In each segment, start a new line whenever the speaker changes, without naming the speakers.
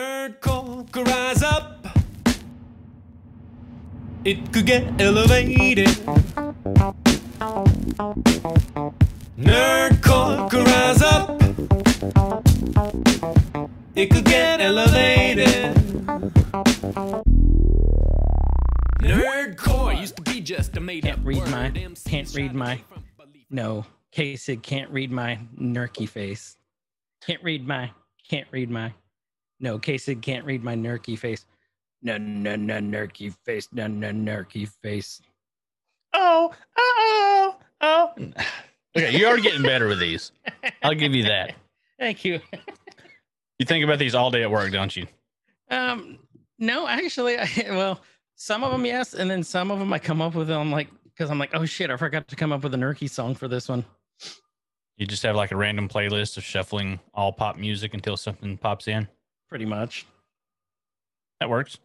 Nerdcore could rise up. It could get elevated. Nerdcore could rise up. It could get elevated. Nerdcore used to be just a made up
Can't read
word.
my-
MCs
can't read
shied
my-
away from belief.
No, Kasig can't read my nerky face. Can't read my. Can't read my. No, Kasig can't read my nerky face. No, no, no, nerky face. No, no, nerky face. Oh, oh, oh.
Okay, you are getting better with these. I'll give you that.
Thank you.
You think about these all day at work, don't you?
Um, no, actually, I, well, some of them yes, and then some of them I come up with them like because I'm like, oh shit, I forgot to come up with a nerky song for this one.
You just have like a random playlist of shuffling all pop music until something pops in.
Pretty much.
That works.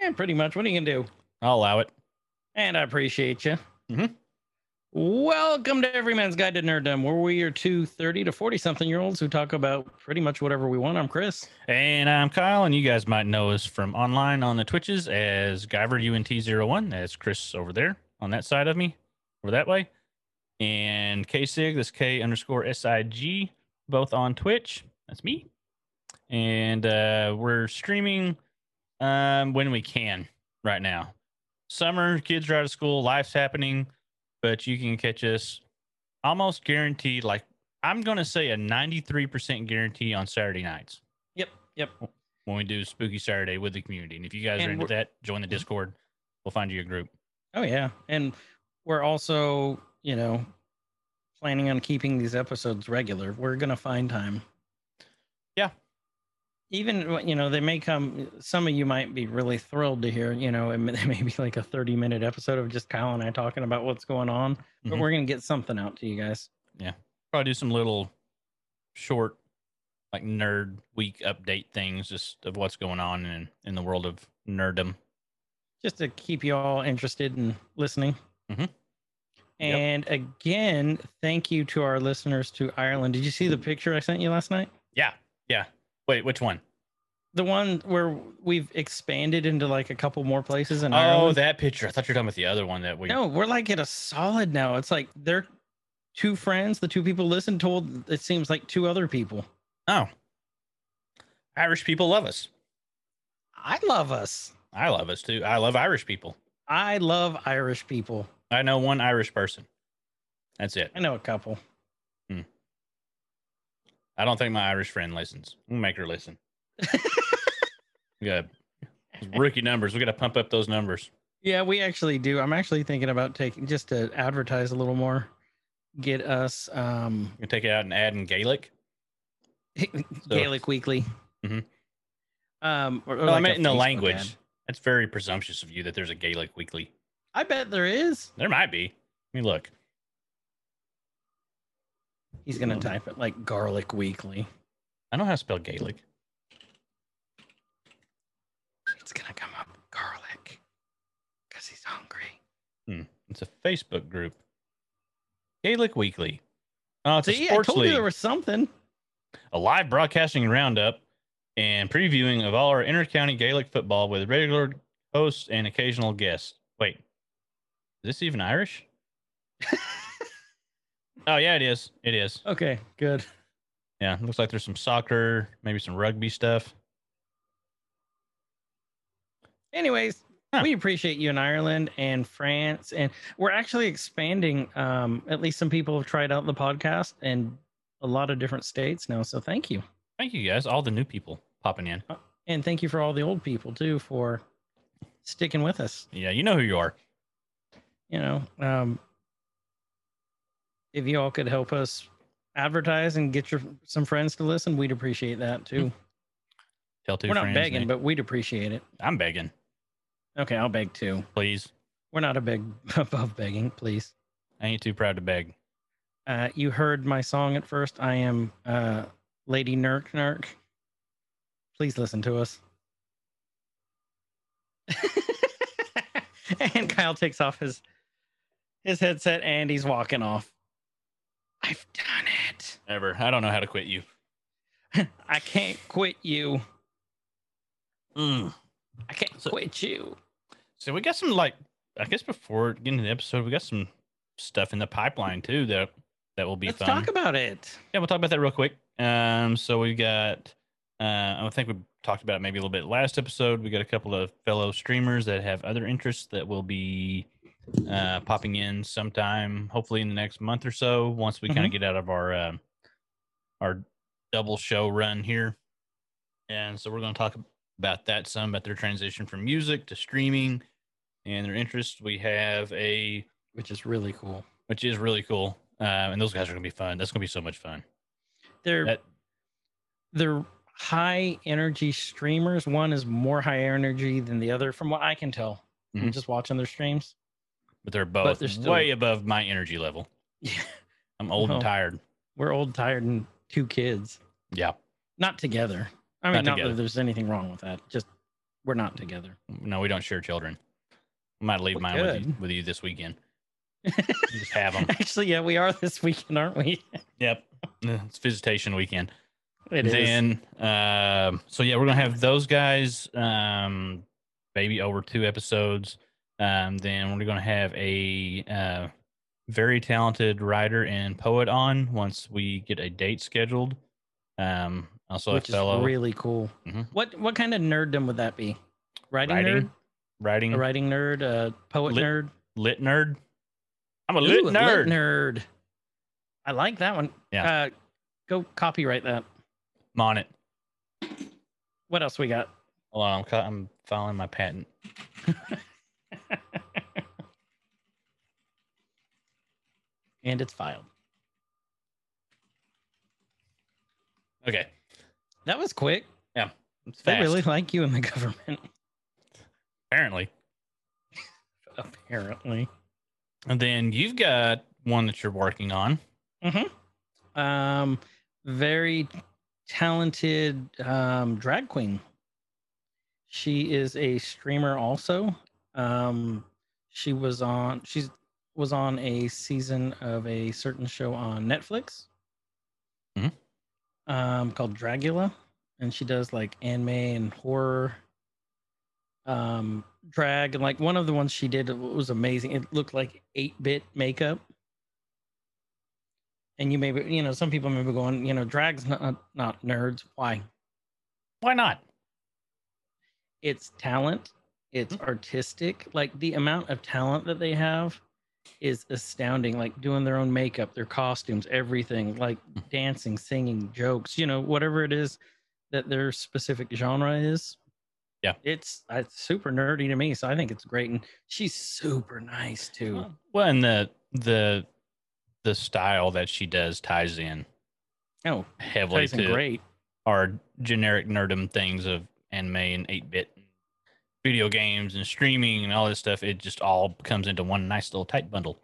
Yeah, pretty much. What are you gonna do?
I'll allow it.
And I appreciate you.
Mhm.
Welcome to Every Man's Guide to Nerddom, where we are two 30 to 40 something year olds who talk about pretty much whatever we want. I'm Chris.
And I'm Kyle, and you guys might know us from online on the Twitches as Guyver UNT01. That's Chris over there on that side of me, over that way. And KSIG, that's K underscore SIG, both on Twitch. That's me. And uh, we're streaming um, when we can right now. Summer, kids are out of school, life's happening, but you can catch us almost guaranteed. Like, I'm going to say a 93% guarantee on Saturday nights
Yep. Yep.
when we do Spooky Saturday with the community. And if you guys
And
are into
we're-
that, join the Discord. We'll find you a group.
Oh, yeah. And we're also, you know, planning on keeping these episodes regular. We're going to find time.
Yeah.
Even, you know, they may come, some of you might be really thrilled to hear, you know, it may, it may be like a 30 minute episode of just Kyle and I talking about what's going on, but
Mhm.
we're going to get something out to you guys.
Probably do some little short, like nerd week update things just of what's going on in, in the world of nerddom.
just to keep you all interested and listening.
Mhm. Yep.
And again, thank you to our listeners to Ireland. Did you see the picture I sent you last night?
Yeah. Yeah. Wait, which one?
The one where we've expanded into like a couple more places in
oh,
Ireland.
that picture. I thought you were talking about the other one that we.
no, we're like at a solid now. It's like they're two friends, the two people listen told it seems like two other people.
Oh. Irish people love us.
I love us.
I love us too. I love Irish people.
I love Irish people.
I know one Irish person. That's it.
I know a couple.
I don't think my Irish friend listens. We'll make her listen. we got rookie numbers. We got to pump up those numbers.
Yeah, we actually do. I'm actually thinking about taking just to advertise a little more, get us um
We can take it out and add in Gaelic.
Gaelic Weekly.
Mhm.
Um, or, or
No, I
like a
meant in the
Facebook
language.
ad.
That's very presumptuous of you that there's a Gaelic weekly.
I bet there is.
There might be. Let me look.
He's gonna
Mm-hmm.
type it like Garlic Weekly.
I know how to spell Gaelic.
It's gonna come up garlic because he's hungry.
It's a Facebook group. Gaelic Weekly. Oh, it's
See,
a
I
sports
told you
league.
there was something.
a live broadcasting roundup and previewing of all our intercounty Gaelic football with regular hosts and occasional guests. Wait, is this even Irish? oh yeah, it is. It is.
Okay, good.
Yeah, looks like there's some soccer, maybe some rugby stuff.
Anyways,
Huh.
we appreciate you in Ireland and France, and we're actually expanding. Um, at least some people have tried out the podcast and a lot of different states now. So thank you,
Thank you guys, all the new people popping in.
and thank you for all the old people too for sticking with us.
Yeah, you know who you are.
You know, um, if you all could help us advertise and get your some friends to listen, we'd appreciate that too.
Tell 2
we're
friends.
not begging,
Nate.
but we'd appreciate it.
I'm begging.
Okay, I'll beg too.
Please,
We're not a beg above begging, please.
I ain't too proud to beg.
Uh, you heard my song at first. I am uh, Lady Nurk Nurk. Please listen to us. and Kyle takes off his his headset and he's walking off. I've done it.
Ever. I don't know how to quit you.
I can't quit you. Hmm.
Mm.
I can't
So-
quit you.
So we got some like I guess before getting to the episode, we got some stuff in the pipeline too that that will be
Let's
fun.
talk about it.
yeah, we'll talk about that real quick. Um, so we got uh, I think we talked about it maybe a little bit last episode. We got a couple of fellow streamers that have other interests that will be uh, popping in sometime, hopefully in the next month or so. Once we kind of
Mhm.
get out of our um our double show run here, and so we're going to talk about that some about their transition from music to streaming and their interests. We have a
Which is really cool.
which is really cool, uh, and those guys are going to be fun. That's going to be so much fun.
They're
That-
they're high energy streamers. One is more high energy than the other, from what I can tell.
Mhm.
I'm just watching their streams.
but they're both
they're still-
way above my energy level.
Yeah.
I'm old
Oh.
and tired.
We're old, tired, and two kids.
Yeah,
Not together. I mean,
Not
not,
together.
that there's anything wrong with that. Just we're not together.
no, we don't share children. I might leave
Well,
mine with you,
good.
with you this weekend. Just have them.
Actually, yeah, we are this weekend, aren't we?
Yep, it's visitation weekend.
It is.
then, um, so yeah, we're gonna have those guys, um, maybe over two episodes. Um, then we're gonna have a uh, very talented writer and poet on once we get a date scheduled. Um, also
which
a
is
fellow
really cool.
Mhm.
What what kind of nerddom would that be? Writing,
Writing?
nerd,
writing
a writing nerd, a poet
Lit-
nerd,
lit nerd. I'm a
Ooh,
lit
a
nerd.
nerd. I like that one.
Yeah.
Uh, go copyright that.
I'm on it.
What else we got?
Hold on, I'm, co- I'm filing my patent.
And it's filed.
Okay,
That was quick.
it's
They
fast.
really like you in the government,
Apparently,
apparently.
and then you've got one that you're working on.
Um, very talented um, drag queen. She is a streamer also. Um, she was on she's was on a season of a certain show on Netflix
Mhm.
um, called Dragula, and she does like anime and horror um drag and like one of the ones she did was amazing it looked like 8-bit makeup and you may be, you know, some people may be going, you know, drag's not, not nerds. Why?
Why not?
It's talent, it's
Mm-hmm.
artistic. Like the amount of talent that they have is astounding. Like doing their own makeup, their costumes, everything, like
Hmm.
dancing, singing, jokes, you know, whatever it is that their specific genre is.
Yeah.
It's, it's super nerdy to me. So I think it's great. And she's super nice too.
Well, and the the the style that she does ties in
Oh,
heavily
she's
to
great.
our generic nerdum things of anime and eight bit video games and streaming and all this stuff. It just all comes into one nice little tight bundle.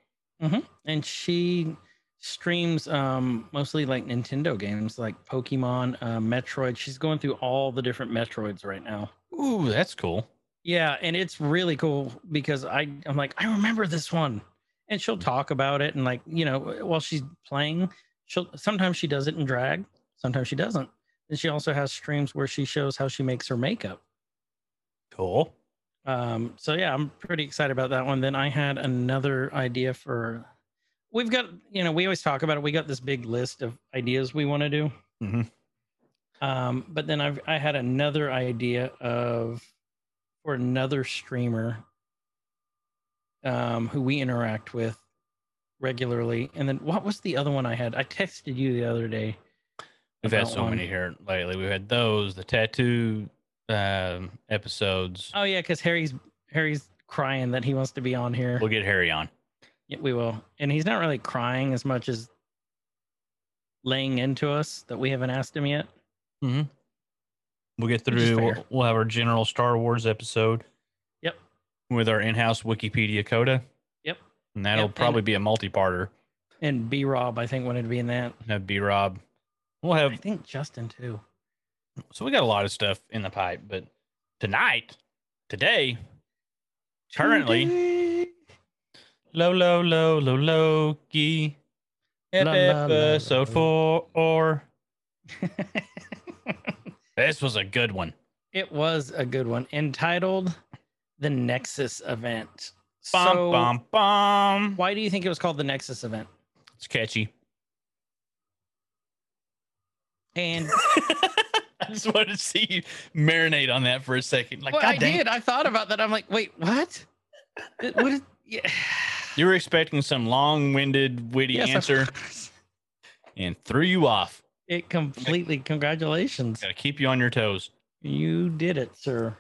and she streams um mostly like Nintendo games like Pokemon, uh, Metroid. She's going through all the different Metroids right now.
Ooh, that's cool.
Yeah, and it's really cool because I I'm like I remember this one, and she'll talk about it and like you know while she's playing, she'll sometimes she does it in drag, sometimes she doesn't, and she also has streams where she shows how she makes her makeup.
Cool.
Um, so yeah, I'm pretty excited about that one. Then I had another idea for we've got, you know, we always talk about it. We got this big list of ideas we want to do.
Mhm.
Um, but then I've I had another idea of for another streamer um who we interact with regularly. And then what was the other one I had? I texted you the other day.
We've had
about
so
one.
many here lately. We've had those, the tattoo um, episodes.
Oh yeah, because Harry's Harry's crying that he wants to be on here.
We'll get Harry on.
Yeah, we will. And he's not really crying as much as laying into us that we haven't asked him yet.
We'll get
Which is
through.
fair.
We'll, we'll have our general Star Wars episode.
Yep.
With our in-house Wikipedia coda.
Yep.
And that'll
Yep, and-
probably be a multi-parter.
And B Rob, I think, wanted to be in that.
That'd be Rob. We'll
I
have
think Justin too.
so we got a lot of stuff in the pipe, but tonight, today, currently,
Today.
low, low, low, low, low, key.
La, la, la, la,
Episode
la.
four. This was a good one.
It was a good one entitled The Nexus Event.
Bum,
so,
bum, bum.
why do you think it was called the Nexus Event?
It's catchy.
And
I just wanted to see you marinate on that for a second. Like,
well,
God
I
dang.
did. I thought about that. I'm like, wait, what? It- what is, yeah.
You were expecting some long winded, witty
Yes, I-
answer and threw you off.
It completely. Congratulations.
Got to keep you on your toes.
You did it, sir.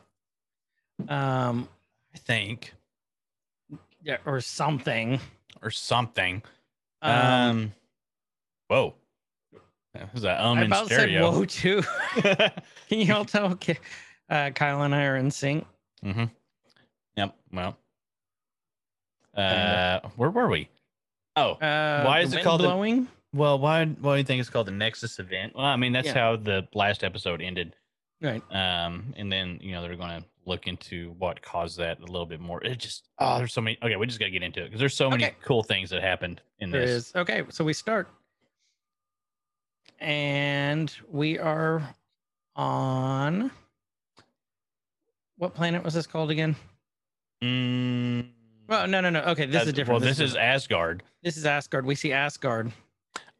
Um,
I think,
yeah, or something.
or something. Um,
Um,
whoa. That was a um
I
in
about said
stereo.
whoa too. Can you all tell? Okay, uh, Kyle and I are in sync.
hmm Yep. Well, uh,
And,
where were we? Oh,
Uh,
Why
the
is it
wind
called the-
blowing?
well, why, why do you think it's called the Nexus event? Well, I mean, that's
Yeah.
how the last episode ended.
Right.
Um, and then, you know, they're going to look into what caused that a little bit more. It just, oh, there's so many. Okay, we just got to get into it because there's so many
Okay.
cool things that happened in
There
this.
is. Okay, so we start. And we are on what planet was this called again?
Mm,
Well, no, no, no. Okay, this
As-
is different.
Well, this, is
different.
Asgard.
this is Asgard. We see Asgard.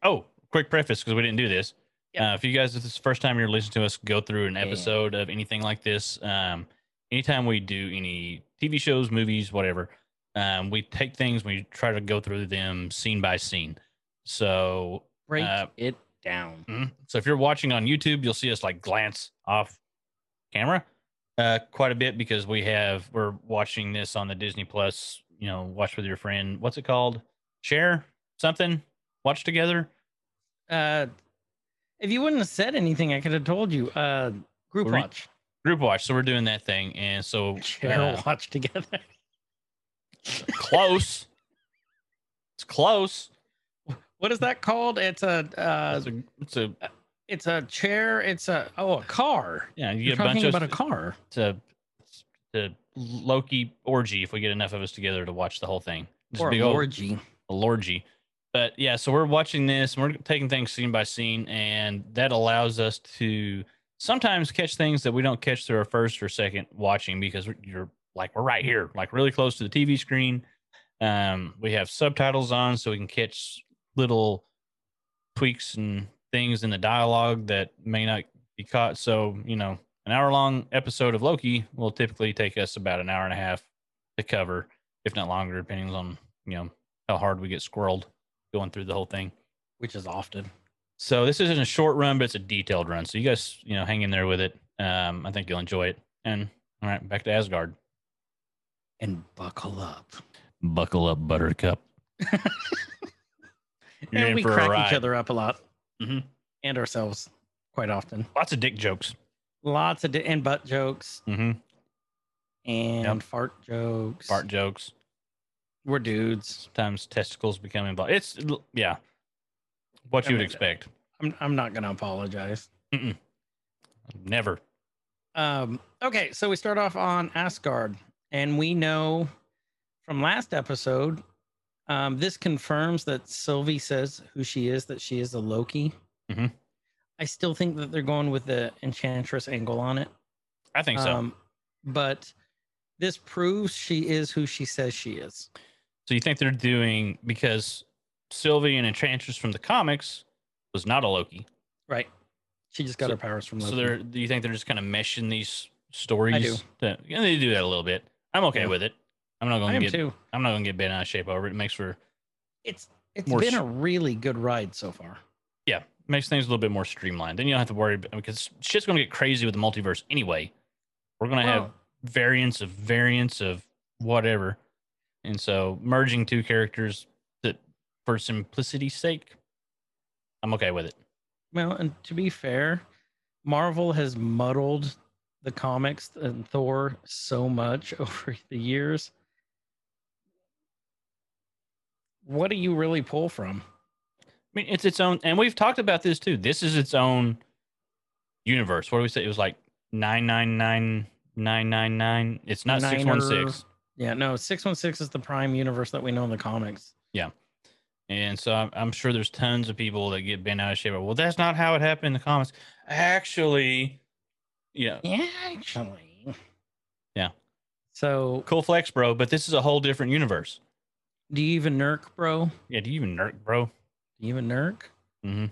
Oh, quick preface because we didn't do this.
Yeah.
Uh, if you guys, if this is the first time you're listening to us go through an
Yeah, yeah.
episode of anything like this, um, anytime we do any TV shows, movies, whatever, um, we take things, we try to go through them scene by scene. So,
Break
Uh,
it down.
mm, so if you're watching on YouTube, you'll see us like glance off camera uh, quite a bit because we have we're watching this on the Disney Plus. You know, watch with your friend. What's it called? Share something. Watch together.
Uh, if you wouldn't have said anything, I could have told you. Uh, group
Re-
watch,
group watch. So we're doing that thing, and so
share,
uh,
watch together.
close. It's close.
What is that called? It's a uh,
it's, a, it's a
it's a chair. It's a oh, a car.
yeah. You
You're
get a bunch
talking
of
about a car.
it's a, it's a Loki orgy if we get enough of us together to watch the whole thing. Just
or
big
a
old-
orgy.
a lorgy. But yeah, so we're watching this and we're taking things scene by scene, and that allows us to sometimes catch things that we don't catch through our first or second watching because we're- you're like, we're right here, like really close to the TV screen. Um, we have subtitles on so we can catch little tweaks and things in the dialogue that may not be caught. So, you know, an hour long episode of Loki will typically take us about an hour and a half to cover, if not longer, depending on, you know, how hard we get squirreled going through the whole thing.
which is often.
So this isn't a short run, but it's a detailed run. So you guys, you know, hang in there with it. Um, I think you'll enjoy it. And all right, back to Asgard.
And buckle up.
Buckle up, Buttercup. You're in
and we
for a
crack
ride.
each other up a lot
Mhm.
and ourselves quite often.
Lots of dick jokes.
Lots of di- and butt jokes
Mm-hmm.
and
Yep.
fart jokes.
Fart jokes.
We're dudes.
Sometimes testicles become involved. It's yeah, what you would expect.
I'm I'm not gonna apologize.
Never.
Um, okay, so we start off on Asgard, and we know from last episode, um, this confirms that Sylvie says who she is, that she is a Loki.
Mhm.
I still think that they're going with the Enchantress angle on it.
I think so.
Um, but this proves she is who she says she is.
So you think they're doing because Sylvie and Enchantress from the comics was not a Loki.
Right. She just got
So-
her powers from Loki.
So they're do you think they're just kind of meshing these stories? To, yeah, they do that a little bit. I'm okay
Yeah.
with it. I'm not
I
gonna
am
get
too.
I'm not gonna get bent out of shape over it. It makes for
It's it's
More
been
s-
a really good ride so far.
yeah, makes things a little bit more streamlined. Then you don't have to worry about because shit's gonna get crazy with the multiverse anyway. We're gonna have
Well-
variants of variants of whatever. And so merging two characters that for simplicity's sake, I'm okay with it.
Well, and to be fair, Marvel has muddled the comics and Thor so much over the years. What do you really pull from?
I mean, it's its own, and we've talked about this too. This is its own universe. What do we say? It was like nine nine nine nine nine nine. It's not six one six,
Yeah, no, 616 is the prime universe that we know in the comics.
and so I'm, I'm sure there's tons of people that get bent out of shape. Well, that's not how it happened in the comics. Actually, Yeah.
Yeah, actually.
Yeah.
So,
Cool flex, bro. But this is a whole different universe.
do you even nerk, bro?
Yeah. Do you even nerk, bro?
Do you even nerk?
Mm-hmm.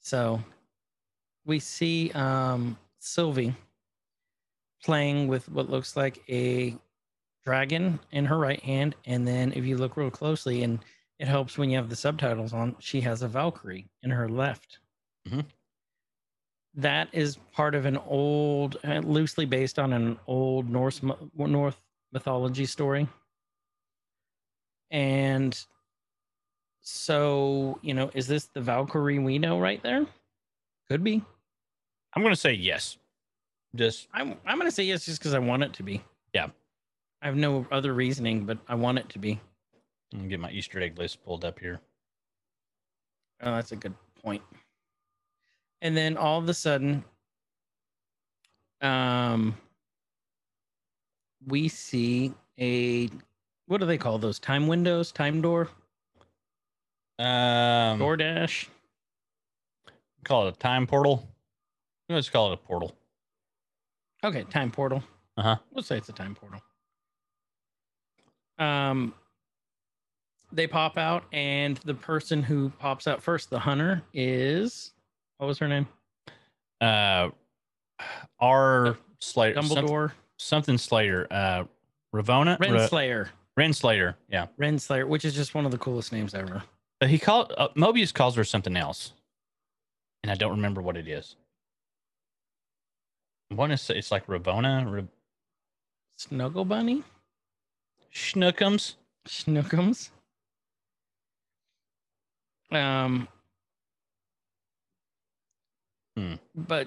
So we see um, Sylvie playing with what looks like a dragon in her right hand. And then if you look real closely, and it helps when you have the subtitles on, she has a Valkyrie in her left.
Mhm.
That is part of an old, uh, loosely based on an old Norse mo- North mythology story. And so, you know, is this the Valkyrie we know right there? Could be.
I'm gonna say yes. Just
I'm I'm gonna say yes just because I want it to be.
Yeah.
I have no other reasoning, but I want it to be.
I'm gonna get my Easter egg list pulled up here.
Oh, that's a good point. And then all of a sudden, um, we see a what do they call those time windows? Time door?
Um,
Door dash?
call it a time portal. Let's call it a portal.
Okay, time portal.
Uh-huh.
We'll say it's a time portal. Um, they pop out, and the person who pops out first, the hunter, is what was her name?
Uh, our Slayer, something,
Dumbledore,
something Slayer, uh, Ravona, Ra-
Renslayer,
Renslayer. Yeah,
Renslayer, which is just one of the coolest names ever.
But he called uh, Mobius calls her something else, and I don't remember what it is. One is it's like Ravona, Ra-
Snuggle Bunny,
Schnookums.
Snookums. Um,
Hmm.
but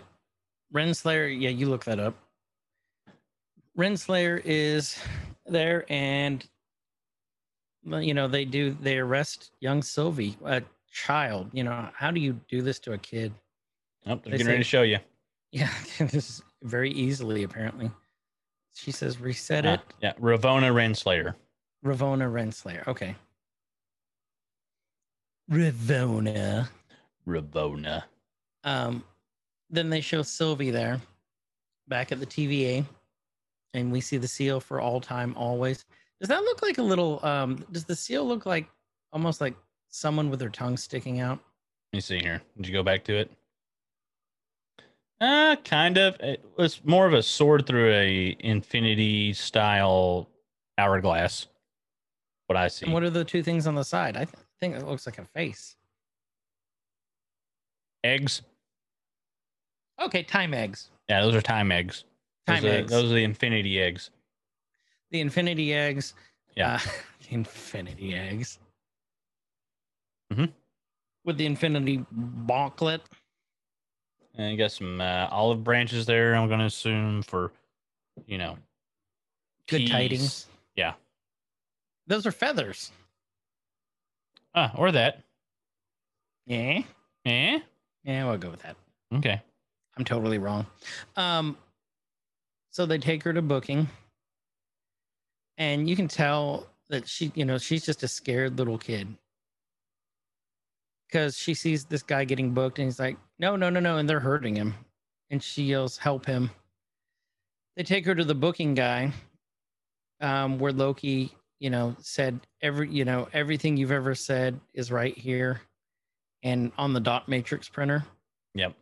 Renslayer, yeah, you look that up. Renslayer is there, and well, you know they do they arrest young Sylvie, a child. You know how do you do this to a kid?
Nope, I'm
They
getting ready to
say-
show you.
Yeah, this is very easily apparently. She says reset
Ah,
it.
yeah, Ravona Renslayer.
Ravona Renslayer. Okay. Ravona.
Ravona.
Um, then they show Sylvie there back at the TVA, and we see the seal for all time, always. Does that look like a little? Um, does the seal look like almost like someone with their tongue sticking out?
Let me see here. Did you go back to it? Uh, kind of. It was more of a sword through a infinity style hourglass. What I see.
And what are the two things on the side? I th- think it looks like a face.
eggs.
Okay, time eggs.
Yeah, those are time eggs. Those
Time
are-
eggs.
Those are the infinity eggs.
the infinity eggs.
Yeah.
Uh, the infinity eggs.
Mhm.
With the infinity bonklet.
And you got some uh, olive branches there. I'm going to assume for, you know,
Good
peas.
tidings.
Yeah.
Those are feathers.
Ah, or that.
Yeah.
Eh.
Yeah, we'll go with that.
Okay.
I'm totally wrong. Um, so they take her to booking, and you can tell that she, you know, she's just a scared little kid because she sees this guy getting booked, and he's like, "No, no, no, no!" And they're hurting him, and she yells, "Help him!" They take her to the booking guy, um, where Loki, you know, said every, you know, everything you've ever said is right here, and on the dot matrix printer.
Yep.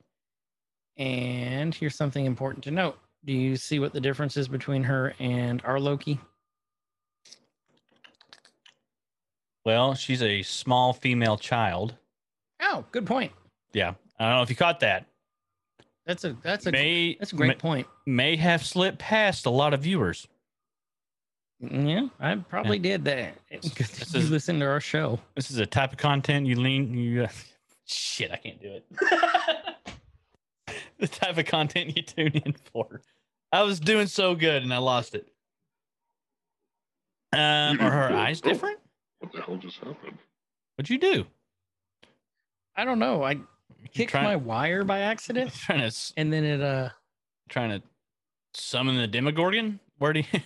And here's something important to note. Do you see what the difference is between her and our Loki?
Well, she's a small female child.
Oh, good point.
Yeah. I don't know if you caught that.
That's a that's a
may,
that's a great point.
may have slipped past a lot of viewers.
Yeah, I probably did that. Good that
This
you
is-
listen to our show.
This is a type of content you lean. You, uh, shit, I can't do it. the type of content you tune in for. I was doing so good and I lost it. Um, are her eyes different?
Oh. What the hell just happened?
What'd you do?
I don't know. I
You
kicked my
trying,
wire by accident,
trying to s-
and then it uh
trying to summon the Demogorgon. Where do you?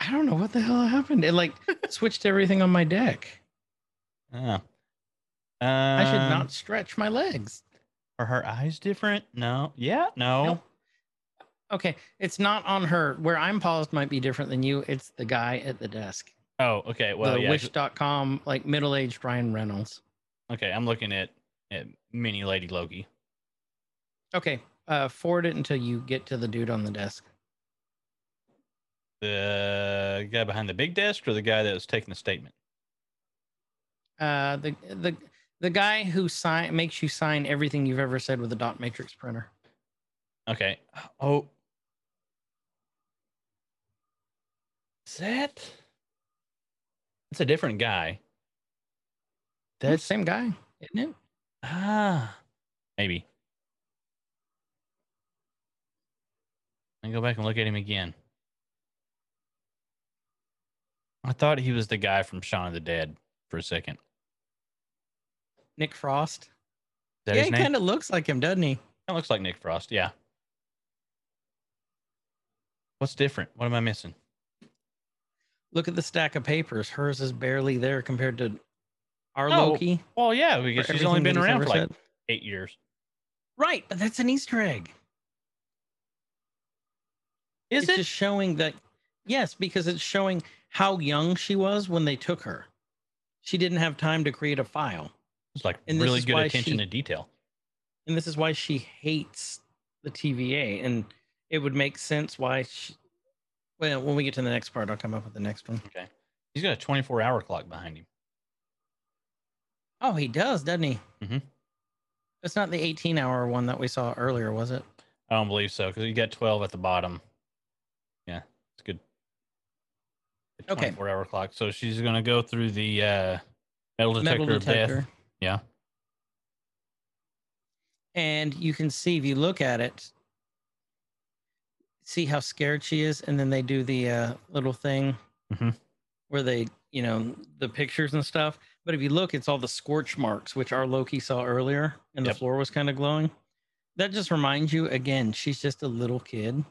I don't know what the hell happened. It like switched everything on my deck.
Oh.
I should
Um,
not stretch my legs.
Are her eyes different? No. Yeah. No.
Nope. Okay, it's not on her. Where I'm paused might be different than you. It's the guy at the desk.
Oh, okay. Well,
the
yeah.
wish.com, like middle-aged Ryan Reynolds.
Okay, I'm looking at at Mini Lady Loki.
Okay, uh, forward it until you get to the dude on the desk.
The guy behind the big desk, or the guy that was taking the statement.
Uh, the the the guy who sign makes you sign everything you've ever said with a dot matrix printer.
Okay. Oh. Is that? That's a different guy.
That's
That's
the same guy, isn't it?
Ah, maybe. And go back and look at him again. I thought he was the guy from Shaun of the Dead for a second. Is
Nick Frost.
that
yeah,
his
he
name?
kind of looks like him, doesn't he?
That looks like Nick Frost. Yeah. What's different? What am I missing?
Look at the stack of papers. Hers is barely there compared to our
Oh,
Loki.
Well, yeah,
for
because she's
everything
only
that
been
he's
around
ever
for like
said.
eight years.
Right, but that's an Easter egg.
Is
it's
it?
just showing that yes because it's showing how young she was when they took her she didn't have time to create a file
It's like
and this
really
is
good
why
attention
she-
to detail.
and this is why she hates the tva and it would make sense why she well when we get to the next part i'll come up with the next one.
Okay. He's got a 24 hour clock behind him.
Oh, he does doesn't he
Mhm.
it's not the 18 hour one that we saw earlier was it
I don't believe so because you got 12 at the bottom. Yeah, it's good. A
Okay.
24 hour clock. So she's going to go through the uh, metal detector,
metal
of death.
detector
Yeah.
and you can see if you look at it see how scared she is and then they do the uh, little thing
Mhm.
where they you know the pictures and stuff but if you look it's all the scorch marks which our loki saw earlier and
Yep.
the floor was kind of glowing that just reminds you again she's just a little kid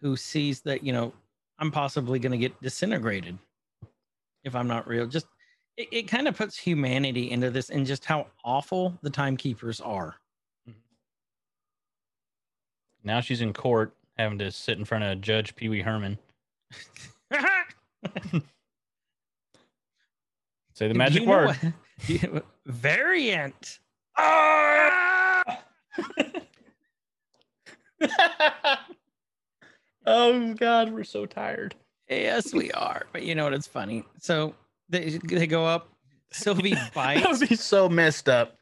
who sees that you know i'm possibly going to get disintegrated if i'm not real just it, it kind of puts humanity into this and just how awful the timekeepers are
Now she's in court having to sit in front of Judge Pee Wee Herman. Say the
Do
magic
you know
word.
what- do you- variant.
oh, God, we're so tired.
Yes, we are. But you know what? It's funny. So they, they go up. Sylvie
That
bites.
would be so messed up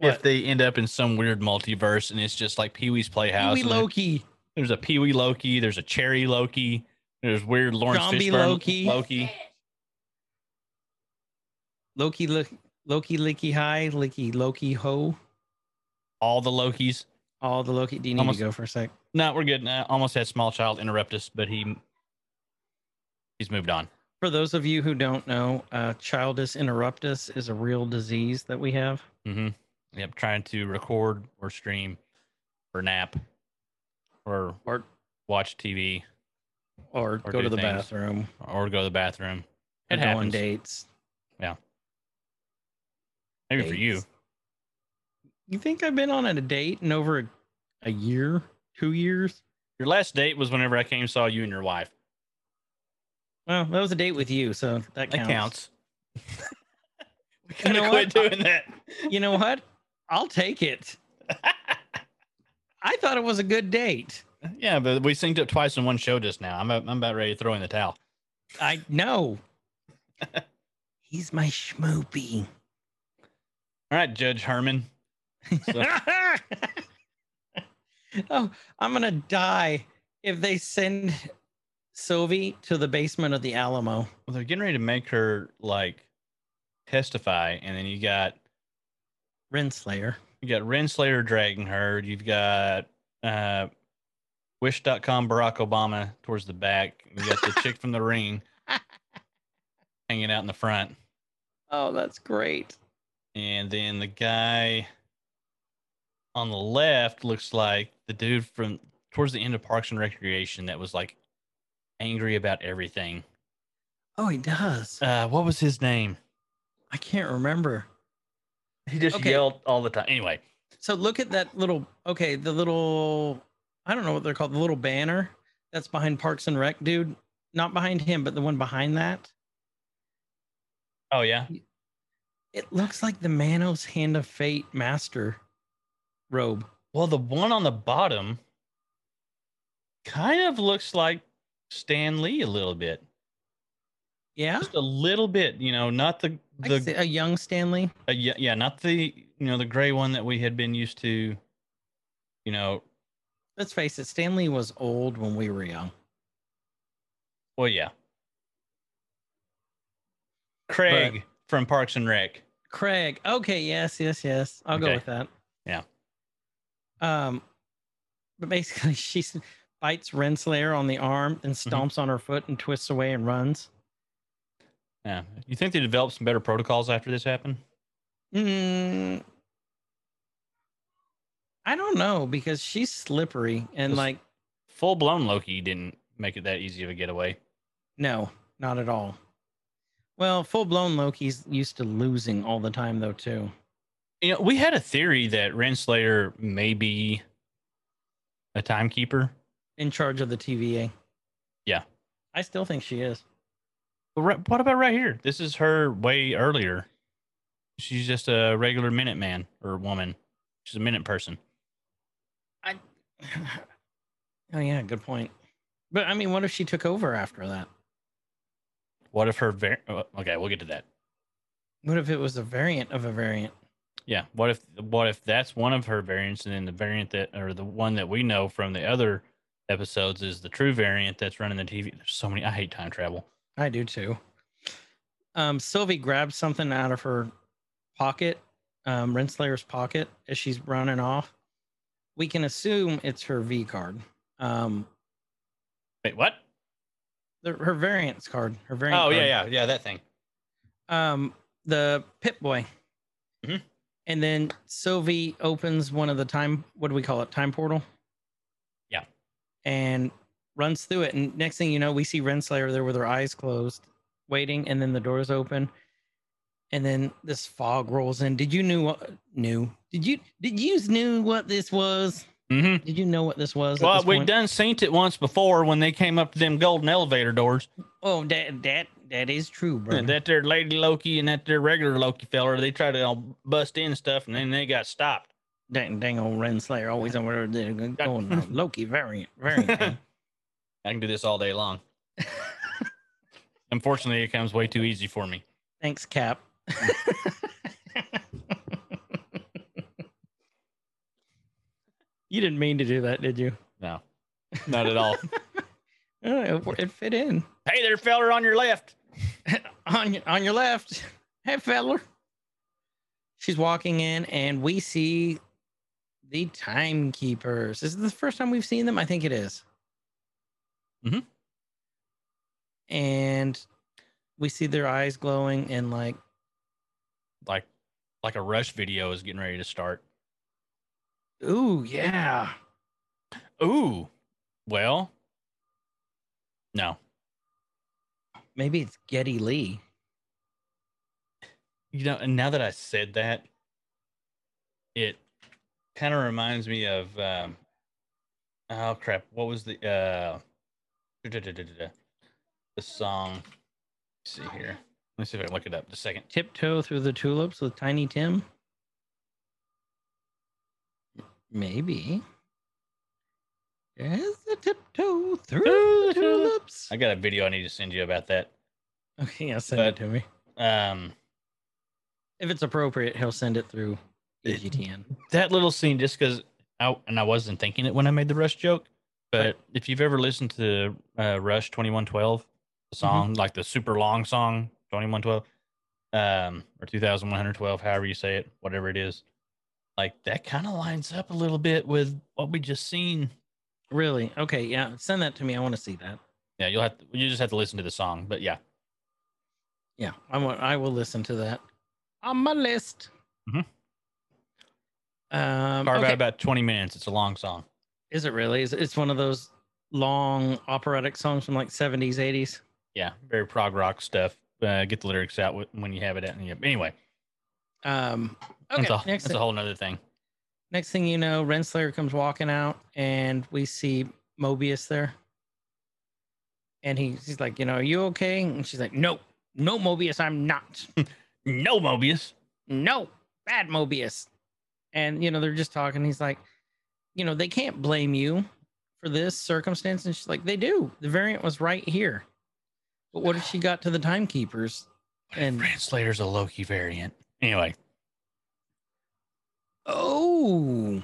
if
What?
they end up in some weird multiverse and it's just like Pee Wee's Playhouse.
Pee-wee
and there-
Loki.
There's a Pee Wee Loki. There's a Cherry Loki. There's weird Lawrence
Zombie
Fishburne
Loki.
Loki.
Loki, look, Loki, Licky High, Licky, Loki Ho.
All the Lokis.
All the Loki. Do you need
Almost-
to go for a sec?
No, we're good. I almost had small child interrupt us, but he he's moved on.
For those of you who don't know, uh, Childus interruptus is a real disease that we have.
Mm-hmm. Yep, trying to record or stream or nap or
Or,
watch TV
or,
Or
go
do
to the
things.
bathroom.
or go to the bathroom.
Or
It
go on
happens.
dates.
Maybe for you.
dates. You think I've been on a date in over a, a year, two years?
Your last date was whenever I came and saw you and your wife.
Well, that was a date with you, so that counts.
we kind of
know
quit
what? I-
doing that.
You know what? I'll take it. I thought it was a good date.
yeah, but we synced up twice in one show just now. I'm, I'm about ready to throw in the towel.
I know. He's my schmoopy.
All right, Judge Herman. So-
oh, I'm gonna die if they send Sylvie to the basement of the Alamo.
Well, they're getting ready to make her like testify, and then you got
Renslayer.
you got Renslayer dragging her. You've got uh, Wish.com Barack Obama towards the back. You got the chick from the ring hanging out in the front,
Oh, that's great.
and then the guy on the left looks like the dude from towards the end of Parks and Recreation that was like angry about everything.
Oh, he does.
Uh, what was his name?
I can't remember.
He just
Okay.
yelled all the time. Anyway,
So look at that little okay, the little I don't know what they're called. The little banner that's behind Parks and Rec, dude. Not behind him, but the one behind that.
Oh yeah.
It looks like the Manos Hand of Fate Master robe.
Well, the one on the bottom kind of looks like Stan Lee a little bit.
Yeah.
Just a little bit, you know, not the
I can
the
see a young Stanley.
Uh, yeah, yeah, not the you know the gray one that we had been used to. You know,
Let's face it, Stanley was old when we were young.
well, yeah. Craig from Parks and Rec.
Craig. Okay, yes, yes, yes. I'll go
Okay.
with that.
Yeah.
Um, but basically, she s- bites Renslayer on the arm and
Mm-hmm.
stomps on her foot and twists away and runs.
Yeah, you think they developed some better protocols after this happened?
Mm, I don't know because she's slippery and
Just-
like
Full blown Loki didn't make it that easy of a getaway.
no, not at all. Well, full blown Loki's used to losing all the time though too.
You know, we had a theory that Renslayer may be a timekeeper,
In charge of the TVA.
Yeah.
I still think she is.
but ri- what about right here? This is her way earlier. She's just a regular minute man or woman. She's a minute person.
oh yeah, good point. But I mean, what if she took over after that?
What if her var- uh, okay, we'll get to that.
What if it was a variant of a variant?
Yeah, what if what if that's one of her variants and then the variant that or the one that we know from the other episodes is the true variant that's running the TV. There's so many I hate time travel.
I do too. Um, Sylvie grabs something out of her pocket, um, Renslayer's pocket, as she's running off. We can assume it's her V card, um,
Wait, what?
the, her variants card, her variant.
Oh
card.
yeah, yeah, yeah, that thing.
um, the Pip Boy.
Mhm.
And then Sylvie opens one of the time, what do we call it? Time portal?
Yeah.
And runs through it. And next thing you know, we see Renslayer there with her eyes closed, waiting. And then the doors open. And then this fog rolls in. Did you knew what knew? Did you did you knew what this was?
Mm-hmm.
Did you know what this was? at
Well,
this
we
point?
done seen it once before when they came up to them golden elevator doors.
Oh, that that that is true, bro.
That their lady Loki and that their regular Loki fella, they tried to all bust in and stuff, and then they got stopped.
dang, dang old Renslayer always over there going on. Loki variant variant.
I can do this all day long. Unfortunately, it comes way too easy for me.
Thanks, Cap. you didn't mean to do that, did you?
No, not at all.
Uh, It, it fit in
hey there, feller on your left.
on your, on your left. Hey, feller. She's walking in, and we see the timekeepers. Is this the first time we've seen them? I think it is. Mm-hmm.
Mhm.
And we see their eyes glowing, and like
Like, like a rush video is getting ready to start.
Ooh, yeah.
Ooh, well, no,
Maybe it's Getty Lee.
you know. And now that I said that, it kind of reminds me of um, oh crap, what was the uh, the song? Let's see here. Let's see if I can look it up. Just a second.
Tiptoe through the tulips with Tiny Tim? Maybe. There's a tiptoe through the tulips.
I got a video I need to send you about that.
Okay, yeah, send
But-
it to me.
Um,
If it's appropriate, he'll send it through
It-
EGTN.
that little scene just because I and I wasn't thinking it when I made the Rush joke, but if you've ever listened to uh, Rush twenty one twelve
Mm-hmm.
song, like the super long song twenty one twelve, um, or two thousand one hundred twelve, however you say it, whatever it is, like that kind of lines up a little bit with what we just seen.
Really? Okay, yeah, send that to me. I want to see that.
Yeah, you'll have to, you just have to listen to the song, but yeah,
Yeah, I want. I will listen to that. On my list.
Mhm.
Um,
carve
okay.
out about twenty minutes. It's a long song.
Is it really? Is it's one of those long operatic songs from like seventies, eighties?
Yeah, very prog rock stuff. Uh, get the lyrics out wh- when you have it. At, anyway,
Um, okay,
that's, a,
next
that's a whole nother thing.
Next thing you know, Renslayer comes walking out, and we see Mobius there. And he, he's like, you know, are you okay? And she's like, no, no, Mobius, I'm not.
No, Mobius.
no, bad Mobius. And, you know, they're just talking. He's like, you know, they can't blame you for this circumstance. And she's like, they do. The variant was right here. But what if she got to the timekeepers? And,
Translator's a Loki variant. Anyway,
oh.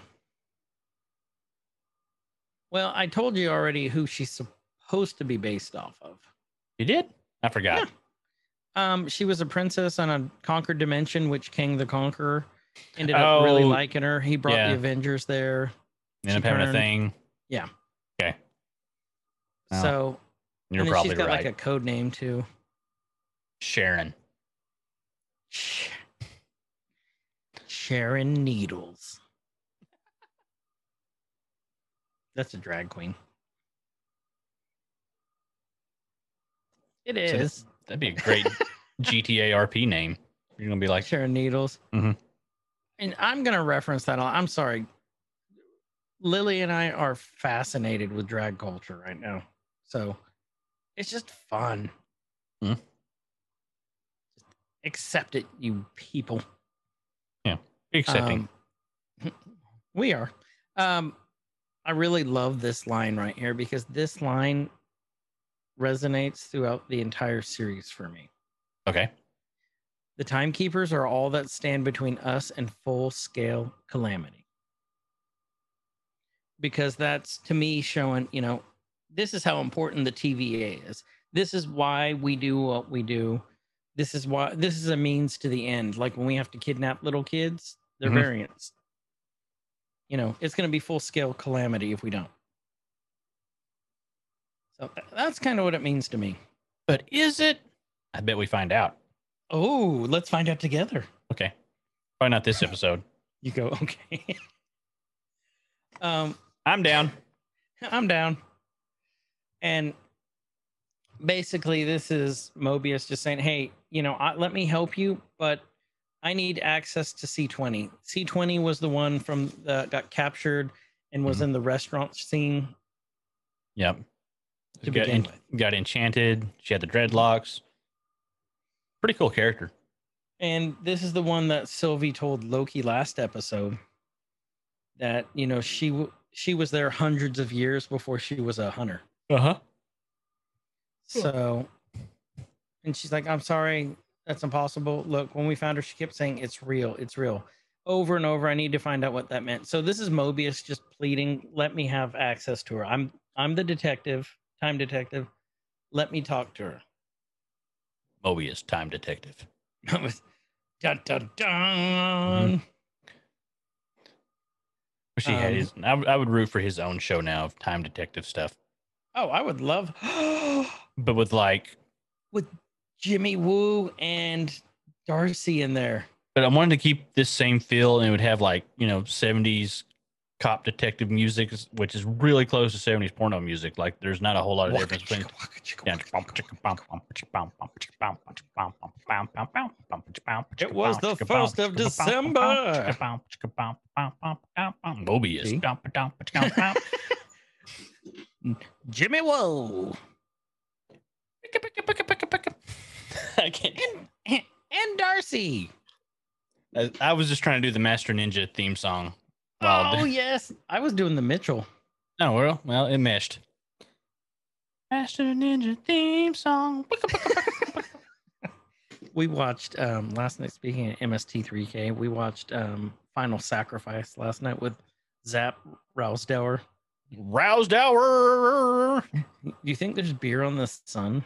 Well, I told you already who she's supposed to be based off of.
you did? I forgot.
Um, she was a princess on a conquered dimension, which King the Conqueror ended up
Oh,
really liking her. He brought
yeah.
the Avengers there.
Ended up
She
having a
turned-
thing. Oh,
so
You're
and then
probably
she's got
right.
like a code name too.
Sharon.
Sh- Sharon Needles. That's a drag queen. It
So
is.
That'd be a great GTA RP name. You're gonna be like,
Sharon Needles.
Mhm.
And I'm going to reference that. a lot. I'm sorry. Lily and I are fascinated with drag culture right now. So it's just fun.
Mhm.
Just accept it, you people.
accepting.
Um, we are. Um, I really love this line right here because this line resonates throughout the entire series for me.
okay.
The timekeepers are all that stand between us and full scale calamity. Because that's to me showing, you know, this is how important the TVA is. This is why we do what we do. This is why this is a means to the end. Like when we have to kidnap little kids, they're
Mhm.
variants. You know, it's going to be full scale calamity if we don't. So th- that's kind of what it means to me.
But is it? I bet we find out.
Oh, let's find out together.
Okay. Probably not this episode.
You go, okay. um,
I'm down.
I'm down. And basically, this is Mobius just saying, hey, you know, I, let me help you, but I need access to C20. C20 was the one from that got captured and was
Mhm.
in the restaurant scene
Yep.
to
got,
begin
en-
with.
got enchanted. She had the dreadlocks. Pretty cool character.
And this is the one that Sylvie told Loki last episode that, you know, she w- she was there hundreds of years before she was a hunter.
Uh
Uh-huh.
huh. Cool.
So, and she's like, I'm sorry, that's impossible. Look, when we found her, she kept saying, It's real, it's real, over and over. I need to find out what that meant. So, this is Mobius just pleading, Let me have access to her. I'm, I'm the detective, time detective. Let me talk to her.
Mobius, time detective.
It was dun dun dun.
Wish he had
Um,
his. I, w- I would root for his own show now of time detective stuff,
Oh, I would love
but with like.
with Jimmy Woo and Darcy in there.
But I wanted to keep this same feel, and it would have like you know '70s cop detective music, which is really close to '70s porno music. Like, there's not a whole lot of difference between. Yeah.
It was the 1st of December. See?
Mobius.
Jimmy Woo
I can't.
and, and Darcy.
I- I was just trying to do the Master Ninja theme song. While
Oh yes, I was doing the Mitchell.
no, well, well, it meshed. Master Ninja theme song.
We watched um, last night. Speaking of MST3K, we watched um, Final Sacrifice last night with Zap Rousdower.
Roused hour.
Do you think there's beer on the sun?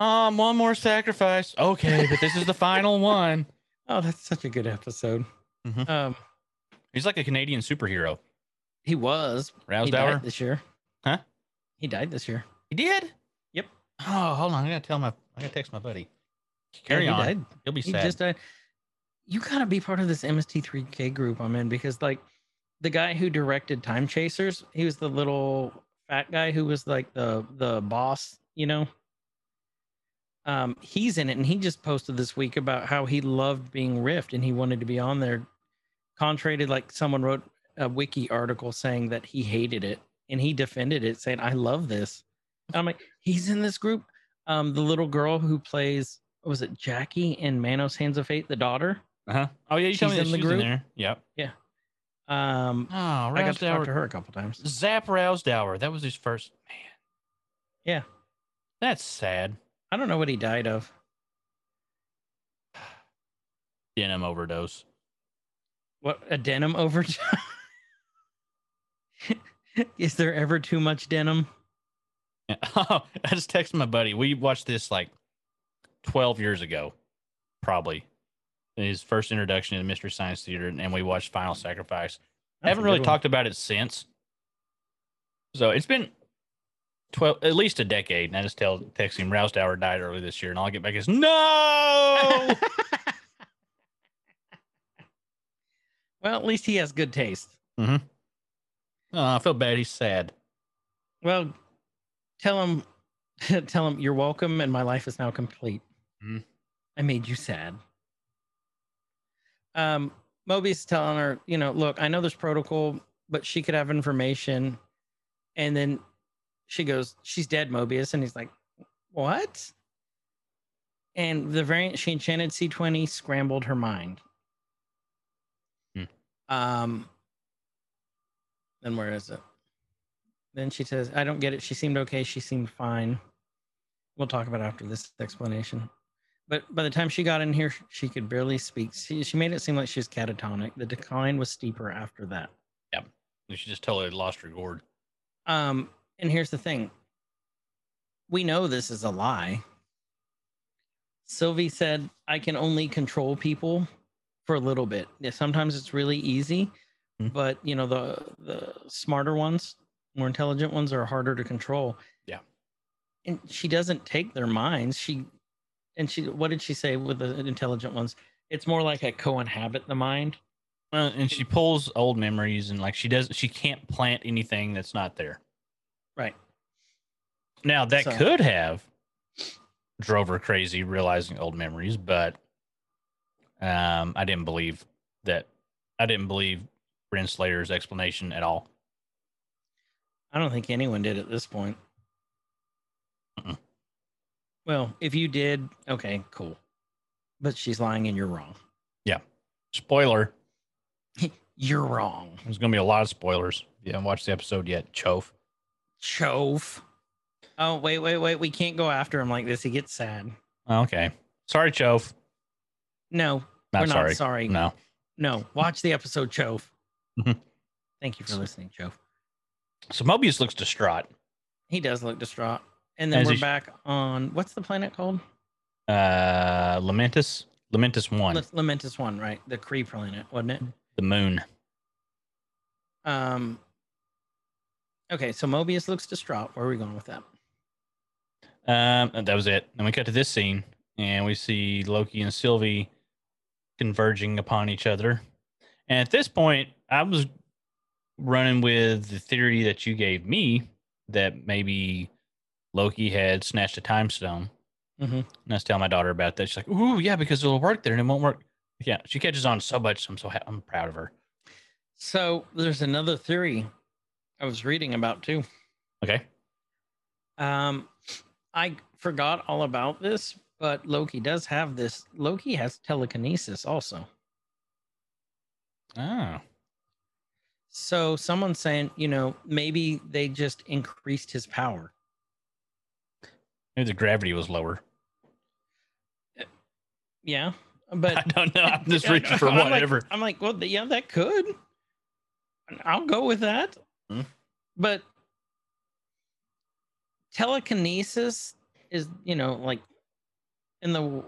Um, one more sacrifice. Okay, but this is the final one.
Oh, that's such a good episode.
Mhm.
Um,
He's like a Canadian superhero.
he was. He
Roused
died
hour.
this year.
Huh?
He died this year.
He did.
Yep.
Oh, hold on. I gotta tell my. I gotta text my buddy. Carry
he
on.
died.
He'll be
He
sad.
just died. You gotta be part of this MST3K group I'm in because like the guy who directed Time Chasers, he was the little fat guy who was like the the boss, you know. Um, he's in it, and he just posted this week about how he loved being riffed and he wanted to be on there contrary to like someone wrote a wiki article saying that he hated it and he defended it, saying, I love this. And I'm like, he's in this group. Um, the little girl who plays, what was it Jackie in Manos Hands of Fate, the daughter?
Uh huh. Oh yeah, you told me
Uh-huh. She's
that
in the
she was in
group?
there. Yep.
Um,
Oh,
I got to talk
Rousedower.
to her a couple times.
Zap Rousedower. That was his first. Man.
Yeah.
That's sad.
I don't know what he died of.
Denim overdose.
What a denim overdose. Is there ever too much denim?
Yeah. I just texted my buddy. We watched this like 12 years ago, probably. His first introduction to the Mystery Science Theater, and we watched Final Sacrifice. I haven't really talked about it since. So it's been twelve, at least a decade. And I just tell text him Rousedower died early this year, and all I get back is no.
Well, at least he has good taste.
oh, I feel bad. He's sad.
Well, tell him, tell him you're welcome, and my life is now complete.
Mm.
I made you sad. Um, Moby's telling her, you know, look, I know there's protocol, but she could have information, and then she goes, she's dead, Mobius, and he's like, what? And the variant she enchanted C20 scrambled her mind.
Hmm.
Um, then where is it? Then she says, I don't get it. She seemed okay. She seemed fine. We'll talk about it after this explanation. But by the time she got in here, she could barely speak. She, she made it seem like she was catatonic. The decline was steeper after that.
And She just totally lost her gourd.
Um, and here's the thing we know this is a lie. Sylvie said, I can only control people for a little bit. Yeah, sometimes it's really easy,
Mhm.
but you know, the the smarter ones, more intelligent ones are harder to control.
Yeah.
And she doesn't take their minds. She and she what did she say with the intelligent ones? It's more like I co-inhabit the mind.
Well, and she pulls old memories, and like she does, she can't plant anything that's not there.
Right.
Now that
So-
could have drove her crazy realizing old memories, but um, I didn't believe that. I didn't believe Rensselaer's explanation at all.
I don't think anyone did at this point.
Mm-mm.
Well, if you did, okay, cool. But she's lying and you're wrong.
Spoiler.
You're wrong.
There's going to be a lot of spoilers. If you haven't watched the episode yet, Chof.
Chove. Oh, wait, wait, wait. We can't go after him like this. He gets sad.
Oh, Okay. Sorry, Chof.
No,
Not
we're
sorry.
not sorry. No.
No.
watch the episode, Chove.
Mhm.
Thank you for listening, Chove.
So Mobius looks distraught.
He does look distraught. And then
As
we're
he sh-
back on what's the planet called?
Uh, Lamentus. Lamentus 1,
L- Lamentus One, right? The Cree planet, wasn't it?
the moon.
Um. Okay, so Mobius looks distraught. Where are we going with that?
Um, and that was it. And we cut to this scene, and we see Loki and Sylvie converging upon each other. And at this point, I was running with the theory that you gave me that maybe Loki had snatched a time stone.
Mhm.
And I was telling my daughter about that. She's like, "Ooh, yeah, because it'll work there, and it won't work." Yeah, she catches on so much. I'm so ha- I'm proud of her.
So there's another theory I was reading about too.
Okay.
Um, I forgot all about this, but Loki does have this. Loki has telekinesis also.
Oh,
So someone's saying, you know, maybe they just increased his power.
maybe the gravity was lower.
Yeah, but
I don't know. I'm just
Yeah,
reaching for
I'm like-
whatever.
I'm like, well, th- yeah, that could. I'll go with that.
Hmm.
But telekinesis is, you know, like in the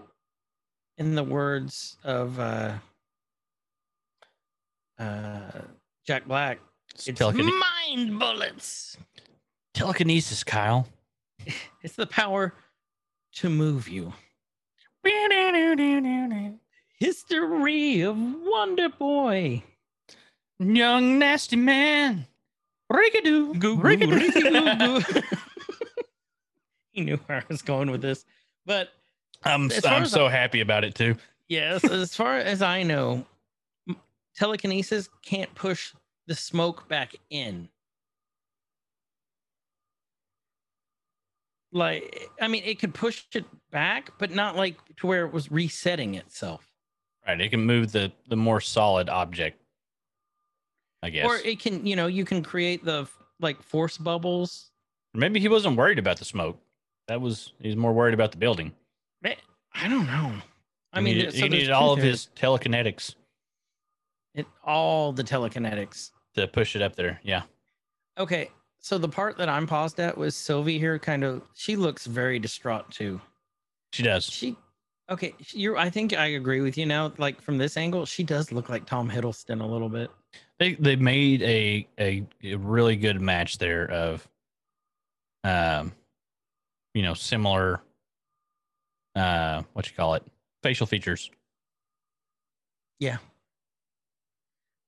in the words of uh uh Jack Black, it's
Telekine-
mind bullets.
telekinesis, Kyle.
It's the power to move you.
Young
History of Wonder Boy.
nasty man. Rigadoo.
Goo goo
Rigadoo.
goo goo. he knew where I was going with this. But
I'm,
As far
I'm
as
so happy about it too.
yes, as far as I know, m- telekinesis can't push the smoke back in. Like, I mean, it could push it back, but not like to where it was resetting itself.
Right. It can move the the more solid object. I guess.
Or it can, you know, you can create the like force bubbles.
Maybe he wasn't worried about the smoke. That was he's more worried about the building.
I don't know. I
he
mean,
needed,
there- so
he
there's
needed
two
all of
theories.
his telekinetics
It, all the telekinetics.
to push it up there. Yeah.
Okay. So the part that I'm paused at was Sylvie here kind of she looks very distraught too.
She does.
She okay, sh- you're I think I agree with you now. Like from this angle, she does look like Tom Hiddleston a little bit.
They they made a a, a really good match there of um you know similar uh what you call it facial features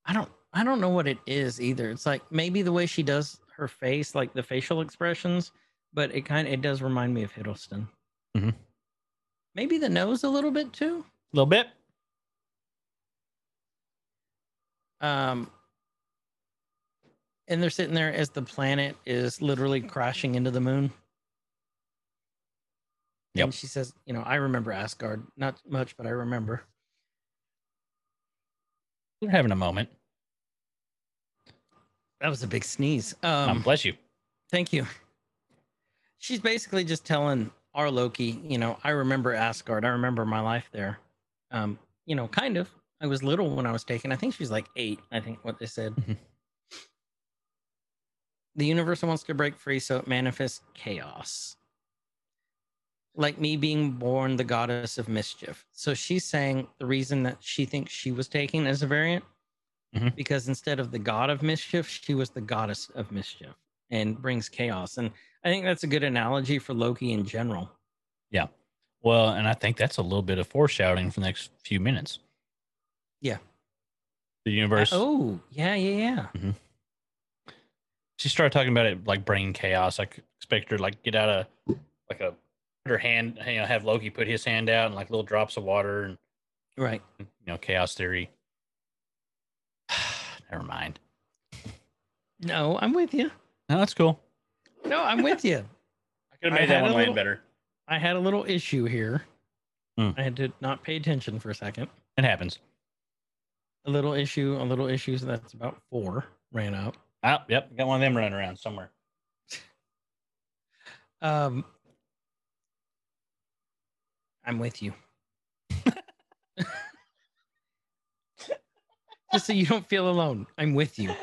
I don't I don't know what it is either. It's like maybe the way she does her face, like the facial expressions, but it kind of it does remind me of Hiddleston.
Mhm.
Maybe the nose a little bit too.
a little bit.
Um, and they're sitting there as the planet is literally crashing into the moon.
Yep.
And she says, you know, I remember Asgard. Not much, but I remember.
They're having a moment.
That was a big sneeze.
Um,
Um,
bless you.
thank you. She's basically just telling our Loki, you know, I remember Asgard. I remember my life there. Um, you know, kind of. I was little when I was taken. I think she was like eight, I think what they said.
Mhm.
the universe wants to break free, so it manifests chaos. Like me being born the goddess of mischief. So she's saying the reason that she thinks she was taken as a variant,
Mhm.
because instead of the god of mischief, she was the goddess of mischief and brings chaos. And I think that's a good analogy for Loki in general.
Well, and I think that's a little bit of foreshadowing for the next few minutes.
Yeah.
The universe.
Oh, yeah, yeah, yeah.
She started talking about it like brain chaos. I c- expect her to like get out of like a put her hand, you know, have Loki put his hand out and like little drops of water and
Right.
you know, chaos theory. Never mind.
No, I'm with you.
No, that's cool.
No, I'm with you.
I could
I
have
had
made that one
a
land
little-
better.
I had a little issue here.
Hmm.
I had to not pay attention for a second.
It happens.
a little issue, a little issue. So that's about four ran up.
Oh, yep. Got one of them running around somewhere.
Um, I'm with you. Just so you don't feel alone, I'm with you.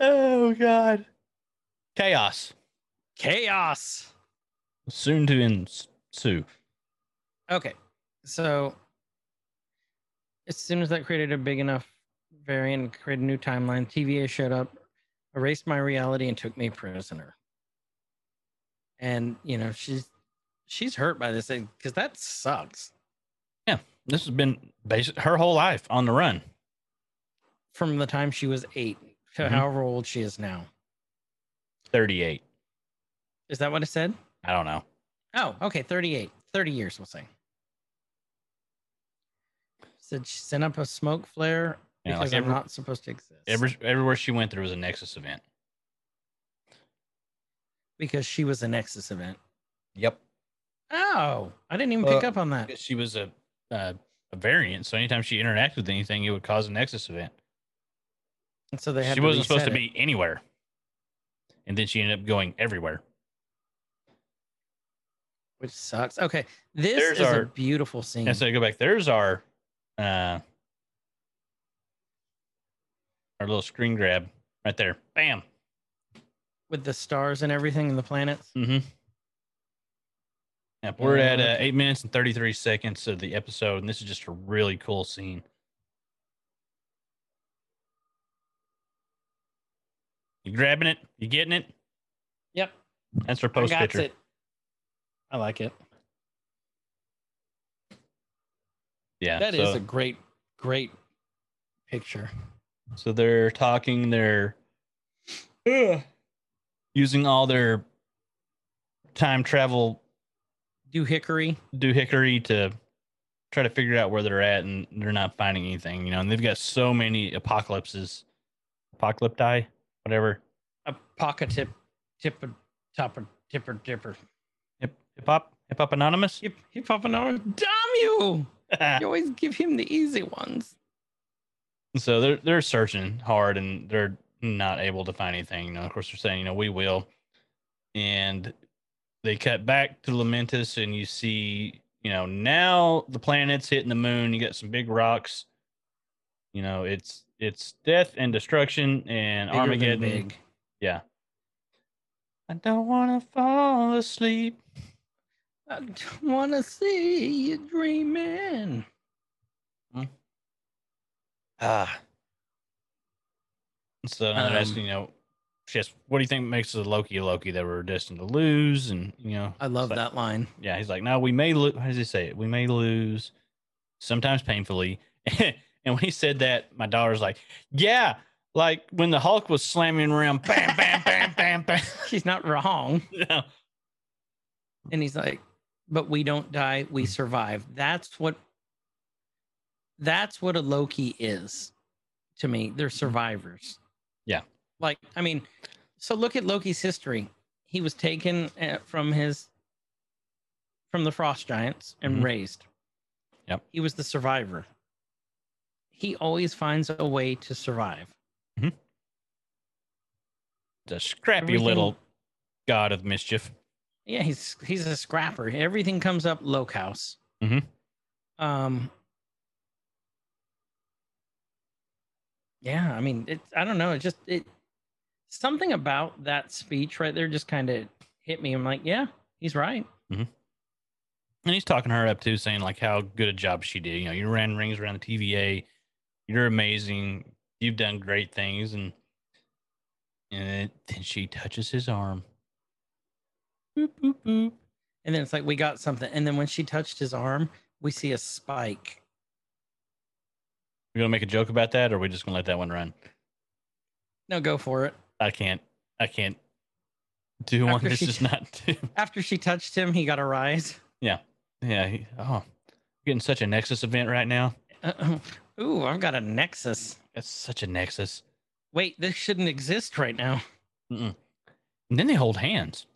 oh God. Chaos
Chaos.
soon to ensue.
Okay, so as soon as that created a big enough variant, created a new timeline, TVA showed up, erased my reality, and took me prisoner. And you know she's she's hurt by this thing because that sucks.
This has been basic her whole life on the run.
from the time she was eight to
Mhm.
however old she is now.
Thirty-eight.
Is that what it said?
I don't know.
Oh, okay, 38, 30 years, we'll say. Said she sent up a smoke flare
Yeah, like
because
every-
I'm not supposed to exist.
Every, everywhere she went, there was a Nexus event.
because she was a Nexus event.
Yep.
Oh, I didn't even pick
Uh,
up on that.
She was a uh, a variant, so anytime she interacted with anything, it would cause a Nexus event.
And so they had
she
to
wasn't supposed
reset
to
it.
be anywhere, and then she ended up going everywhere.
which sucks. Okay, this
There's
is
our-
a beautiful scene.
And so I go back. There's our uh our little screen grab right there. Bam.
with the stars and everything and the planets.
Mm-hmm. Yep, we're
Yeah,
at uh,
okay.
eight minutes and thirty-three seconds of the episode, and this is just a really cool scene. You grabbing it? You getting it?
Yep,
That's her
I
post
got
picture.
it. I like it.
Yeah,
That is
so-
a great, great picture.
So they're talking, they're using all their time travel
Do Hickory.
doohickery to try to figure out where they're at, and they're not finding anything, you know. And they've got so many apocalypses, apocalypti, whatever.
A pocket tip, tip, topper, tipper, dipper.
Hip hip hop, hip hop anonymous.
Hip hip hop and all. Damn you! You always give him the easy ones.
so they're they're searching hard and they're not able to find anything. You know, of course they're saying, you know, we will. And they cut back to Lamentus and you see, you know, now the planet's hitting the moon. You got some big rocks. You know, it's it's death and destruction and
Bigger than
Armageddon.
Big.
Yeah. I don't wanna fall asleep.
I don't want to see you dreaming.
Ah. So now they're asking,
Um,
you know, just what do you think makes the Loki Loki that we're destined to lose? And you know,
I love
it's like-
that line.
Yeah, he's like, no, we may lose. How does he say it? We may lose, sometimes painfully. and when he said that, my daughter's like, yeah, like when the Hulk was slamming around, bam, bam, bam, bam, bam.
She's not wrong.
You know?
And he's like, but we don't die, we survive. That's what that's what a Loki is to me. They're survivors.
Yeah.
Like, I mean, so look at Loki's history. He was taken uh, from his from the frost giants and
Mhm.
raised.
Yep.
He was the survivor. He always finds a way to survive.
the scrappy
Everything-
little god of mischief.
Yeah, he's he's a scrapper. Everything comes up Lokehouse.
Mhm.
Um. Yeah, I mean, it's I don't know. It just it something about that speech right there just kind of hit me. I'm like, yeah, he's right.
And he's talking her up too, saying like how good a job she did. You know, you ran rings around the TVA. You're amazing. You've done great things. And and then she touches his arm. Boop boop boop.
And then it's like we got something. And then when she touched his arm, we see a spike.
We're gonna make a joke about that, or we just gonna let that one run?
No, go for it.
I can't. I can't do one.
After
This
she-
is not.
After she touched him, he got a rise.
yeah. He, oh, getting such a Nexus event right now.
Uh, ooh, I've got a nexus.
That's such a Nexus.
Wait, this shouldn't exist right now.
And then they hold hands.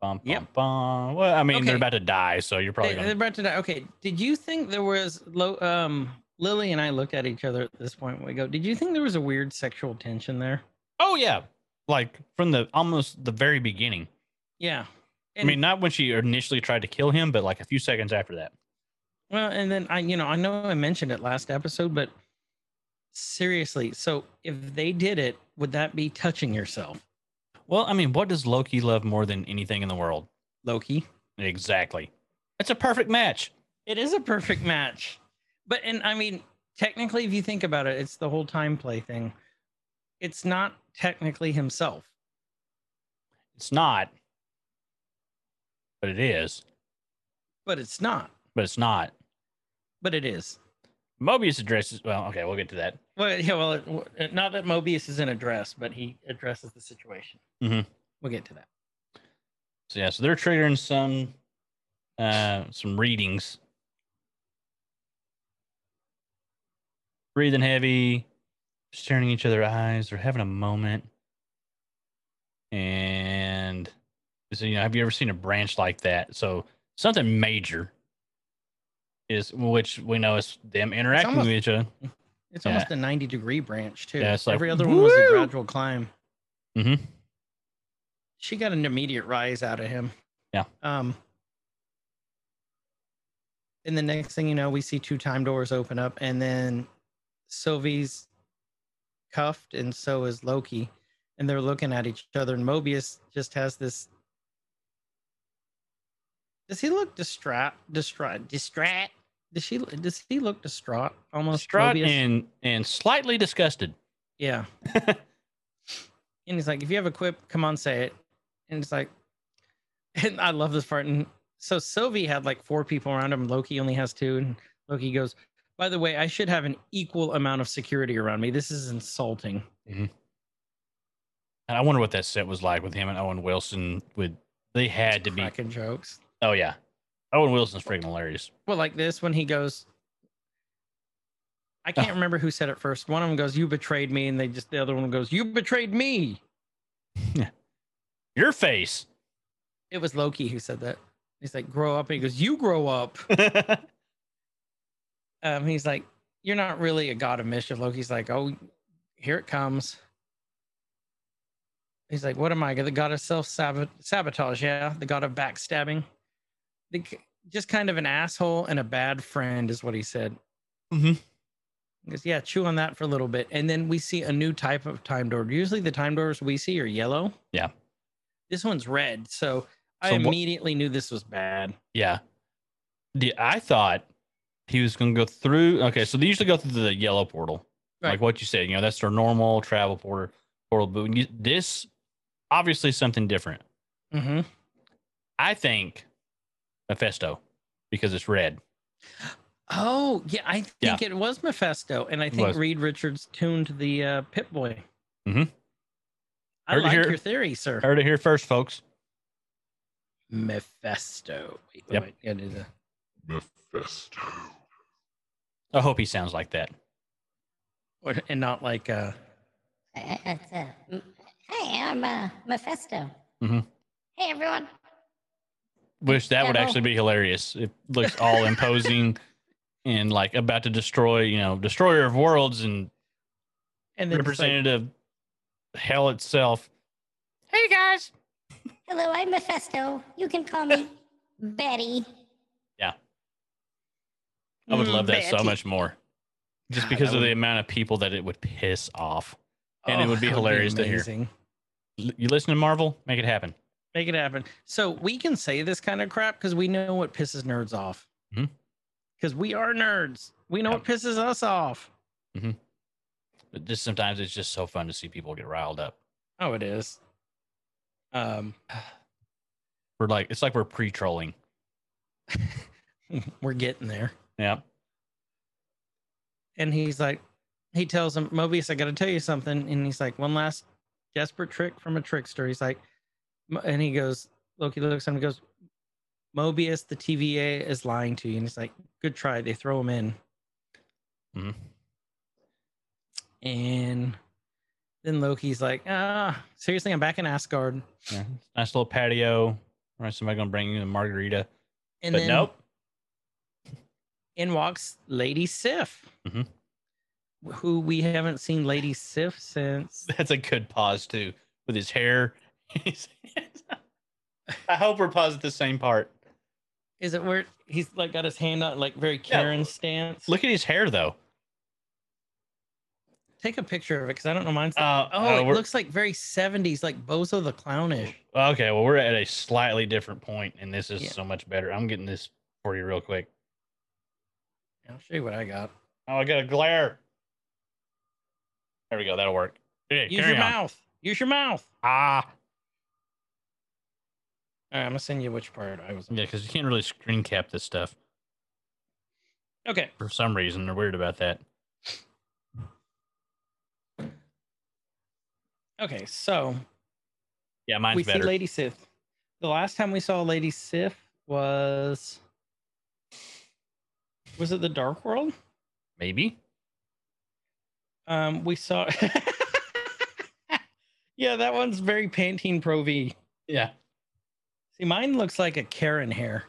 Bum, bum,
Yep.
bum. Well, I mean,
Okay.
they're about to die, so you're probably
They-
gonna
they brought to die. uh, Okay. Did you think there was low? Um, Lily and I looked at each other at this point. We go, did you think there was a weird sexual tension there?
Oh yeah, like from the almost the very beginning.
Yeah.
I mean, not when she initially tried to kill him, but like a few seconds after that.
well, and then I, you know, I know I mentioned it last episode, but seriously, so if they did it, would that be touching yourself,
Well, I mean, what does Loki love more than anything in the world?
Loki?
Exactly. It's a perfect match.
It is a perfect match. But and I mean, technically, if you think about it, it's the whole time play thing. It's not technically himself.
It's not, but it is.
But it's not.
But it's not.
But it is.
Mobius addresses. Well, okay, we'll get to that.
Well, yeah, well, it- w- it- not that Mobius is in a dress, but he addresses the situation.
Mhm.
We'll get to that.
So yeah, so they're triggering some, uh, some readings. Breathing heavy, staring each other eyes. They're having a moment. And so, you know, have you ever seen a branch like that? So something major is which we know is them interacting
almost-
with each other.
It's
Yeah.
almost a 90 degree branch, too.
Yeah, it's like,
Every other one was a
woo!
gradual climb.
hmm
She got an immediate rise out of him.
Yeah.
Um, and the next thing you know, we see two time doors open up, and then Sylvie's cuffed, and so is Loki. And they're looking at each other, and Mobius just has this. Does he look distraught? Distraught? Distraught? Does she? Does he look distraught? Almost
Distraught
Mobius?
and and slightly disgusted.
Yeah. and he's like, if you have a quip, come on, say it. And it's like, and I love this part. And so Sylvie had like four people around him. Loki only has two. And Loki goes, by the way, I should have an equal amount of security around me. This is insulting.
And I wonder what that set was like with him and Owen Wilson. With they had to be
Cracking jokes.
Oh yeah, Owen Wilson's freaking hilarious.
Well, like this when he goes, I can't
Oh.
remember who said it first. One of them goes, "You betrayed me," and they just the other one goes, "You betrayed me."
Your face.
It was Loki who said that. He's like, "Grow up," and he goes, "You grow up." Um, he's like, "You're not really a god of mischief." Loki's like, "Oh, here it comes." He's like, "What am I? The god of self sabotage? Yeah, the god of backstabbing. The, just kind of an asshole and a bad friend is what he said."
Mhm.
He goes, "Yeah, chew on that for a little bit, and then we see a new type of time door. Usually, the time doors we see are yellow.
Yeah.
this one's red. So." I
So what-
immediately knew this was bad.
yeah. The, I thought he was going to go through. Okay, so they usually go through the yellow portal,
Right.
like what you said. You know, that's their normal travel portal. Portal, but when you, this obviously something different.
Mm-hmm.
I think Mephisto because it's red.
Oh yeah, I
Yeah.
think it was Mephisto, and I think
was.
Reed Richards tuned the uh, Pip Boy.
Mhm.
I
Heard it
like
here.
your theory, sir.
Heard it here first, folks.
Mephisto. Wait,
Yep.
wait, gotta do the-
I hope he sounds like that.
or- and not like uh,
Uh, it's, uh, m- hey, I'm uh, Mephisto.
Mhm.
Hey, everyone.
Which that would
Yeah.
actually be hilarious. It looks all imposing and like about to destroy, you know, destroyer of worlds and
and then it's like,
representative hell itself. Hey guys.
Hello, I'm Mephisto. You can call me Betty.
I would love that so
Betty.
much more.
Mm,
Just
God,
because
that
of the
would- Oh,
amount of people that it would piss off. and it would be
that
hilarious to hear.
amazing.
L- You listen to Marvel, make it happen.
Make it happen. So we can say this kind of crap because we know what pisses nerds off.
Mhm.
Because we are nerds. We know
Yep.
what pisses us off.
But just sometimes it's just so fun to see people get riled up.
Oh, it is. Um,
We're like it's like we're pre-trolling.
Mm-hmm. we're getting there.
Yeah.
and he's like, he tells him, Mobius, I got to tell you something. And he's like, one last desperate trick from a trickster. He's like, M- and he goes, Loki looks at him and goes, Mobius, the TVA is lying to you. And he's like, good try. They throw him in.
Mhm.
And then Loki's like, ah, seriously, I'm back in Asgard.
Yeah. Nice little patio. Right, somebody gonna bring you a margarita.
And
but
then
nope.
in walks Lady Sif,
Mhm. Mm-hmm.
who we haven't seen Lady Sif since.
That's a good pause too, with his hair. I hope we're paused at the same part.
Is it where he's like got his hand out, like very Karen stance?
Look at his hair though.
take a picture of it because I don't know mine's.
Uh,
oh,
uh,
it
we're-
looks like very '70s, like Bozo the Clownish.
okay. Well, we're at a slightly different point, and this is
Yeah.
so much better. I'm getting this for you real quick.
I'll show you what I got.
Oh, I got a glare. There we go. That'll work. Yeah,
Use
carry
your
on.
mouth. Use your mouth.
Ah,
All right, I'm gonna send you which part I was. on.
yeah, because you can't really screen cap this stuff
Okay.
for some reason. They're weird about that.
Okay. So
Yeah, mine's
we
better.
see Lady Sif. The last time we saw Lady Sif was was it the Dark World?
Maybe.
Um, we saw. yeah, that one's very Pantene Pro V.
Yeah.
See, mine looks like a Karen hair.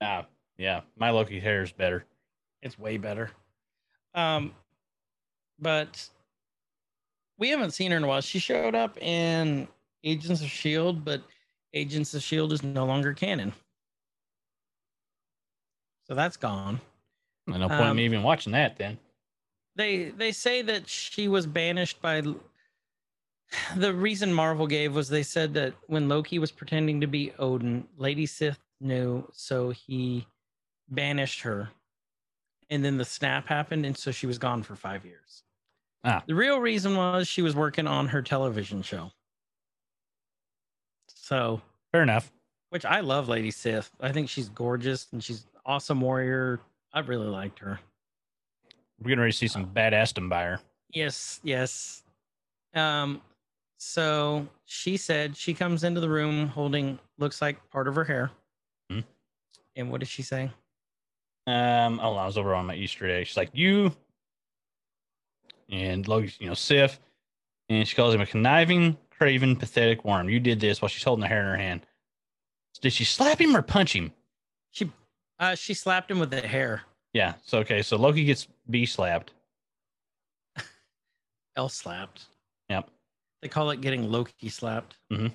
Ah, yeah. My Loki hair is better.
it's way better. Um, but we haven't seen her in a while. She showed up in Agents of Shield, E but Agents of Shield E is no longer canon, so that's gone.
No point in
Um,
me even watching that then.
They they say that she was banished by. l- The reason Marvel gave was they said that when Loki was pretending to be Odin, Lady Sith knew, so he banished her. And then the snap happened, and so she was gone for five years.
Ah.
The real reason was she was working on her television show. So,
Fair enough.
which I love Lady Sith. I think she's gorgeous and she's an awesome warrior. I really liked her.
We're getting ready to see some badassdom by her.
Yes, yes. Um, so she said she comes into the room holding looks like part of her hair,
Mhm.
And what did she say?
Um, oh, I was over on my Easter egg. She's like, you and Logan, you know, Sif. And she calls him a conniving, craven, pathetic worm. You did this while she's holding the hair in her hand. Did she slap him or punch him?
She uh she slapped him with the hair.
Yeah. So, okay. So Loki gets B slapped.
L slapped.
Yep.
They call it getting Loki slapped.
And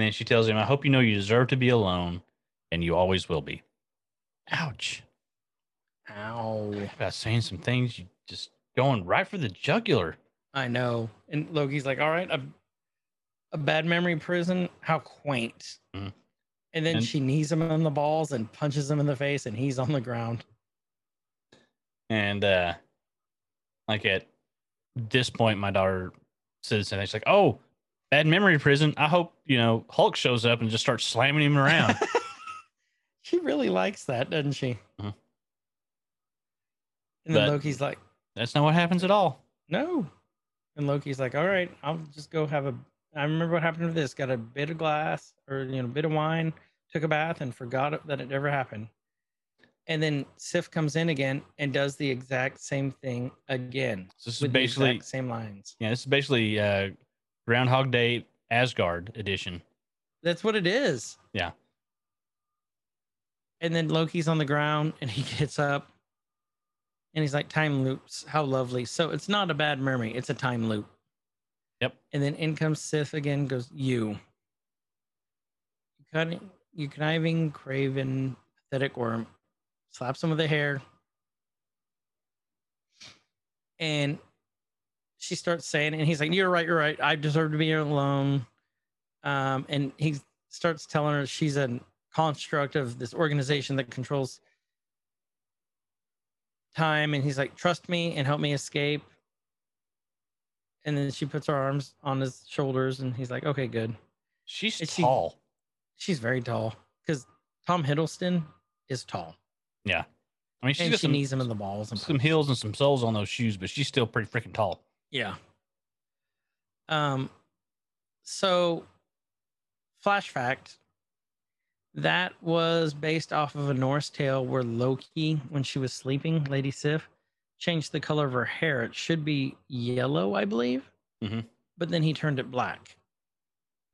then she tells him, I hope you know you deserve to be alone and you always will be. Ouch.
Ow.
About saying some things, you just going right for the jugular.
I know. And Loki's like, all right, a, a bad memory prison. How quaint.
Mhm.
And then
And-
she knees him in the balls and punches him in the face, and he's on the ground.
And uh like at this point, my daughter says something. She's like, Oh, bad memory prison. I hope, you know, Hulk shows up and just starts slamming him around.
she really likes that, doesn't she?
Mhm.
And then
But-
Loki's like,
That's not what happens at all.
no. And Loki's like, all right, I'll just go have a. I remember what happened to this. Got a bit of glass or you know, a bit of wine, took a bath, and forgot it- that it ever happened. And then Sif comes in again and does the exact same thing again
So this is
with the
basically
exact same lines.
yeah, this is basically uh Groundhog Day Asgard edition.
That's what it is.
Yeah.
And then Loki's on the ground and he gets up and he's like, time loops. How lovely. So it's not a bad memory, it's a time loop.
Yep.
And then in comes Sith again, goes, You. You cunning- You conniving, craven, pathetic worm. Slaps him with the hair. And she starts saying, and he's like, You're right, you're right. I deserve to be alone um, and he starts telling her she's a construct of this organization that controls time and he's like trust me and help me escape and then she puts her arms on his shoulders and he's like okay good
She's
Is she-
tall.
she's very tall because tom hiddleston is tall
I mean, she's
and
got
she
some,
knees him in the balls and
some heels and some soles on those shoes, but she's still pretty freaking tall.
Yeah. Um so flash fact that was based off of a Norse tale where Loki when she was sleeping, Lady Sif, changed the color of her hair. It should be yellow, I believe.
Mhm.
But then he turned it black.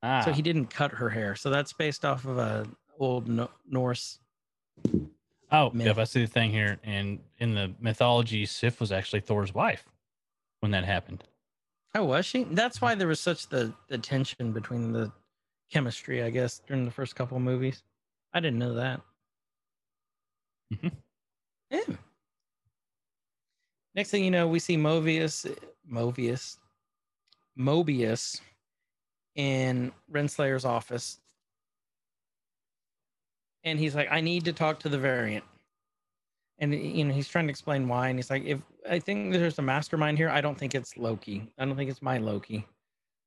Ah,
So he didn't cut her hair. So that's based off of a old no- Norse.
oh,
myth.
if I see the thing here, and in the mythology, Sif was actually Thor's wife when that happened.
Oh, was she? That's why there was such the, the tension between the chemistry, I guess, during the first couple of movies. I didn't know that.
Mhm.
Yeah. Next thing you know, we see Mobius, Mobius, Mobius in Renslayer's office. And he's like, I need to talk to the variant. And you know, he's trying to explain why. And he's like, if I think there's a mastermind here, I don't think it's Loki. I don't think it's my Loki.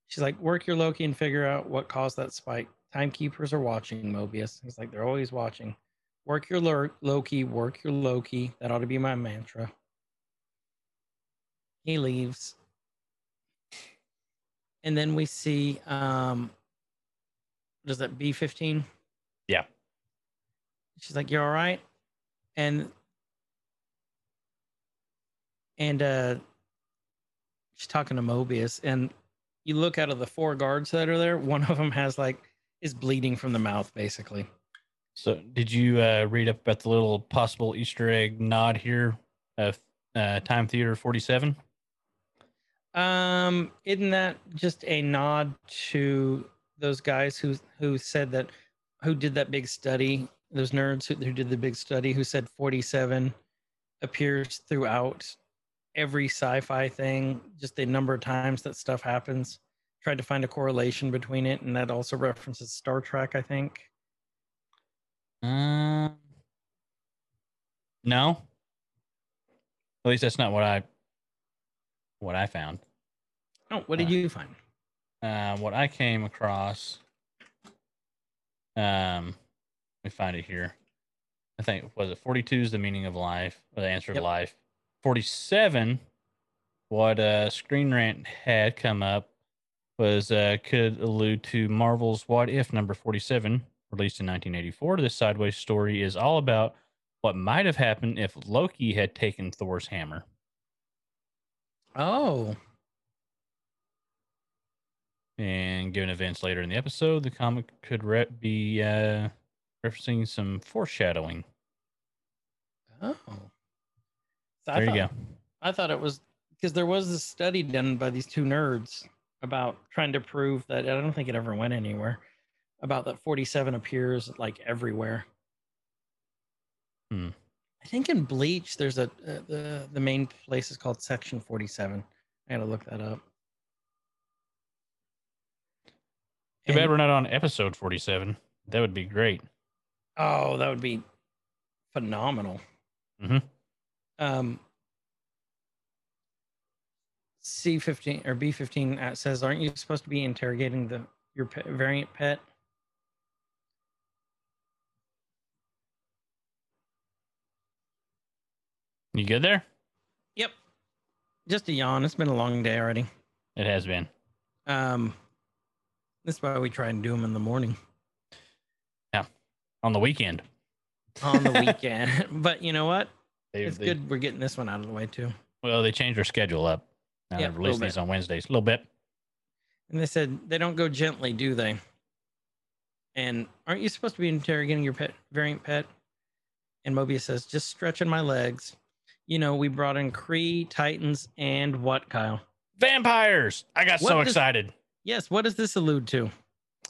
She's like, work your Loki and figure out what caused that spike. Timekeepers are watching, Mobius. He's like, they're always watching. Work your lur- Loki, work your Loki. That ought to be my mantra. He leaves. And then we see, um, does that B 15?
Yeah.
She's like, you're all right. And, and, uh, she's talking to Mobius, and you look out of the four guards that are there. One of them has like is bleeding from the mouth, basically.
So, did you uh, read up about the little possible Easter egg nod here of uh, Time Theater 47?
Um, isn't that just a nod to those guys who who said that who did that big study? Those nerds who, who did the big study who said forty seven appears throughout every sci-fi thing, just the number of times that stuff happens. Tried to find a correlation between it, and that also references Star Trek, I think.
Um, no. At least that's not what I what I found.
Oh, what did
Uh,
you find?
uh, what I came across. Um, let me find it here. I think was it forty two is the meaning of life, or the answer
Yep.
to life. Forty seven, what uh, Screen Rant had come up was uh, could allude to Marvel's What If number forty seven, released in 1984. This sideways story is all about what might have happened if Loki had taken Thor's hammer.
Oh,
And given events later in the episode, the comic could re- be uh, referencing some foreshadowing.
oh. So
there
I thought,
you go.
I thought it was because there was this study done by these two nerds about trying to prove that I don't think it ever went anywhere about that 47 appears like everywhere.
Hmm.
I think in Bleach, there's a uh, the the main place is called Section 47. I gotta look that up.
Too bad
And-
we're not on episode 47. That would be great.
Oh, that would be phenomenal.
Mhm.
Um, C fifteen or B fifteen uh, says, "Aren't you supposed to be interrogating the your pet, variant pet?"
You good there?
Yep. Just a yawn. It's been a long day already.
It has been.
Um, that's why we try and do them in the morning
On the weekend.
on the weekend. but you know what?
They,
It's
they-
good. We're getting this one out of the way too.
Well, they changed their schedule up. Now
Yeah,
they
a
release
little
these on Wednesdays. A little bit.
And they said they don't go gently, do they? And aren't you supposed to be interrogating your pet variant pet? And Mobius says, just stretching my legs. You know, we brought in Cree, Titans, and what, Kyle?
Vampires! I got so
What does-
excited.
Yes, what does this allude to?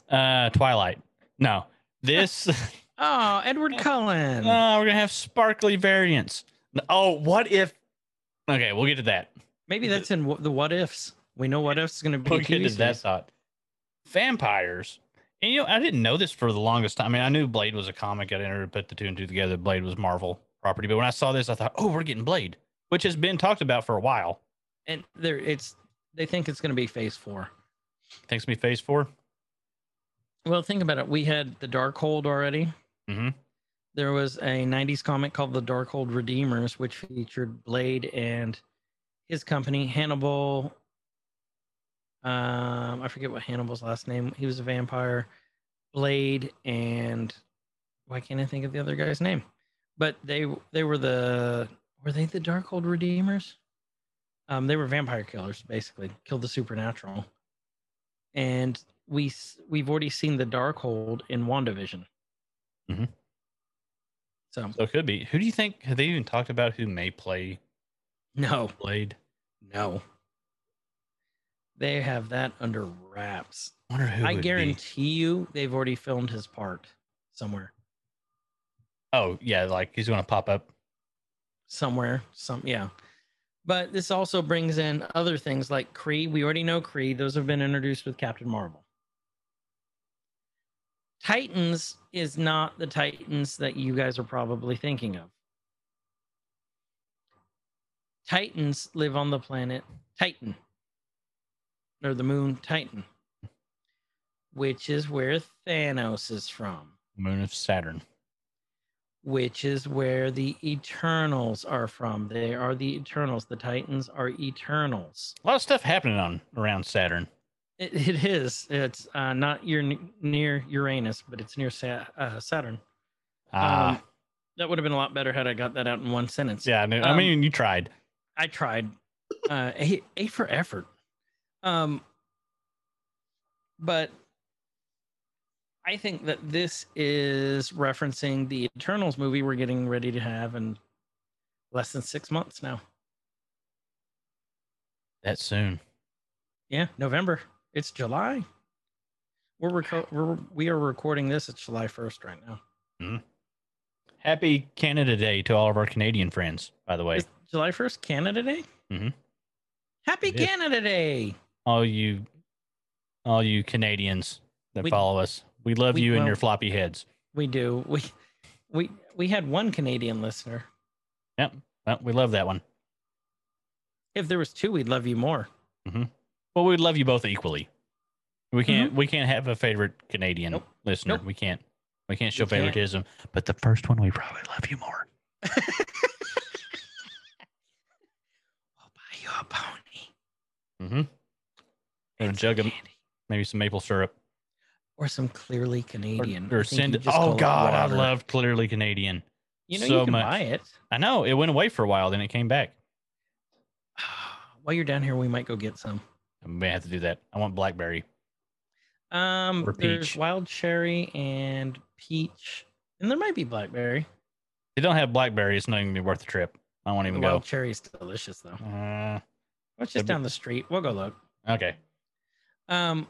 Uh, Twilight. No. This, uh,
Oh, Edward
we're
Cullen.
going to have sparkly variants. Oh, what if? Okay, we'll get to that.
Maybe that's in wh- the what ifs. We know what ifs is going to be.
We'll
a
get
TV
to that
series.
thought. Vampires. And you know, I didn't know this for the longest time. I mean, I knew Blade was a comic. I never put the two and two together. Blade was Marvel property. But when I saw this, I thought, oh, we're getting Blade, which has been talked about for a while.
And there, it's they think it's going to be Phase Four.
Thanks to me, Phase Four.
Well, think about it. We had the Darkhold already.
Mhm.
There was a '90s comic called The Darkhold Redeemers, which featured Blade and his company Hannibal. Um, I forget what Hannibal's last name. He was a vampire. Blade and why can't I think of the other guy's name? But they they were the were they the Darkhold Redeemers? Um, they were vampire killers, basically killed the supernatural, and we s- we've already seen the Darkhold in Wandavision.
Mhm.
So
So it could be. Who do you think? Have they even talked about who may play
no,
Blade?
no, they have that under wraps.
I wonder who.
I
would be.
guarantee you, they've already filmed his part somewhere,
Oh yeah, like he's going to pop up.
somewhere, some yeah. But this also brings in other things like Kree. We already know Kree; those have been introduced with Captain Marvel. Titans is not the Titans that you guys are probably thinking of. Titans live on the planet Titan or the moon Titan, which is where Thanos is from,
Moon of Saturn.
which is where the Eternals are from. They are the Eternals. The Titans are Eternals.
A lot of stuff happening on around Saturn.
It, it is. It's uh, not your, near Uranus, but it's near Sa- uh, Saturn.
Ah,
Um, that would have been a lot better had I got that out in one sentence.
yeah. I, knew, I
um,
mean, you tried.
I tried. Uh, a, a for effort. Um, but I think that this is referencing the Eternals movie we're getting ready to have in less than six months now.
That soon.
Yeah, November. It's July. We're, reco- we're we are recording this. It's July first right now.
Happy Canada Day to all of our Canadian friends, by the way.
Is July first, Canada Day.
Mhm.
Happy
It is.
Canada Day.
all you all you Canadians that
We-
follow us. We love
we-
you and your
well-
floppy heads.
We do. We we we had one Canadian listener.
Well, we love that one.
If there was two, we'd love you more.
Well, we love you both equally. We can't we can't have a favorite Canadian
Mm-hmm. Nope.
listener.
Nope.
We can't we can't show
We can't.
favoritism. But the first one we probably love you more.
I'll buy you a pony.
Mm-hmm. And a
and some
jug of
candy.
maybe some maple syrup.
or some clearly Canadian.
or,
I
or
think you
send.
just call
Oh
it
God, I
water.
love clearly Canadian.
You know
so
you can
much.
buy it.
I know it went away for a while, then it came back.
While you're down here, we might go get some.
I may have to do that. I want blackberry.
Um,
Or
there's
peach.
wild cherry and peach, and there might be blackberry.
If they don't have blackberry, it's not even gonna be worth the trip. I won't
The
even
wild
go.
cherry is delicious though.
Uh,
Well, it's just
That'd be-
down the street. We'll go look.
okay.
Um,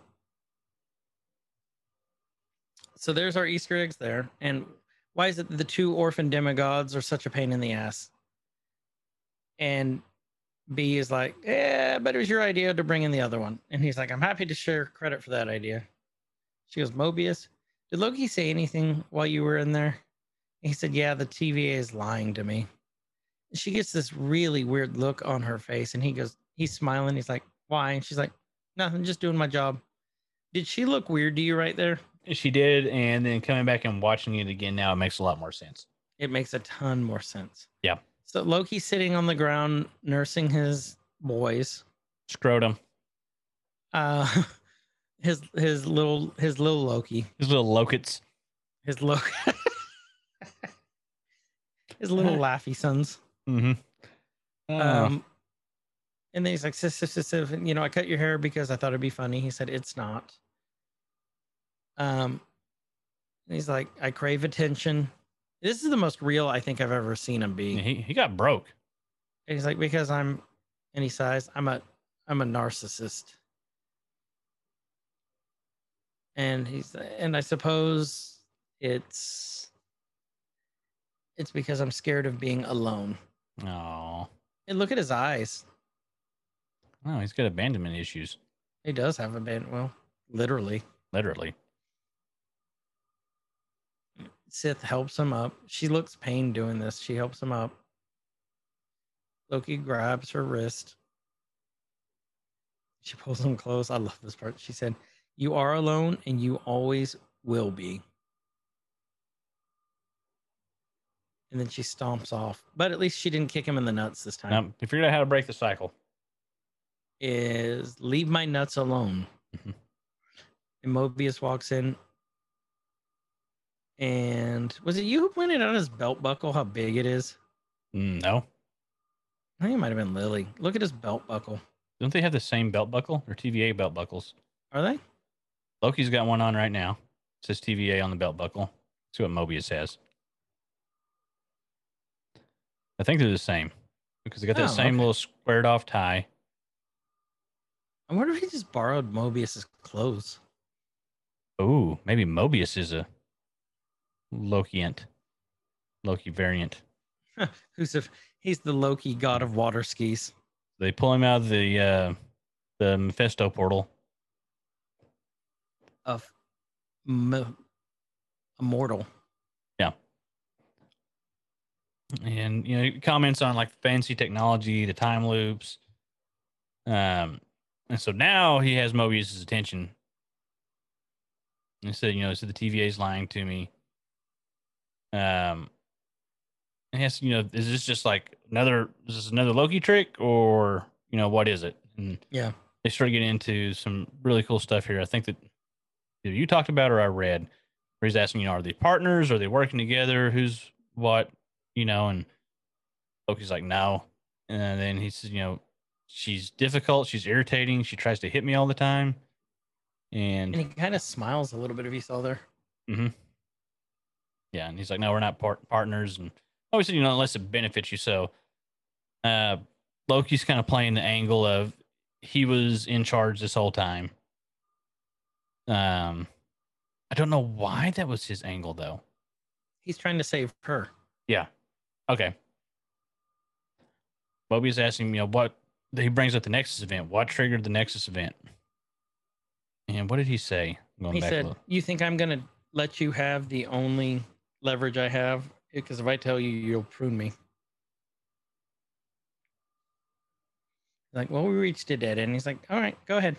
so there's our Easter eggs there. And why is it that the two orphan demigods are such a pain in the ass? And B is like, yeah, but it was your idea to bring in the other one. And he's like, I'm happy to share credit for that idea. She goes, Mobius, did Loki say anything while you were in there? He said, Yeah, the TVA is lying to me. She gets this really weird look on her face, and he goes, He's smiling. He's like, Why? And she's like, Nothing, just doing my job. Did she look weird to you right there?
She did, and then coming back and watching it again now, it makes a lot more sense.
It makes a ton more sense.
Yeah.
So Loki's sitting on the ground nursing his boys.
Scrotum.
Uh his his little his little Loki.
These little locusts.
His little his little laughy sons.
Mm-hmm. Oh.
Um and then he's like, "Sis, sis, sis, sis, you know, I cut your hair because I thought it'd be funny. He said, It's not. Um and he's like, I crave attention. This is the most real I think I've ever seen him be.
Oh, he, he got broke.
And he's like, because I'm, and he sighs, I'm a, I'm a narcissist. And he's, and I suppose it's, it's because I'm scared of being alone.
Oh,
And look at his eyes.
oh, he's got abandonment issues,
He does have a band. Well, literally.
literally.
Sith helps him up. She looks pain doing this. She helps him up. Loki grabs her wrist. She pulls him close. I love this part. She said, You are alone and you always will be. And then she stomps off. But at least she didn't kick him in the nuts this time.
Um, he figured out how to break the cycle.
Is leave my nuts alone.
Mhm.
And Mobius walks in. And was it you who pointed out his belt buckle how big it is?
Mm, No,
I think it might have been Lily. Look at his belt buckle.
don't they have the same belt buckle or TVA belt buckles?
Are they?
Loki's got one on right now. It says TVA on the belt buckle. That's what Mobius has. I think they're the same because they got that
Oh,
same
okay.
little squared off tie.
I wonder if he just borrowed Mobius's clothes.
Ooh, maybe Mobius is a Lokiant, Loki variant.
Who's if he's the Loki god of water skis.
They pull him out of the uh, the Mephisto portal.
Of m- immortal.
and you know he comments on like fancy technology, the time loops, um, and so now he has Mobius's attention. And said, you know, he said the TVA's lying to me. Um, and yes, you know, is this just like another is this another Loki trick or you know what is it? And
Yeah.
they started getting into some really cool stuff here. I think that either you talked about or I read where he's asking, you know, are they partners? Are they working together? Who's what? You know, and Loki's like, no. And then he says, you know, she's difficult. She's irritating. She tries to hit me all the time. And
And he kind of smiles a little bit if you saw there.
Yeah, and he's like, no, we're not part- partners, and obviously, you know, unless it benefits you. So, uh, Loki's kind of playing the angle of he was in charge this whole time. Um, I don't know why that was his angle though.
He's trying to save her.
Okay. Mobius asking, you know, what he brings up the Nexus event. What triggered the Nexus event? And what did he say? I'm going
He
back a
said,
little-
You think I'm going to let you have the only leverage I have? Because if I tell you, you'll prune me. Like, well, we reached a dead end. He's like, All right, go ahead.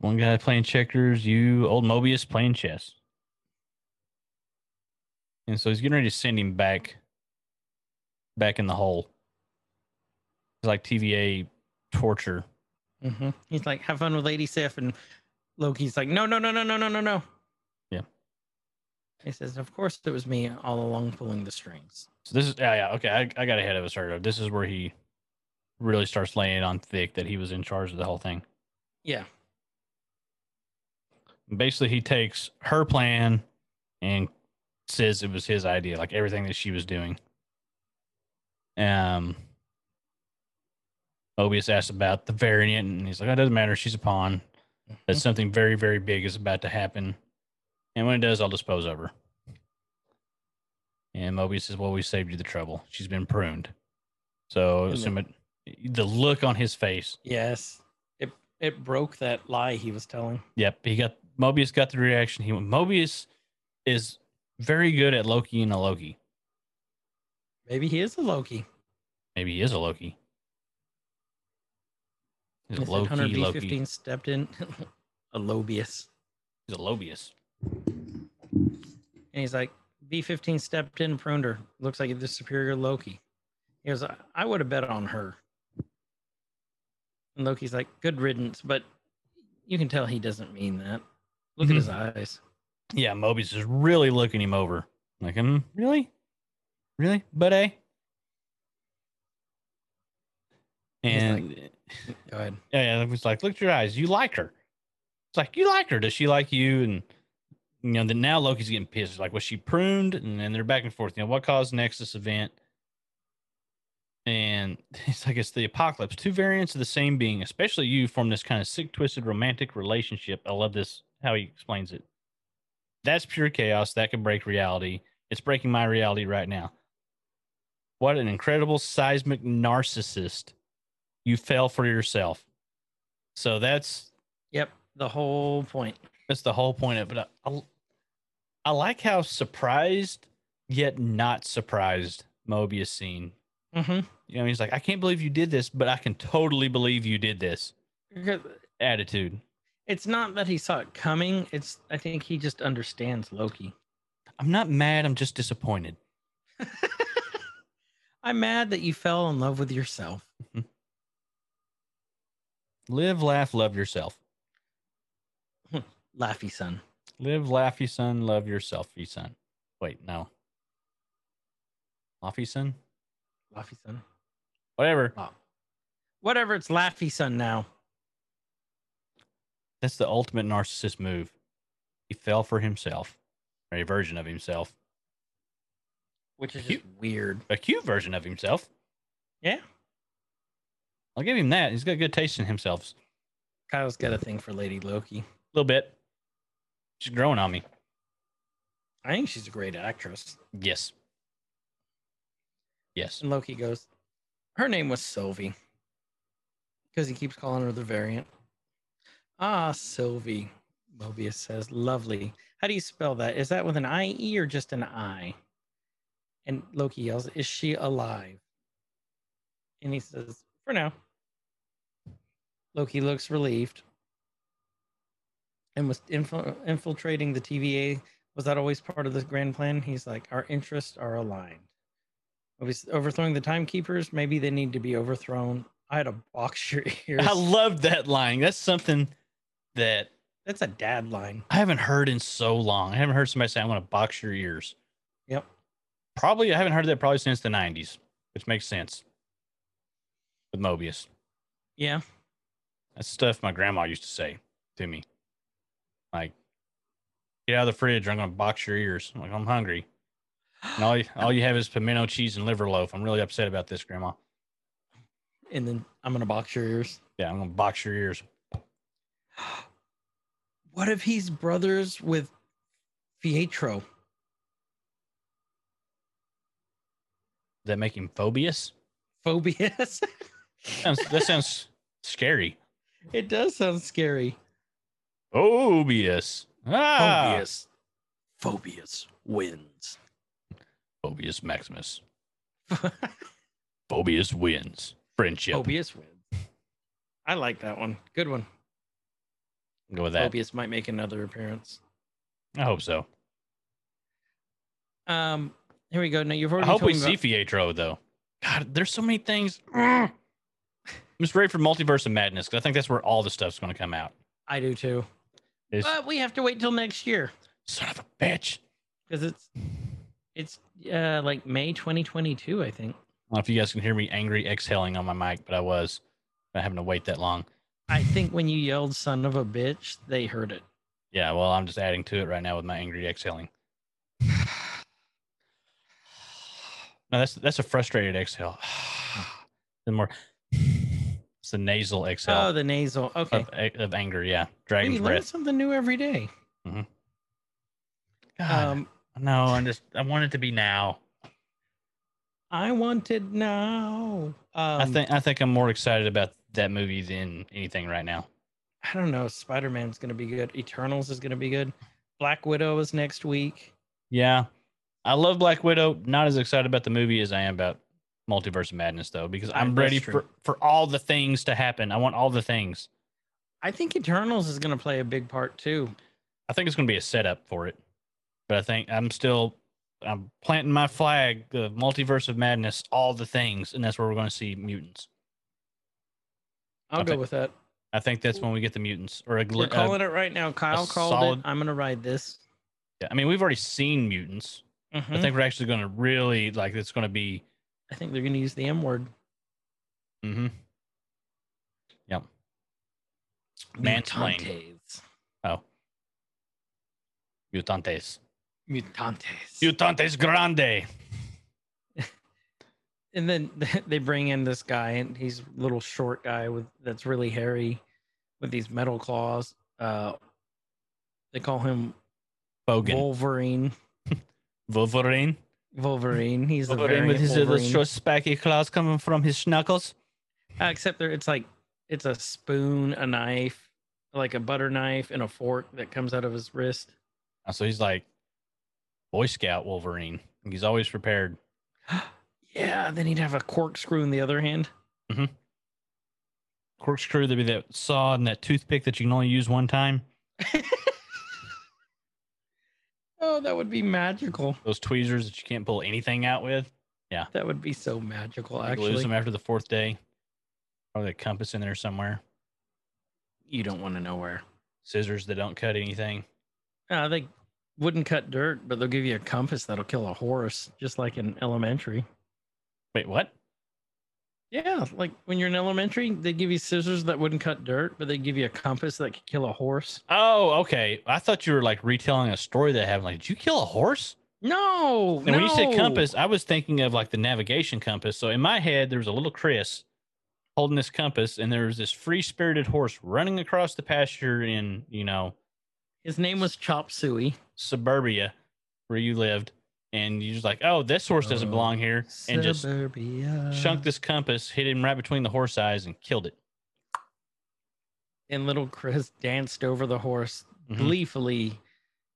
One guy playing checkers, you old Mobius playing chess. And so he's getting ready to send him back back in the hole. It's like TVA torture
hmm He's like, have fun with Lady Sif. And Loki's like, no, no, no, no, no, no, no, no.
Yeah.
He says, of course it was me all along pulling the strings.
So this is ah, yeah, yeah okay. I, I got ahead of us already. This is where he really starts laying it on thick that he was in charge of the whole thing.
Yeah.
Basically, he takes her plan and says it was his idea, like everything that she was doing. Um, Mobius asks about the variant, and he's like, "Oh, "It doesn't matter. She's a pawn. That something very, very big is about to happen, and when it does, I'll dispose of her." And Mobius says, "Well, we saved you the trouble. She's been pruned." So,
And
assume it- the look on his face.
Yes. It it broke that lie he was telling.
Yep, he got Mobius got the reaction. He went, Mobius is very good at Loki and a Loki.
Maybe he is a Loki.
Maybe he is a Loki. He's a
He said Hunter
Loki, Loki.
B15 stepped in. a Lobius.
He's a Lobius.
And he's like, B15 stepped in, pruned her. Looks like the superior Loki. He goes, "I- I would have bet on her. And Loki's like, good riddance, but you can tell he doesn't mean that. Look
Mm-hmm.
at his eyes.
Yeah, Mobius is really looking him over. Like, hmm, really? Really? But eh?
He's
And
Go ahead.
yeah, it was like, look at your eyes. You like her. It's like you like her. Does she like you? And you know, then now Loki's getting pissed. Like, was she pruned? And then they're back and forth. You know, what caused Nexus event? And it's like it's the apocalypse. Two variants of the same being, especially you, form this kind of sick, twisted romantic relationship. I love this how he explains it. That's pure chaos. That could break reality. It's breaking my reality right now. What an incredible seismic narcissist. You fell for yourself. So that's
Yep. The whole point.
that's the whole point of it. I, I, I like how surprised yet not surprised Mobius seemed.
hmm
You know, he's like, I can't believe you did this, but I can totally believe you did this. Attitude.
It's not that he saw it coming. It's I think he just understands Loki.
I'm not mad. I'm just disappointed.
I'm mad that you fell in love with yourself.
Live, laugh, love yourself.
Laughy son.
Live, laugh, you son. Love yourself, you son. Wait, no. Laugh, you son.
Laughy son.
Whatever.
Whatever, it's Laughy son now.
That's the ultimate narcissist move. He fell for himself, or a version of himself,
Which is
You-
just weird.
a cute version of himself.
Yeah.
I'll give him that. He's got good taste in himself.
Kyle's got a thing for Lady Loki.
A little bit. She's growing on me.
I think she's a great actress.
Yes. Yes.
And Loki goes, Her name was Sylvie. Because he keeps calling her the variant. Ah, Sylvie, Mobius says. Lovely. How do you spell that? Is that with an IE or just an I? And Loki yells, Is she alive? And he says, For now. Loki looks relieved. And was infil- infiltrating the TVA. Was that always part of the grand plan? He's like, Our interests are aligned. Obvious- Overthrowing the timekeepers, maybe they need to be overthrown. I had to box your ears.
I love that line. That's something that
That's a dad line.
I haven't heard in so long. I haven't heard somebody say, I want to box your ears.
Yep.
Probably, I haven't heard that probably since the 90s, which makes sense with Mobius.
Yeah.
That's stuff my grandma used to say to me. Like, get out of the fridge. or I'm going to box your ears. I'm like, I'm hungry. And all you, all you have is pimento cheese and liver loaf. I'm really upset about this, Grandma.
And then I'm gonna box your ears.
Yeah, I'm going to box your ears.
What if he's brothers with Pietro?
Does that make him phobious?
Phobias?
Sounds, that sounds scary.
it does sound scary.
Phobious. Ah, phobious.
Phobias. Phobias wins.
Maximus. Phobius wins. Friendship.
Phobias wins. I like that one. Good one.
Go with that.
Phobias might make another appearance.
I hope so.
Um, here we go. Now you've
I
already
hope
told
we
me
see
about-
Uh,
Pietro, though. God, there's so many things. Mr. Ray for Multiverse of Madness, 'cause I think that's where all the stuff's going to come out.
I do too.
Is
But we have to wait till next year
son of a bitch.
because it's it's uh like May 2022, I think.
I don't know if you guys can hear me angry exhaling on my mic, but I was not having to wait that long.
I think when you yelled "son of a bitch," they heard it.
Yeah, well, I'm just adding to it right now with my angry exhaling. No, that's that's a frustrated exhale. the more it's the nasal
Oh,
exhale
the nasal. Okay,
of, a- of anger. Yeah,
we
dragon's
learn
breath.
something new every day. Mm-hmm.
God,
Um,
no, I'm just I want it to be now.
I wanted now. Um,
I think I think I'm more excited about that movie than anything right now.
I don't know. Spider Man's going to be good. Eternals is going to be good. Black Widow is next week.
Yeah. I love Black Widow. Not as excited about the movie as I am about Multiverse of Madness, though, because
Uh,
I'm
that's
ready
true.
for, for all the things to happen. I want all the things.
I think Eternals is going to play a big part too.
I think it's going to be a setup for it, but I think I'm still I'm planting my flag of Multiverse of Madness, all the things, and that's where we're going to see mutants.
I'll
I
go
think-
with that.
I think that's when we get the mutants or a
We're
gl- uh,
calling it right now. Kyle called
solid-
it. I'm going to ride this.
yeah, I mean, we've already seen mutants.
Mhm.
I think we're actually going to really like it's going to be
I think they're going to use the M word.
mhm. Yep. Mansplaining.
Mutantes.
Mutantes.
Mutantes.
Mutantes Grande.
and then they bring in this guy, and he's a little short guy with that's really hairy, with these metal claws. Uh, they call him
Bogan.
Wolverine.
Wolverine.
Wolverine. He's a
Wolverine with
variant
his little
Wolverine.
short spiky claws coming from his knuckles.
Uh, except there, it's like it's a spoon, a knife, like a butter knife, and a fork that comes out of his wrist.
Uh, So he's like Boy Scout Wolverine. He's always prepared.
yeah, then he'd have a corkscrew in the other hand.
Corkscrew, there'd be that saw and that toothpick that you can only use one time.
Oh, that would be magical.
Those tweezers that you can't pull anything out with.
That would be so magical.
You lose them
Actually,
after the fourth day. Probably a compass in there somewhere.
you don't want to know where.
Scissors that don't cut anything.
Uh, they wouldn't cut dirt, but they'll give you a compass that'll kill a horse, just like in elementary.
Wait, what?
Yeah, like when you're in elementary, they give you scissors that wouldn't cut dirt, but they give you a compass that could kill a horse.
Oh, okay. I thought you were like retelling a story that happened. Like, did you kill a horse?
No,
And when you said
no.
compass, I was thinking of like the navigation compass. So in my head, there was a little Chris holding this compass, and there was this free spirited horse running across the pasture in, you know,
his name was Chop Suey.
suburbia where you lived. And you're just like, oh, this horse doesn't
Oh,
belong here. And just
Suburbia.
chunked this compass, hit him right between the horse eyes, and killed it.
and little Chris danced over the horse,
Mhm.
gleefully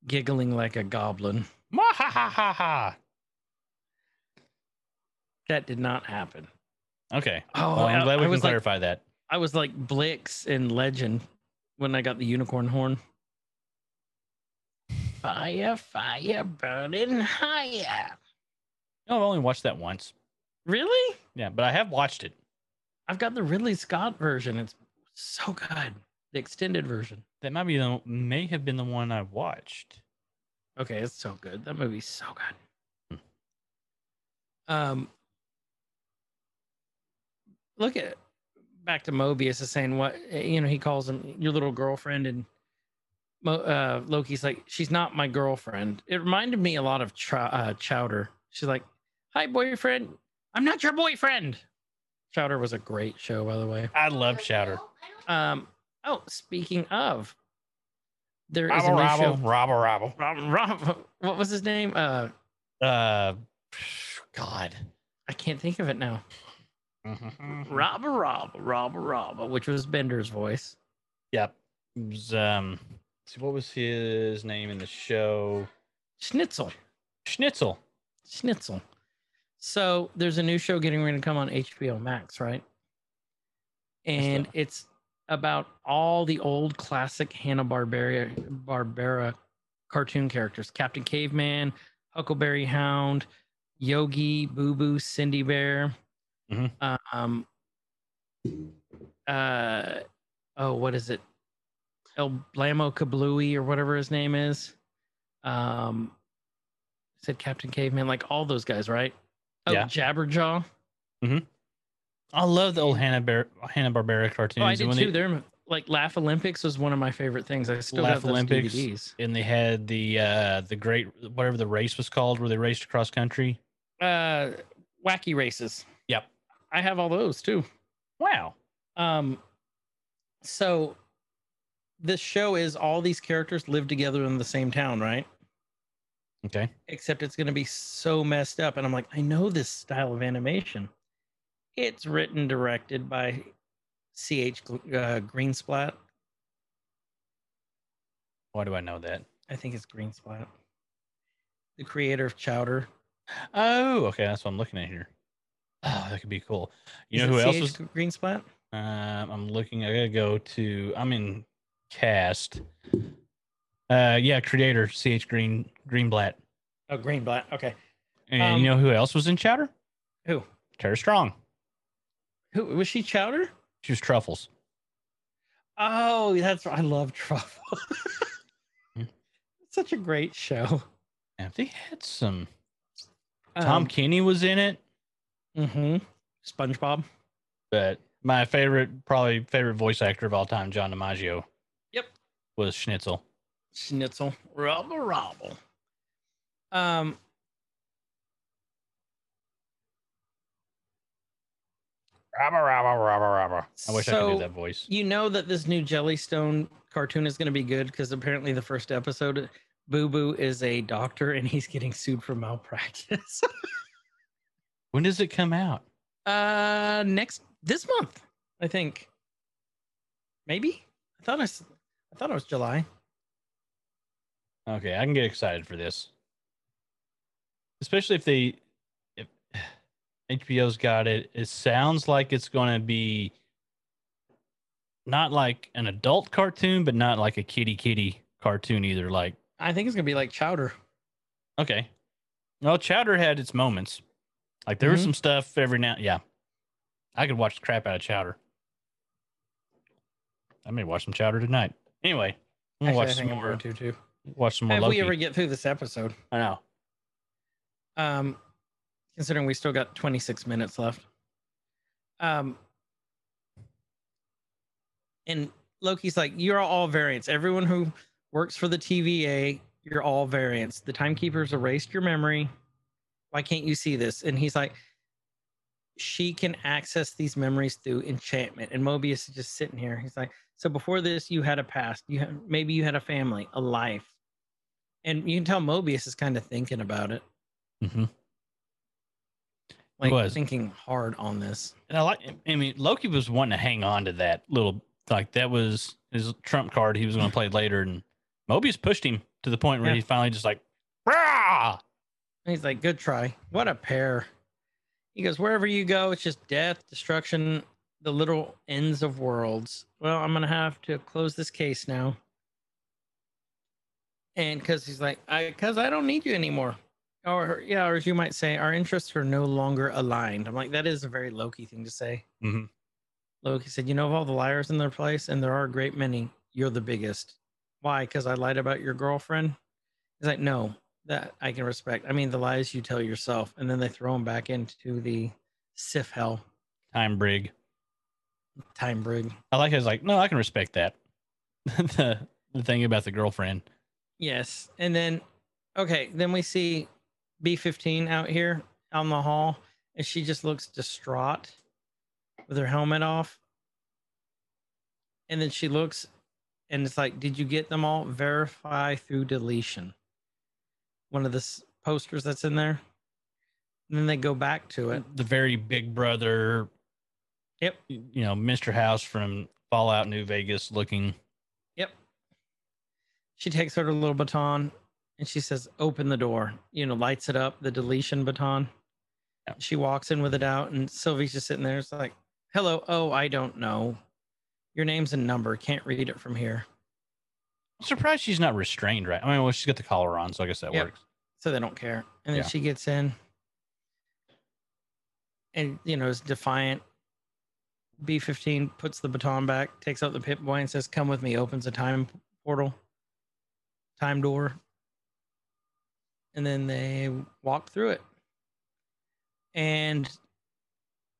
giggling like a goblin.
Mwahahahaha.
That did not happen.
Okay.
Oh,
Well, I'm
I-
glad we
I
can
was like,
clarify that.
I was like Blix in Legend when I got the unicorn horn. Fire, fire, burning higher.
No, I've only watched that once.
Really?
Yeah, but I have watched it.
I've got the Ridley Scott version. It's so good. The extended version.
That might be the may have been the one I watched.
Okay, it's so good. That movie's so good. Um, look at back to Mobius is saying what you know. He calls him your little girlfriend, and Mo, uh, Loki's like, "She's not my girlfriend." It reminded me a lot of Chow- uh, Chowder. She's like, "Hi, boyfriend. I'm not your boyfriend." Chowder was a great show, by the way.
I love Chowder.
Um, oh, speaking of, there is a
Robble,
new show.
robble, robble,
Rob, Rob, what was his name? Uh,
robble. Uh, God.
I can't think of it now. Rob, Rob, Rob, Rob, which was Bender's voice.
Yep. It was, um, see, what was his name in the show?
Schnitzel,
Schnitzel.
Schnitzel. So there's a new show getting ready to come on HBO Max, right? And it's about all the old classic Hanna Barbera Barbera cartoon characters: Captain Caveman, Huckleberry Hound, Yogi, Boo Boo, Cindy Bear.
Mhm.
Um, uh oh what is it el blamo kablooey or whatever his name is um said captain caveman like all those guys right oh
Yeah.
jabberjaw
I love the old Hanna Bar- Hanna Barbera cartoons.
oh i
and
did
when
too
They,
They're like laugh olympics was one of my favorite things i still
Laugh
have those
Olympics.
DVDs.
and they had the uh the great whatever the race was called where they raced across country.
uh wacky races
Yep.
i have all those too
Wow.
Um, so this show is all these characters live together in the same town, right?
Okay.
Except it's going to be so messed up. And I'm like, I know this style of animation. It's written, directed by C.H. Gl- Uh, Greensplat.
Why do I know that?
I think it's Greensplat, the creator of Chowder.
Oh, okay. That's what I'm looking at here. Oh, that could be cool. You know who else was?
was Greensplat?
Um, I'm looking. I gotta go to. I'm in cast. Uh, yeah, creator C.H. Green Greenblatt.
Oh, Greenblatt. Okay.
And
Um,
you know who else was in Chowder?
Who?
Tara Strong.
Who was she? Chowder?
She was Truffles.
Oh, that's I love Truffle.
Hmm.
Such a great show.
And they had some. Tom
Um,
Kenny was in it,
Mm-hmm. SpongeBob.
but my favorite, probably favorite voice actor of all time, John DiMaggio.
Yep.
Was Schnitzel.
Schnitzel. Robble robble. Um.
Rabba, rabba, rabba, rabba. I wish I could
So-
do that voice.
You know that this new Jellystone cartoon is going to be good because apparently the first episode, Boo Boo is a doctor and he's getting sued for malpractice.
When does it come out?
uh, next this month, I think. Maybe I thought I, s- I thought it was July.
Okay, I can get excited for this. Especially if they if HBO's got it, it sounds like it's going to be not like an adult cartoon, but not like a kitty kitty cartoon either. Like,
I think it's going to be like Chowder.
okay. Well, Chowder had its moments. Like there was
Mhm.
some stuff every now yeah. I could watch the crap out of Chowder. I may watch some Chowder tonight. Anyway, I'm
Actually,
gonna
I
watch some
think I'm
more
going to too.
watch some more
If
Loki.
we ever get through this episode,
I know.
um, considering we still got 26 minutes left. Um, and Loki's like, You're all variants. Everyone who works for the TVA, you're all variants. The timekeepers erased your memory. Why can't you see this? And he's like, She can access these memories through enchantment. And Mobius is just sitting here. He's like, So before this, you had a past. You had, maybe you had a family, a life. And you can tell Mobius is kind of thinking about it
Mm-hmm.
like
was.
thinking hard on this.
And I like. I mean, Loki was wanting to hang on to that little like that was his trump card he was going to play later, and Mobius pushed him to the point where
Yeah.
he finally just like, Rah!
And he's like, "Good try. What a pair." He goes, "Wherever you go, it's just death, destruction, the literal ends of worlds." Well, I'm gonna have to close this case now. And because he's like, "I, because I don't need you anymore," or yeah, or as you might say, our interests are no longer aligned. I'm like, that is a very Loki thing to say.
Mhm.
Loki said, "You know of all the liars in their place, and there are a great many. You're the biggest. Why? Because I lied about your girlfriend." He's like, "No, that I can respect. I mean, the lies you tell yourself." And then they throw him back into the Sif hell
time brig.
time brig.
I like. I was like, no, I can respect that. the the thing about the girlfriend.
Yes, and then okay, then we see B15 out here on the hall, and she just looks distraught with her helmet off. And then she looks and it's like, Did you get them all? Verify through deletion. One of the s- posters that's in there. And then they go back to it.
The very big brother.
Yep.
y- You know, Mr. House from Fallout New Vegas looking.
She takes out her little baton and she says, Open the door, you know, lights it up, the deletion baton.
Yeah.
She walks in with it out, and Sylvie's just sitting there. It's like, Hello, oh, I don't know. Your name's and number. Can't read it from here.
I'm surprised she's not restrained, right? I mean, well, she's got the collar on, so I guess that
Yep.
works.
So they don't care. And then
Yeah.
she gets in and, you know, is defiant. B15 puts the baton back, takes out the pit boy, and says, "Come with me." Opens a time portal, time door, and then they walk through it. And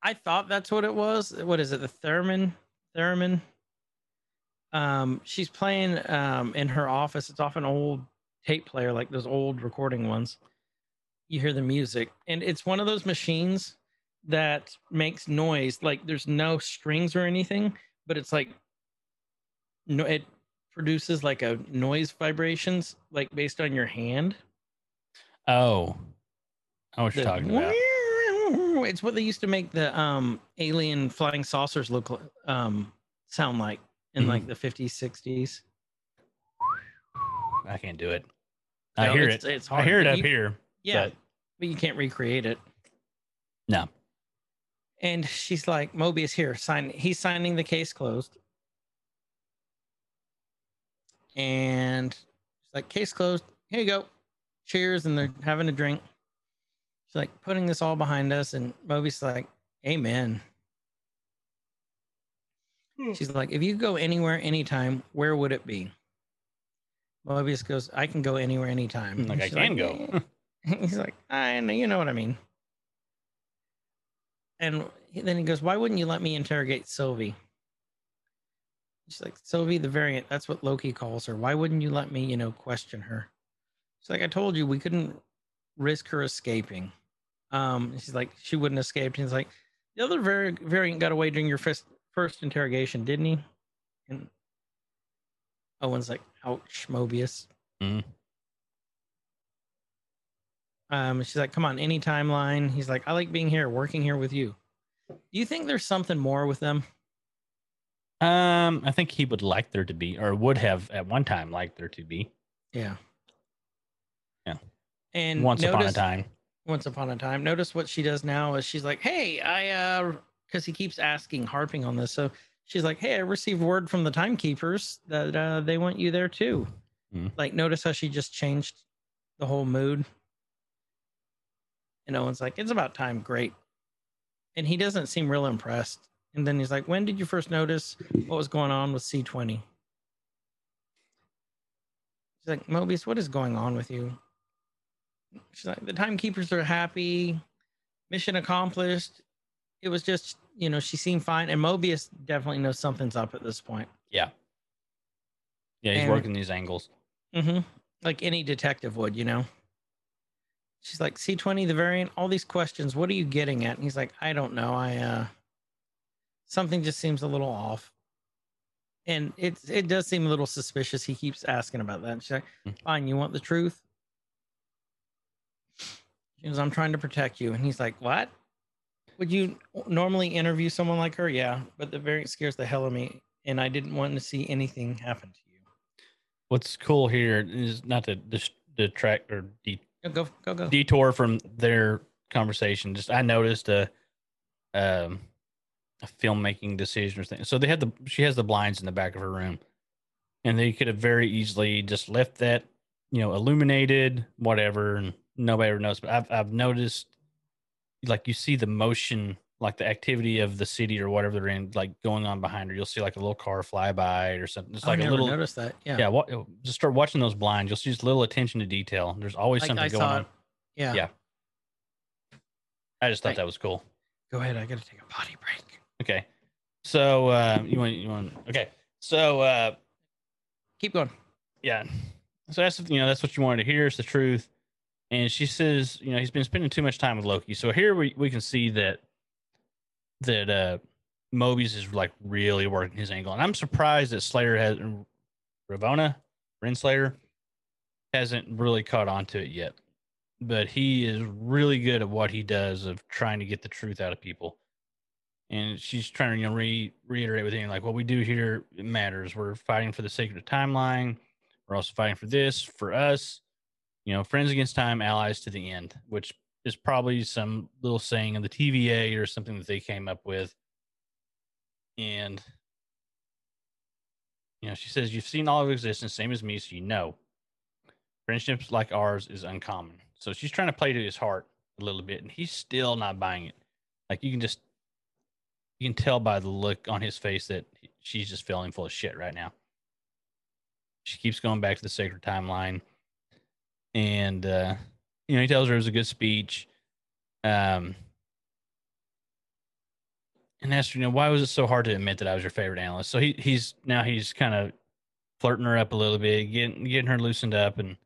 I thought that's what it was. What is it? The Thurman. Thurman. Um, she's playing um in her office. It's off an old tape player, like those old recording ones. You hear the music, and it's one of those machines that makes noise. Like there's no strings or anything, but it's like no, it produces like a noise vibrations, like based on your hand.
Oh, I know what you're
The
talking about.
It's what they used to make the um alien flying saucers look li- um sound like in
Mhm.
like the 50s, 60s.
I can't do it. I
No,
hear
it's-
it.
It's hard.
I hear it
but
up
you-
here.
Yeah,
but-
but you can't recreate it.
No.
And she's like, Mobius here, sign he's signing the case closed. And she's like, case closed. Here you go. Cheers. And they're having a drink. She's like putting this all behind us. And Mobius like, Amen. She's like, if you could go anywhere, anytime, where would it be? Mobius goes, I can go anywhere, anytime.
Like
And
I
she's
can go.
He's like, I know, you know what I mean. And he- then he goes, Why wouldn't you let me interrogate Sylvie? She's like, Sylvie the variant, that's what Loki calls her. Why wouldn't you let me, you know, question her? She's like, I told you we couldn't risk her escaping. Um, and she's like, She wouldn't escape. And he's like, The other vari- variant got away during your first, first interrogation, didn't he? And Owen's like, Ouch, Mobius.
Mm-hmm.
Um, she's like, "Come on, any timeline." He's like, "I like being here, working here with you." Do you think there's something more with them?
Um, I think he would like there to be, or would have at one time liked there to be,
Yeah.
Yeah.
And
once upon a
notice-
time.
Once upon a time. Notice what she does now is she's like, "Hey, I uh," because he keeps asking, harping on this. So she's like, "Hey, I received word from the timekeepers that uh, they want you there too."
Mhm.
Like, notice how she just changed the whole mood. And Owen's like, "It's about time, great." And he doesn't seem real impressed. And then he's like, "When did you first notice what was going on with C twenty?" She's like, "Mobius, what is going on with you?" She's like, the timekeepers are happy. Mission accomplished. It was just, you know, she seemed fine. And Mobius definitely knows something's up at this point.
Yeah, he's
and-
working these angles.
Mm-hmm. Like any detective would, you know? She's like, C20, the variant, all these questions. What are you getting at? And he's like, I don't know. I, uh, something just seems a little off. And it's, it does seem a little suspicious. He keeps asking about that. And she's like,
Mhm.
fine, you want the truth? She goes, I'm trying to protect you. And he's like, what? Would you normally interview someone like her? Yeah, but the variant scares the hell out of me. And I didn't want to see anything happen to you.
What's cool here is not to dis- detract or de-
No, Go, go, go.
detour from their conversation. Just I noticed a um a filmmaking decision or thing. So they had the she has the blinds in the back of her room, and they could have very easily just left that you know illuminated whatever, and nobody ever knows. But I've I've noticed like you see the motion, like the activity of the city or whatever they're in, like going on behind her. You'll see like a little car fly by or something. It's
I
like a
never
little.
noticed that. Yeah.
Yeah, what, just start watching those blinds. You'll see just little attention to detail. There's always
Like,
something
I
going
saw
on.
it. Yeah.
Yeah. I just thought
Right.
that was cool.
Go ahead. I got to take a potty break.
Okay. So uh, you want you want okay. So uh,
Keep going.
yeah. So that's you know that's what you wanted to hear. It's the truth. And she says you know he's been spending too much time with Loki. So here we we can see that that uh, Mobius is like really working his angle. And I'm surprised that Slayer has Ravona Renslayer hasn't really caught on to it yet. But he is really good at what he does of trying to get the truth out of people. and she's trying to you know re- reiterate with him like what we do here it matters we're fighting for the sake of the timeline we're also fighting for this for us you know friends against time allies to the end which is probably some little saying of the tva or something that they came up with and you know she says you've seen all of existence same as me so you know friendships like ours is uncommon so she's trying to play to his heart a little bit and he's still not buying it like you can just you can tell by the look on his face that he- she's just feeling full of shit right now. She keeps going back to the sacred timeline, and uh, you know he tells her it was a good speech, um, and asks her, you know, why was it so hard to admit that I was your favorite analyst? So he he's now he's kind of flirting her up a little bit, getting getting her loosened up, and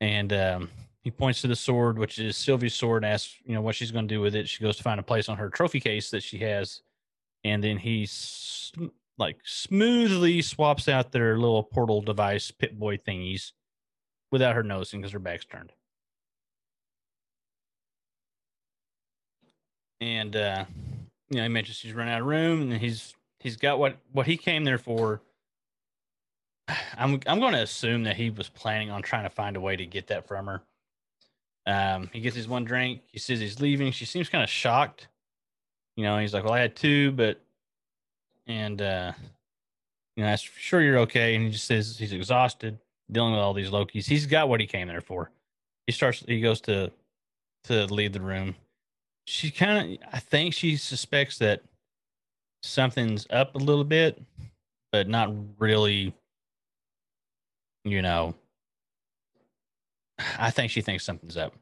and um, he points to the sword, which is Sylvia's sword, and asks, you know, what she's going to do with it. She goes to find a place on her trophy case that she has. And then he sm- like smoothly swaps out their little portal device, pit boy thingies, without her noticing because her back's turned. And, uh, you know, he mentions she's run out of room and he's, he's got what, what he came there for. I'm, I'm going to assume that he was planning on trying to find a way to get that from her. Um, he gets his one drink. He says he's leaving. She seems kind of shocked. You know, he's like, "Well, I had two, but," and uh, you know, I s- sure you're okay. And he just says he's exhausted dealing with all these Lokis. He's got what he came there for. He starts. He goes to to leave the room. She kind of, I think, she suspects that something's up a little bit, but not really. You know, I think she thinks something's up.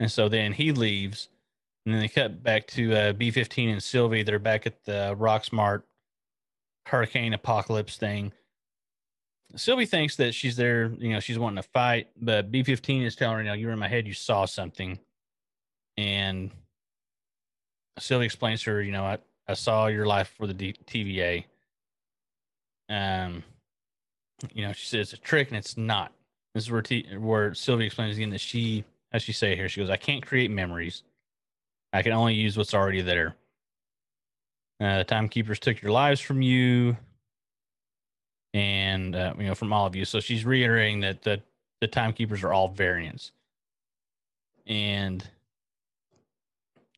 And so then he leaves. And then they cut back to uh, B15 and Sylvie. They're back at the Rocksmart hurricane apocalypse thing. Sylvie thinks that she's there, you know, she's wanting to fight, but B15 is telling her, you know, you were in my head, you saw something. And Sylvie explains to her, you know, I, I saw your life for the D- TVA. Um, you know, she says it's a trick and it's not. This is where T- where Sylvia explains again that she, as she say here, she goes, "I can't create memories. I can only use what's already there." Uh, the timekeepers took your lives from you, and uh, you know from all of you. So she's reiterating that the the timekeepers are all variants, and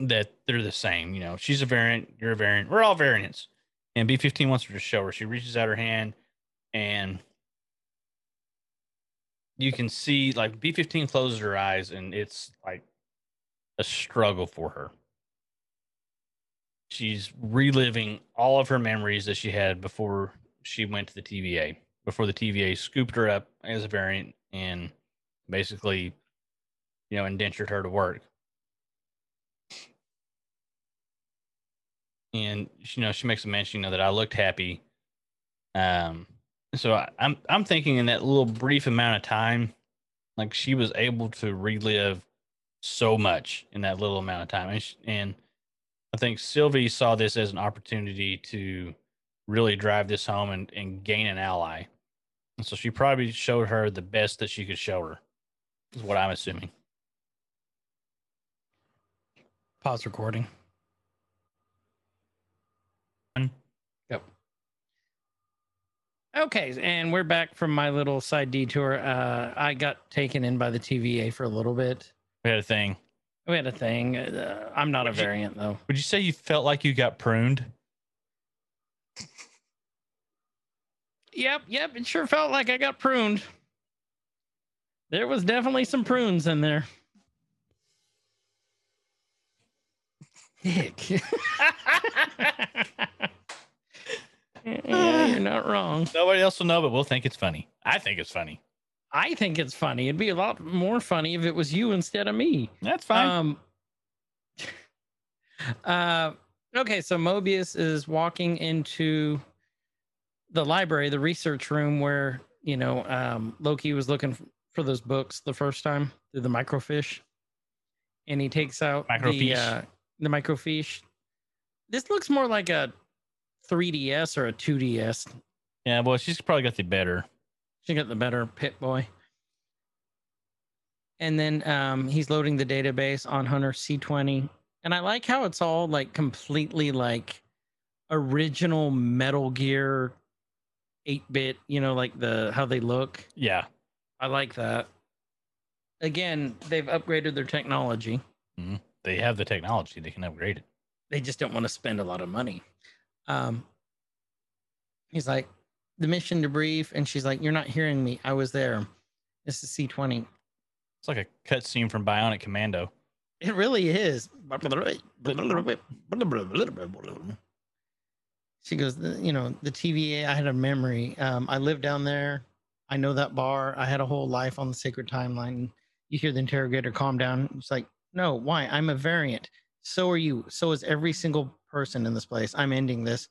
that they're the same. You know, she's a variant, you're a variant, we're all variants. And B15 wants her to show her. She reaches out her hand, and you can see like B15 closes her eyes and it's like a struggle for her. She's reliving all of her memories that she had before she went to the TVA, before the TVA scooped her up as a variant and basically, you know, indentured her to work. And you know, she makes a mention, you know, that I looked happy. Um, so I, I'm I'm thinking in that little brief amount of time, like she was able to relive so much in that little amount of time, and, sh and I think Sylvie saw this as an opportunity to really drive this home and, and gain an ally. And so she probably showed her the best that she could show her, is what I'm assuming.
Pause recording.
Done?
Yep. Okay, and we're back from my little side detour. Uh, I got taken in by the TVA for a little bit.
We had a thing.
We had a thing. Uh, I'm not a
Would you-
variant though.
Would you say you felt like you got pruned?
Yep, yep. It sure felt like I got pruned. There was definitely some prunes in there. Dick. Yeah, you're not wrong.
Nobody else will know, but we'll think it's funny. I think it's funny.
I think it's funny. It'd be a lot more funny if it was you instead of me.
That's fine.
Um, uh, okay, so Mobius is walking into the library, the research room where, you know, um, Loki was looking f- for those books the first time through the microfiche. And he takes out the,
Microfiche.
uh, the microfiche. This looks more like a 3DS or a 2DS.
yeah, well, she's probably got the better.
She got the better pit boy. And then um, he's loading the database on Hunter C20. And I like how it's all like completely like original Metal Gear 8 bit, you know, like the how they look.
Yeah.
I like that. Again, they've upgraded their technology.
they have the technology they can upgrade it
they just don't want to spend a lot of money. Um, he's like, the mission to brief, and she's like, "You're not hearing me. I was there. This is C20.
it's like a cutscene from bionic commando
It really is." She goes, "The- you know, the TVA, I had a memory. Um, I lived down there. I know that bar. I had a whole life on the sacred timeline. You hear the interrogator calm down. It's like, no, why? I'm a variant. So are you. So is every single person in this place. I'm ending this.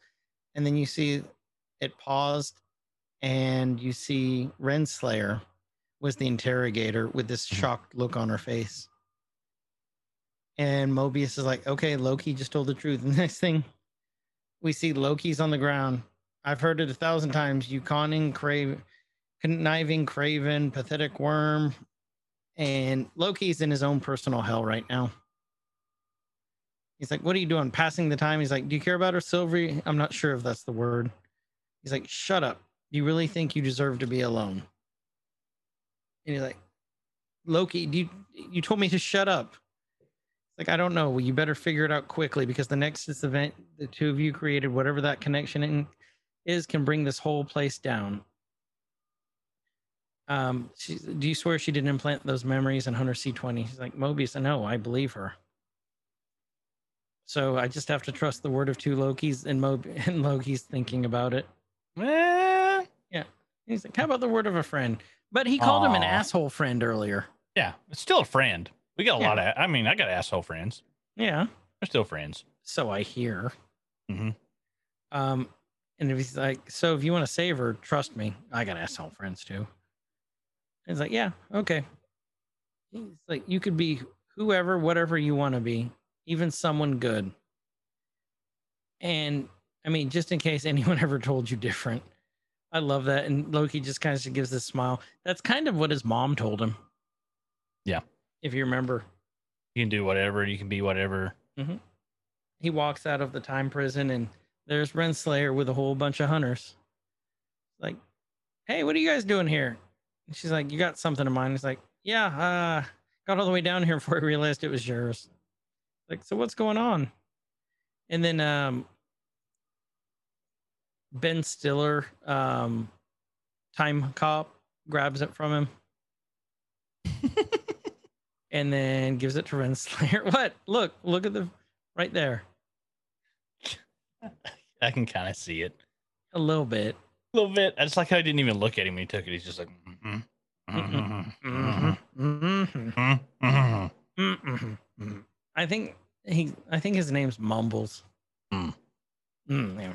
And then you see it paused and you see Renslayer was the interrogator with this shocked look on her face. And Mobius is like, okay, Loki just told the truth. And next thing we see Loki's on the ground. I've heard it a thousand times. You conning, crave, conniving, craven, pathetic worm. And Loki's in his own personal hell right now. He's like, What are you doing? Passing the time. He's like, Do you care about her, Silvery? I'm not sure if that's the word. He's like, Shut up. Do you really think you deserve to be alone? And he's like, Loki, do you, you told me to shut up. It's like, I don't know. Well, you better figure it out quickly because the next this event the two of you created, whatever that connection in, is, can bring this whole place down. Um, she, do you swear she didn't implant those memories in Hunter C20? She's like, Mobius, I know, I believe her. So I just have to trust the word of two Lokis and Mob and Loki's thinking about it.
Eh,
He's like, how about the word of a friend? But he called him an
Aw.
asshole friend earlier.
yeah, it's still a friend. We got a
Yeah.
lot of. I mean, I got asshole friends.
Yeah.
They're still friends.
So I hear.
Mhm.
Um, and if he's like, so if you want to save her, trust me, I got asshole friends too. He's like, yeah, okay. He's like, you could be whoever, whatever you want to be, even someone good. And I mean, just in case anyone ever told you different, I love that. And Loki just kind of gives this smile. That's kind of what his mom told him.
Yeah.
If you remember.
You can do whatever. You can be whatever.
he walks out of the time prison and there's Renslayer with a whole bunch of hunters. Like, hey, what are you guys doing here? And she's like, You got something in mind? He's like, Yeah, uh, got all the way down here before I realized it was yours. Like, so what's going on? And then um Ben Stiller, um time cop grabs it from him. and then gives it to Renslayer. What? Look, look at the right there.
I can kind of see it
A little bit.
a little bit. I just like how he didn't even look at him when he took it. He's just like, "Mm-hmm. mm-mm, mm-mm, mm-mm,
Mm-hmm.
mm-mm, mm-mm.
Mm-hmm. I think he. I think his name's Mumbles.
Mm.
Mm, yeah.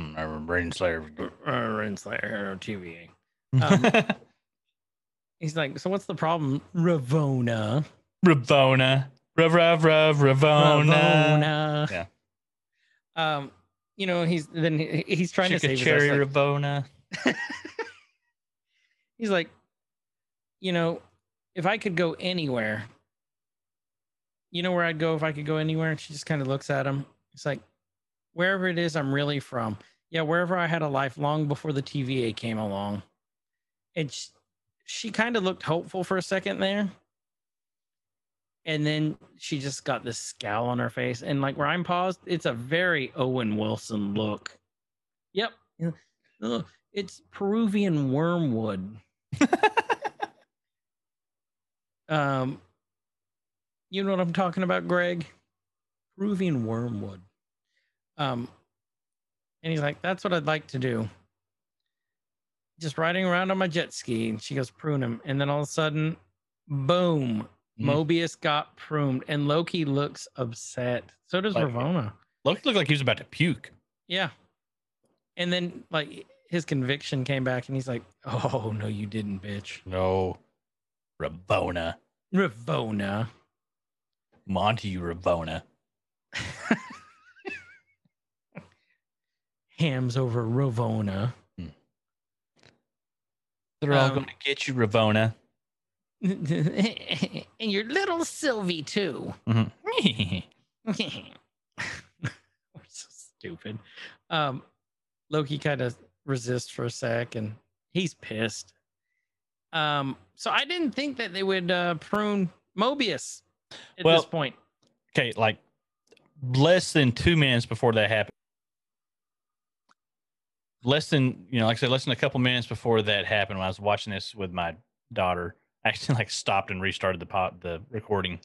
Mm, I remember Brain Slayer.
Uh, Renslayer, TVA. Um, He's like, so what's the problem, Ravona?
Ravona. Rav, rav, rav, Ravona.
Ravona.
Oh, Yeah.
Um, you know, he's then he- he's trying
Chicka
to save
cherry
his
Ravona.
he's like, you know, if I could go anywhere, you know where I'd go if I could go anywhere? And she just kind of looks at him. It's like, wherever it is I'm really from. Yeah, wherever I had a life long before the TVA came along. And she, she kind of looked hopeful for a second there. And then she just got this scowl on her face. And like where I'm paused, it's a very Owen Wilson look. Yep. Ugh, It's Peruvian wormwood. um, you know what I'm talking about, Greg? Peruvian wormwood. Um, and he's like, "That's what I'd like to do." Just riding around on my jet ski, and she goes, "Prune him," and then all of a sudden, boom!
Mm.
Mobius got pruned, and Loki looks upset. So does
Like-
Ravona.
Loki looked like he was about to puke.
Yeah. And then like his conviction came back and he's like, Oh no, you didn't, bitch.
No. Ravona.
Ravona.
Monty Ravona.
Hams over Ravona.
They're all
Um,
going to get you, Ravona.
and your little Sylvie too. We're Mm-hmm. so stupid. Um, Loki kind of resists for a sec, and he's pissed. Um, so I didn't think that they would uh, prune Mobius at
Well-
this point.
okay, like less than two minutes before that happened. Less than you know, like I said, less than a couple minutes before that happened, when I was watching this with my daughter, I actually like stopped and restarted the pot the recording.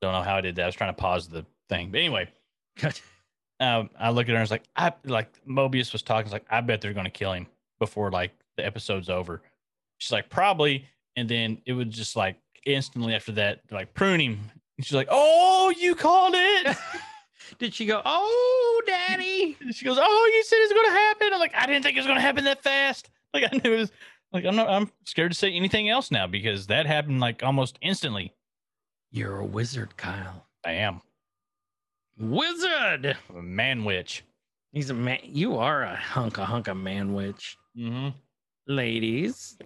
Don't know how I did that. I was trying to pause the thing, but anyway, um, I look at her and it's like, I like Mobius was talking. It's like, I bet they're gonna kill him before like the episode's over. She's like, probably. And then it would just like instantly after that, like prune him. And she's like, oh, you called it.
Did she go, oh, daddy?
And she goes, oh, you said it's gonna happen. I'm like, I didn't think it was gonna happen that fast. Like I knew it was. Like I'm not. I'm scared to say anything else now because that happened like almost instantly.
You're a wizard, Kyle.
I am
Wizard.
a man witch.
He's a man. You are a hunk a hunk of man witch.
Mm-hmm.
Ladies.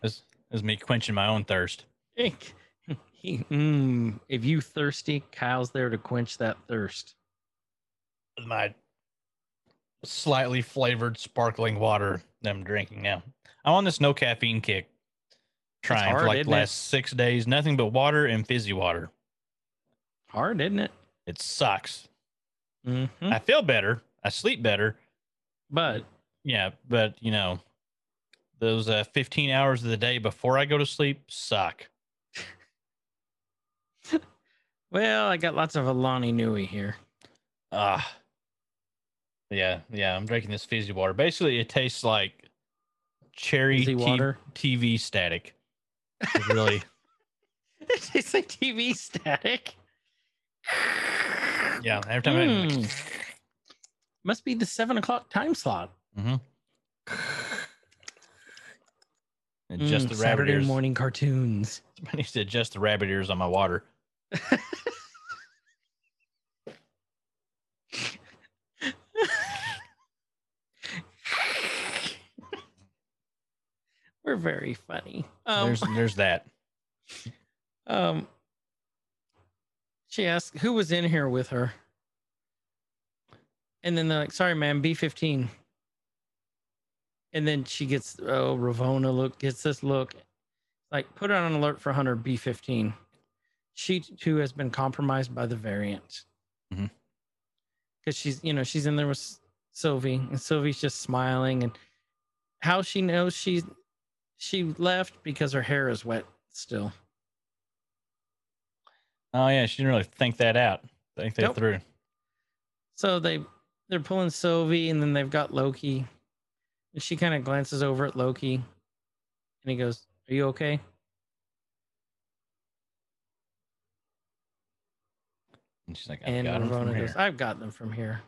That's, that's me quenching my own thirst.
Ick. He, mm, if you thirsty, Kyle's there to quench that thirst.
with my slightly flavored sparkling water that I'm drinking now. I'm on this no caffeine kick, trying
hard,
for like the
isn't it?
last six days, nothing but water and fizzy water.
Hard, isn't it?
It sucks.
Mm-hmm.
I feel better. I sleep better.
But
Yeah, but you know, those uh, 15 hours of the day before I go to sleep suck.
well, I got lots of Alani Nui here.
Ah. yeah, yeah. I'm drinking this fizzy water. Basically, it tastes like cherry
Easy
tea-
water.
TV static. It really.
It tastes like TV static.
Yeah, every time I
Mm. Must be the seven o'clock time slot.
Mm-hmm. and adjust
Mm,
the rabbit
Saturday
ears.
morning cartoons.
I need to adjust the rabbit ears on my water.
We're very funny. Um,
there's there's that.
um, she asked who was in here with her, and then they're like, "Sorry, ma'am, B fifteen. And then she gets oh Ravona look gets this look, like put her on alert for Hunter B fifteen. She too has been compromised by the variant, because
Mhm.
she's you know she's in there with Sylvie and Sylvie's just smiling and how she knows she's she left because her hair is wet still.
Oh yeah, she didn't really think that out. Think that
Nope.
through.
So they they're pulling Sylvie, and then they've got Loki. And she kind of glances over at Loki, and he goes, "Are you okay?"
And she's like, I
And
got 'em from
Ravona
here.
goes, "I've got them from here."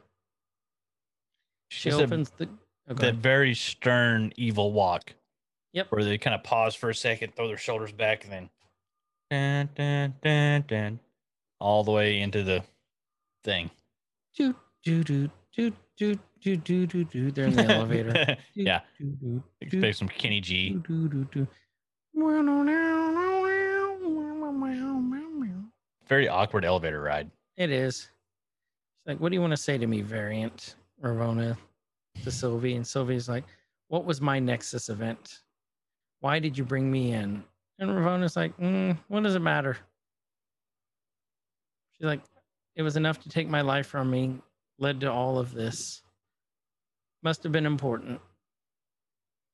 She
It's a-
opens the. oh, go
that
ahead.
very stern evil walk.
Yep.
Where they kind of pause for a second, throw their shoulders back, and then dun, dun, dun, dun, all the way into the thing.
do do do do do do do do do. They're in the elevator. Do,
yeah.
do, do, do,
Expect some Kenny G.
do, do, do, do.
Very awkward elevator ride.
It is. She's like, what do you want to say to me, variant? Ravona to Sylvie. And Sylvie's like, what was my Nexus event? Why did you bring me in? And Ravona's like, mm, what does it matter? She's like, it was enough to take my life from me, led to all of this. Must have been important.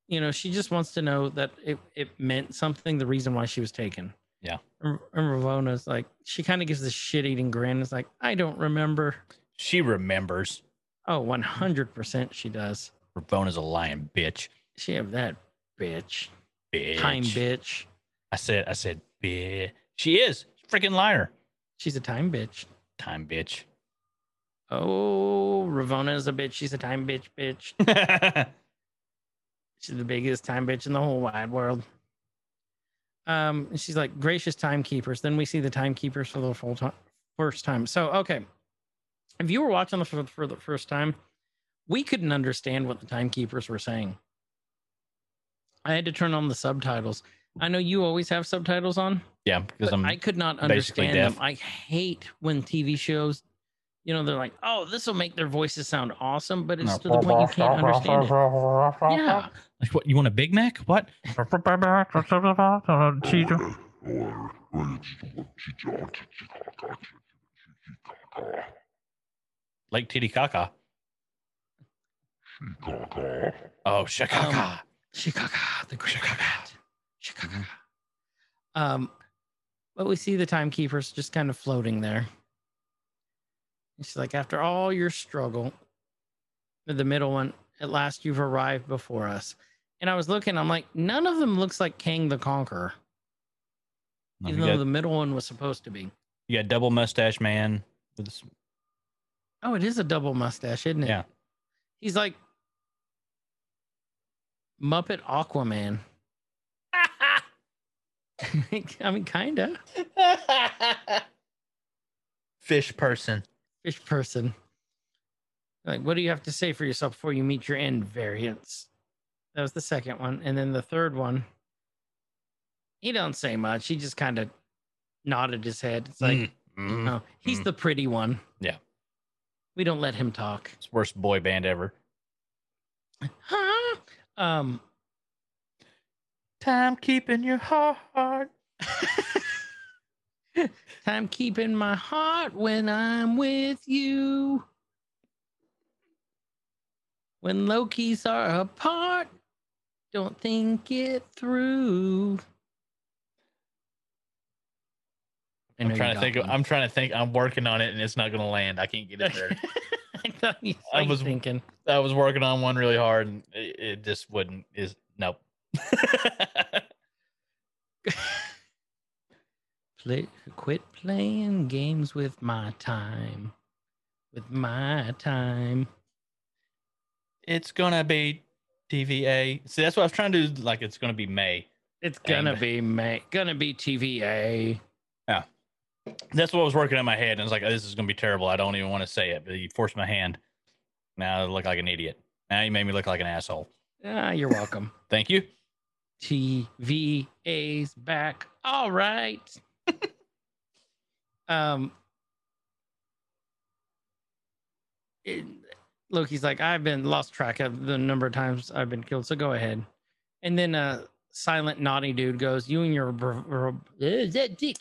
You know, she just wants to know that it, it meant something, the reason why she was taken.
Yeah.
And and Ravona's like, she kind of gives this shit eating grin. It's like, I don't remember.
She remembers.
Oh, 100% she does.
Ravona's a lying bitch.
She have that bitch.
Bitch.
Time bitch.
I said, I said, bitch. She is. Freaking liar.
She's a time bitch.
Time bitch.
Oh, Ravona is a bitch. She's a time bitch, bitch. She's the biggest time bitch in the whole wide world. Um, and she's like gracious timekeepers. Then we see the timekeepers for the full time, first time. So okay, if you were watching the for, for the first time, we couldn't understand what the timekeepers were saying. I had to turn on the subtitles. I know you always have subtitles on.
yeah, because
But
I'm
I could not
basically
understand them.
deaf.
I hate when TV shows, you know, they're like, "Oh, this will make their voices sound awesome," but it's to the point you can't understand it. Yeah,
like, what? You want a Big Mac? What? Lake Titicaca. Oh, Chicago.
Chicago, the great Chicago. Chicago. Um, But we see the timekeepers just kind of floating there. And She's like, after all your struggle, the middle one, at last you've arrived before us. And I was looking, I'm like, none of them looks like Kang the Conqueror,
No,
even
you,
though
got,
the middle one was supposed to be.
you got double mustache man with this
Oh, it is a double mustache, isn't it?
Yeah.
He's like Muppet Aquaman. I mean, kind of.
fish person.
fish person. Like, what do you have to say for yourself before you meet your end variants? That was the second one. And then the third one, he don't say much. He just kind of nodded his head. It's like,
Mm,
oh, he's
mm.
the pretty one.
Yeah.
We don't let him talk.
It's worst boy band ever.
Huh? Um,
Time keeping your heart.
time keeping my heart when I'm with you. When Loki's are apart, don't think it through. I know
I'm
you
trying to
got
think. Of,
one.
I'm trying to think. I'm working on it, and it's not gonna land. I can't get it there.
I, know you-
I
I was
was-
thinking.
I was working on one really hard, and it, it just wouldn't. Is nope.
Play, quit playing games with my time. With my time.
it's gonna be TVA. See, that's what I was trying to do. Like, it's gonna be May.
It's gonna
Dang.
be May. Gonna be TVA.
That's what I was working on in my head, and I was like, "This is gonna be terrible. I don't even want to say it." But you forced my hand. Now I look like an idiot. Now you made me look like an asshole.
Ah, you're welcome.
Thank you.
TVA's back. All right. um it, Loki's like, I've been lost track of the number of times I've been killed, so go ahead. And then uh silent naughty dude goes, You and your bra- bra- you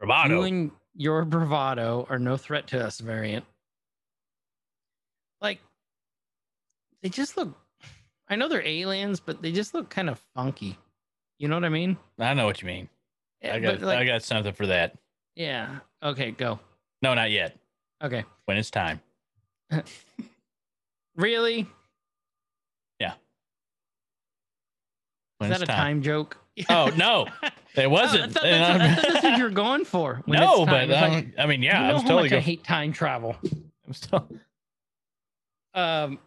Bravado.
and your bravado are no threat to us, variant. Like they just look I know they're aliens, but they just look kind of funky. You know what I mean?
I know what you mean. I
Yeah,
got.
but like,
I got something for that.
yeah. Okay, go.
No, not yet.
Okay.
When it's time.
Really? Is
When
that
it's
a time, joke?
Oh, no, It
Oh,
wasn't.
I thought that's,
And I'm-
I thought that's what you're going for. when
no,
it's time.
but
It's like,
um, I mean,
you
yeah,
know
I was
how
totally
much I
going.
hate time travel.
I'm still,
Um,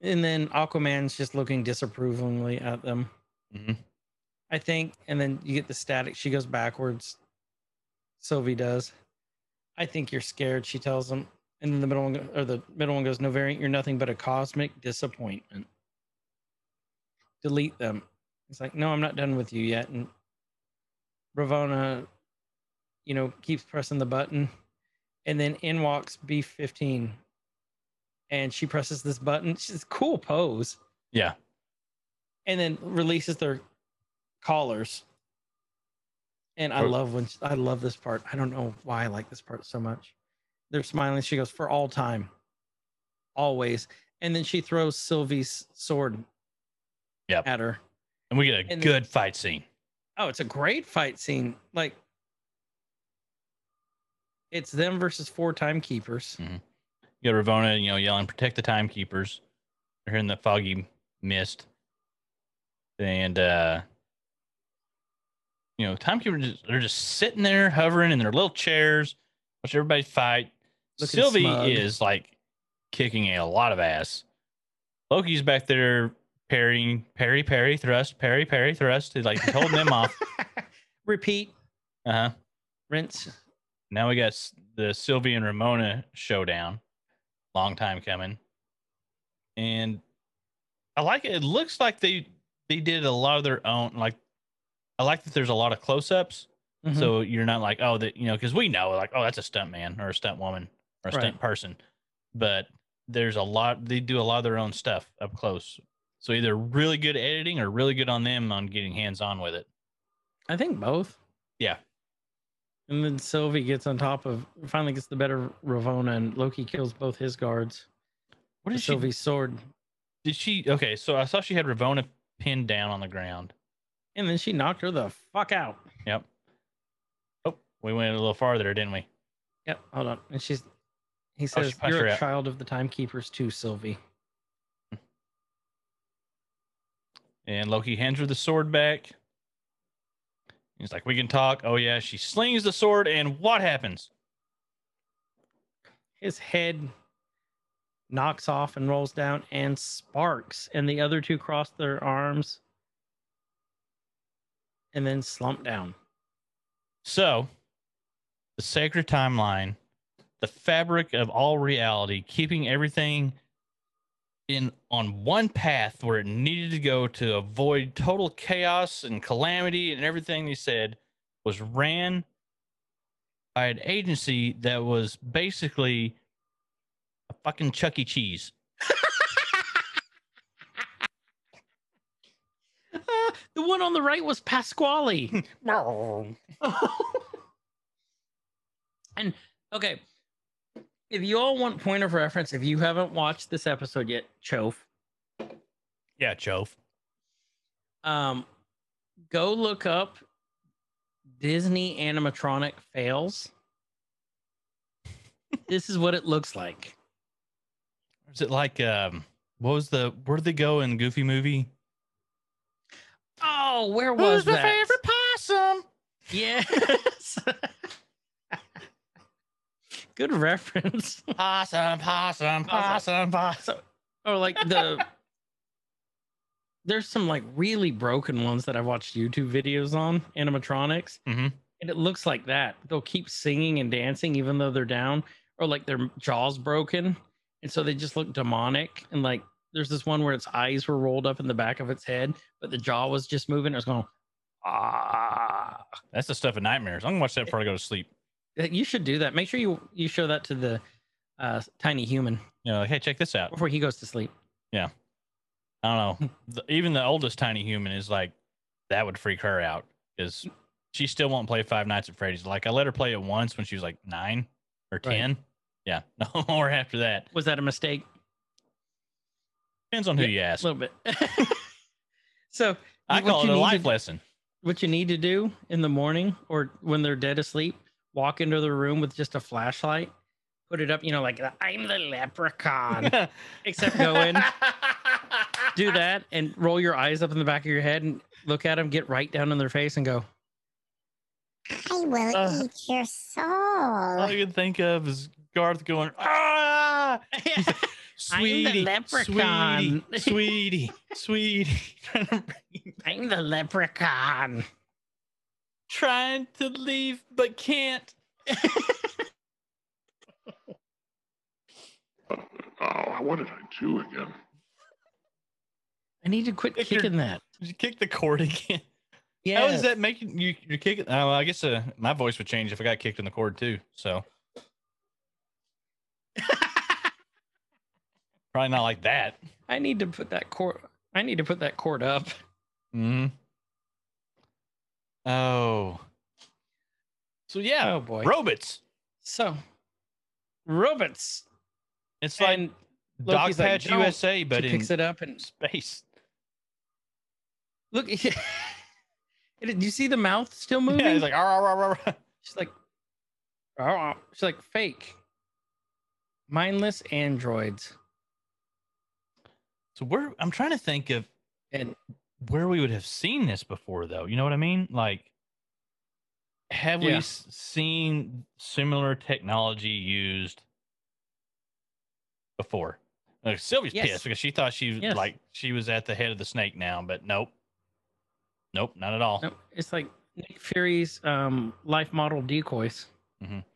and then Aquaman's just looking disapprovingly at them.
Mhm.
I think, and then you get the static. She goes backwards. Sylvie does. I think you're scared. She tells him, and then the middle one go- or the middle one goes, "No variant, you're nothing but a cosmic disappointment." Delete them. It's like, no, I'm not done with you yet. And Ravona, you know, keeps pressing the button and then in walks B15. And she presses this button. She's cool pose.
Yeah.
And then releases their collars. And I
For-
love when I love this part. I don't know why I like this part so much. They're smiling. She goes for all time, always. And then she throws Sylvie's sword
Yep.
at her.
and we get a
And-
good fight scene.
Oh, it's a great fight scene. Like it's them versus four timekeepers.
You got Ravona, you know, yelling, "Protect the timekeepers!" They're in the foggy mist, and uh, you know, timekeepers just, they're just sitting there, hovering in their little chairs, watch everybody fight.
Looking
Sylvie
smug.
is like kicking a lot of ass. Loki's back there parrying, parry, parry, thrust, parry, parry, thrust. He's like he's holding them off.
Repeat,
Uh huh.
rinse.
Now we got s- the Sylvie and Ramona showdown. Long time coming. And I like it. It looks like they they did a lot of their own like I like that there's a lot of close-ups.
Mhm.
So you're not like, oh, that you know, because we know like, oh, that's a stunt man or a stunt woman or a
Right.
stunt person. But there's a lot they do a lot of their own stuff up close. So either really good editing or really good on them on getting hands on with it.
I think both.
Yeah.
And then Sylvie gets on top of finally gets the better Ravona and Loki kills both his guards.
What
with
did she
Sylvie's sword?
Did she? Okay, so I saw she had Ravona pinned down on the ground,
And then she knocked her the fuck out.
Yep. Oh, we went a little farther, didn't we?
Yep. Hold on. And she's, he
Oh, she
says,
punched
You're
her
a
out."
child of the timekeepers too, Sylvie.
And Loki hands her the sword back. He's like, "We can talk." Oh yeah, she slings the sword, and what happens?
His head knocks off and rolls down, and sparks. And the other two cross their arms and then slump down.
So, the sacred timeline, the fabric of all reality, keeping everything in on one path where it needed to go to avoid total chaos and calamity and everything they said was ran by an agency that was basically a fucking Chuck E. Cheese.
Ah, the one on the right was Pasquale. and okay, if you all want point of reference, if you haven't watched this episode yet, Chof,
Yeah, Chove.
um, go look up Disney animatronic fails. this is what it looks like.
Is it like um what was the where did they go in Goofy movie?
Oh, where was that?
possum?
Yes. Good reference.
Possum, possum, possum, possum.
so or like the there's some like really broken ones that i've watched youtube videos on animatronics
Mhm.
and it looks like that they'll keep singing and dancing even though they're down or like their jaws broken and so they just look demonic and like there's this one where its eyes were rolled up in the back of its head but the jaw was just moving it was going ah
That's the stuff of nightmares. I'm gonna watch that before I go to sleep.
you should do that make sure you you show that to the uh, tiny human
You know, like, hey, check this out.
before he goes to sleep
I don't know. The, even the oldest tiny human is like, that would freak her out because she still won't play Five Nights at Freddy's. Like I let her play it once when she was like nine or
Right.
ten. Yeah, no more after that.
was that a mistake
Depends on who you ask.
A little bit. so
I
what
call it
you
a
need
life
to-
lesson.
what you need to do in the morning or when they're dead asleep, walk into the room with just a flashlight, put it up, you know, like the, I'm the leprechaun. Except go in, do that, and roll your eyes up in the back of your head and look at them, get right down in their face, and go.
I will
Uh. oh,
eat your soul.
Uh.
All I can think of is Garth going, ah, sweetie,
leprechaun."
sweetie, sweetie, sweetie,
I'm the leprechaun.
trying to leave but can't.
Oh, what did I do again?
I need to quit
If you're-
kicking that.
Did you kick the cord again?
Yeah.
How is that making you? You're kicking. Oh, I guess uh, my voice would change if I got kicked in the cord too. So probably not like that.
I need to put that cord. I need to put that cord up.
hmm Oh. So yeah,
Oh boy.
robots.
So, robots.
It's like
And
Dog
Loki's like,
Patch
"Don't."
USA, but
she
in
picks it up and
space.
look. and do you see the mouth still moving?
Yeah, it's like, "Arr, arr, arr, arr."
she's like, oh, she's like fake, mindless androids.
so where I'm trying to think of
And
where we would have seen this before, though. You know what I mean? Like, have we
Yeah.
s- seen similar technology used before? Like Sylvia's
Yes.
pissed because she thought she
Yes.
like she was at the head of the snake now, but nope, nope, not at all.
no, it's like Nick Fury's um, life model decoys.
Mhm.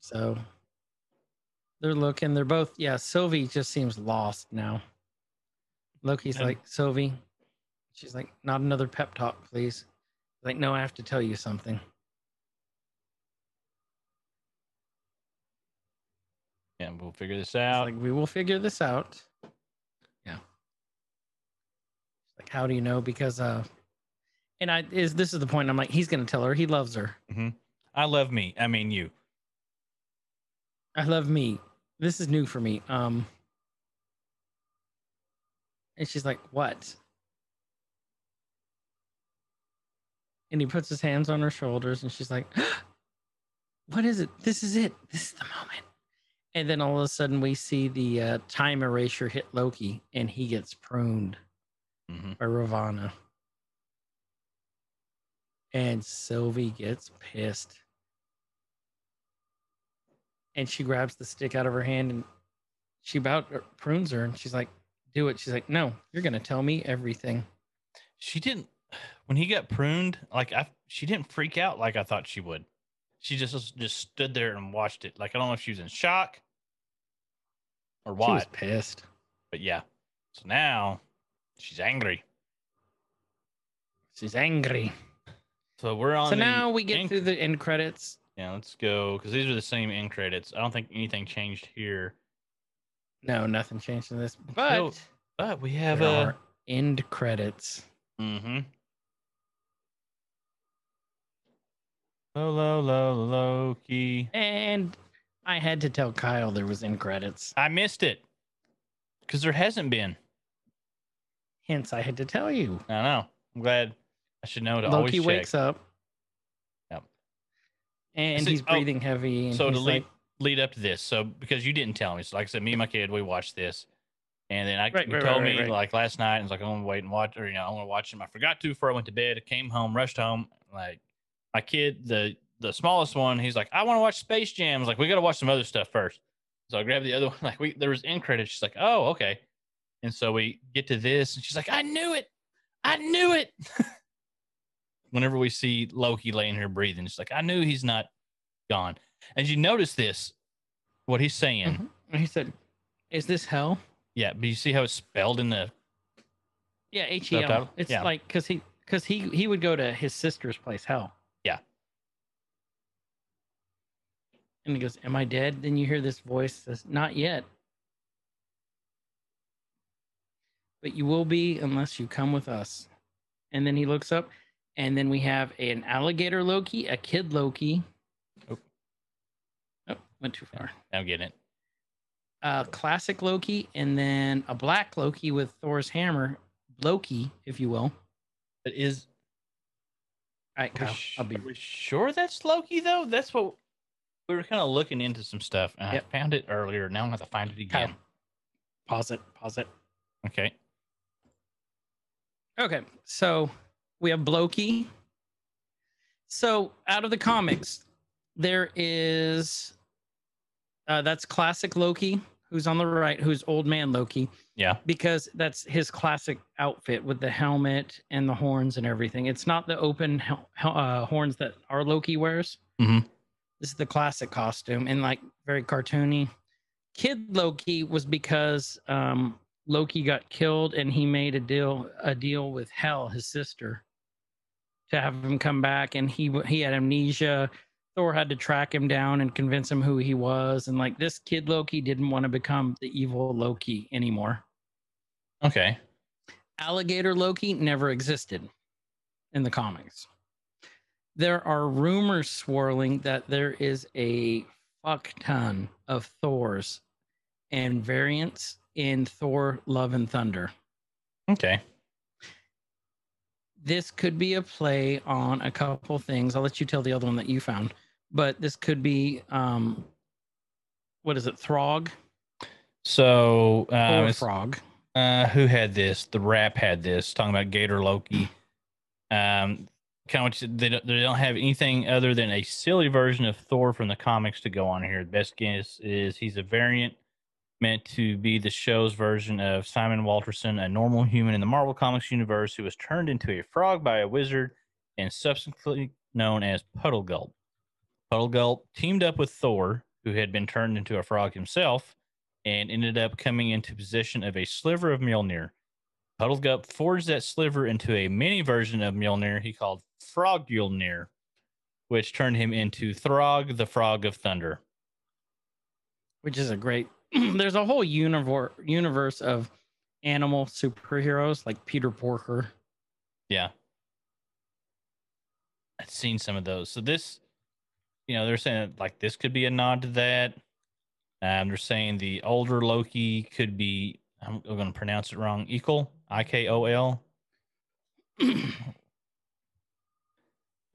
So they're looking. They're both. Yeah, Sylvie just seems lost now. Loki's
And-
like Sylvie. She's like, not another pep talk, please. Like, no, I have to tell you something.
Yeah, we'll figure this
It's
out.
like we will figure this out. Yeah. Like, how do you know? Because uh and I is this is the point I'm like, he's gonna tell her he loves her.
I love me. I mean you.
I love me. This is new for me. Um And she's like, What? And he puts his hands on her shoulders and she's like, What is it? This is it. This is the moment. And then all of a sudden, we see the uh, time erasure hit Loki and he gets pruned
Mm-hmm.
Mhm.
by Ravana. And Sylvie gets pissed. And she grabs the stick out of her hand and she about prunes her and she's like, do it. She's like, no, you're going to tell me everything.
She didn't when he got pruned, like I she didn't freak out like I thought she would. She just just stood there and watched it. Like I don't know if she was in shock or
She was
what,
pissed.
but yeah. So now she's angry.
She's angry.
So we're on
So
the-
now we get
ink-
through the end credits.
Yeah, let's go because these are the same end credits. I don't think anything changed here,
No, nothing changed in this, but
No, but we have
there
a
are end credits.
mm-hmm. low, low, low, low key.
And I had to tell Kyle there was end credits.
I missed it because there hasn't been.
Hence, I had to tell you.
I know. I'm glad. I should know to always
Loki
check.
wakes up.
Yep.
And
See-
he's
oh,
breathing heavy. And
so to
he's
lead,
like,
lead up to this, so because you didn't tell me, so like I said, me and my kid we watched this, and then I
Right,
you
right,
told
right, right,
me
right.
like last night, and was like I'm gonna wait and watch, or you know I'm gonna watch him. I forgot to before I went to bed. I came home, rushed home. Like my kid, the the smallest one, he's like I want to watch Space Jam. I was like we gotta watch some other stuff first. So I grabbed the other one. Like we there was end credits. She's like oh okay, and so we get to this, and she's like I knew it, I knew it. Whenever we see Loki laying here breathing, she's like I knew he's not gone. As you notice this, what he's saying.
Mhm. he said, Is this hell?
Yeah, but you see how it's spelled in the
Yeah, H E L.
Subtitle?
It's
Yeah.
like, because he, because he, he would go to his sister's place, hell.
Yeah.
And he goes, Am I dead? Then you hear this voice says, Not yet. But you will be unless you come with us. And then he looks up, and then we have an alligator Loki, a kid Loki.
Oh.
Oh, went too far.
I'm getting it.
A classic Loki, and then a black Loki with Thor's hammer, Loki, if you will.
But is
All right,
are we
Kyle,
sh-
I'll be
are we sure that's Loki though? That's what we were kind of looking into some stuff. And
Yep.
I found it earlier. Now I'm gonna have to find it
Kyle.
again.
Pause it. Pause it.
Okay.
Okay, so we have Blokey. So out of the comics, there is uh, that's classic Loki, who's on the right, who's old man Loki.
Yeah.
Because that's his classic outfit with the helmet and the horns and everything. It's not the open hel- hel- uh, horns that our Loki wears.
Mhm.
This is the classic costume and like very cartoony. Kid Loki was because um, Loki got killed and he made a deal a deal with Hel, his sister, to have him come back and he w- he had amnesia. Thor had to track him down and convince him who he was and like this kid Loki didn't want to become the evil Loki anymore.
Okay.
Alligator Loki never existed in the comics. There are rumors swirling that there is a fuck ton of Thors and variants in Thor Love and Thunder.
Okay.
this could be a play on a couple things. I'll let you tell the other one that you found, but this could be um, what is it, Throg
So um,
or
it's-
Frog?
uh, who had this? The rap had this talking about Gator Loki. Um, kind of they don't, they don't have anything other than a silly version of Thor from the comics to go on here. The best guess is he's a variant meant to be the show's version of Simon Walterson, a normal human in the Marvel Comics universe who was turned into a frog by a wizard and subsequently known as Puddle Gulp. Puddle Gulp teamed up with Thor, who had been turned into a frog himself, and ended up coming into possession of a sliver of Mjolnir. Puddle Gulp forged that sliver into a mini version of Mjolnir he called Frogjolnir, which turned him into Throg, the Frog of Thunder.
which is a great there's a whole universe universe of animal superheroes like Peter Porker.
Yeah. I've seen some of those. So this, you know, they're saying like this could be a nod to that. Um, they're saying the older Loki could be I'm going to pronounce it wrong. Equal, I K O L.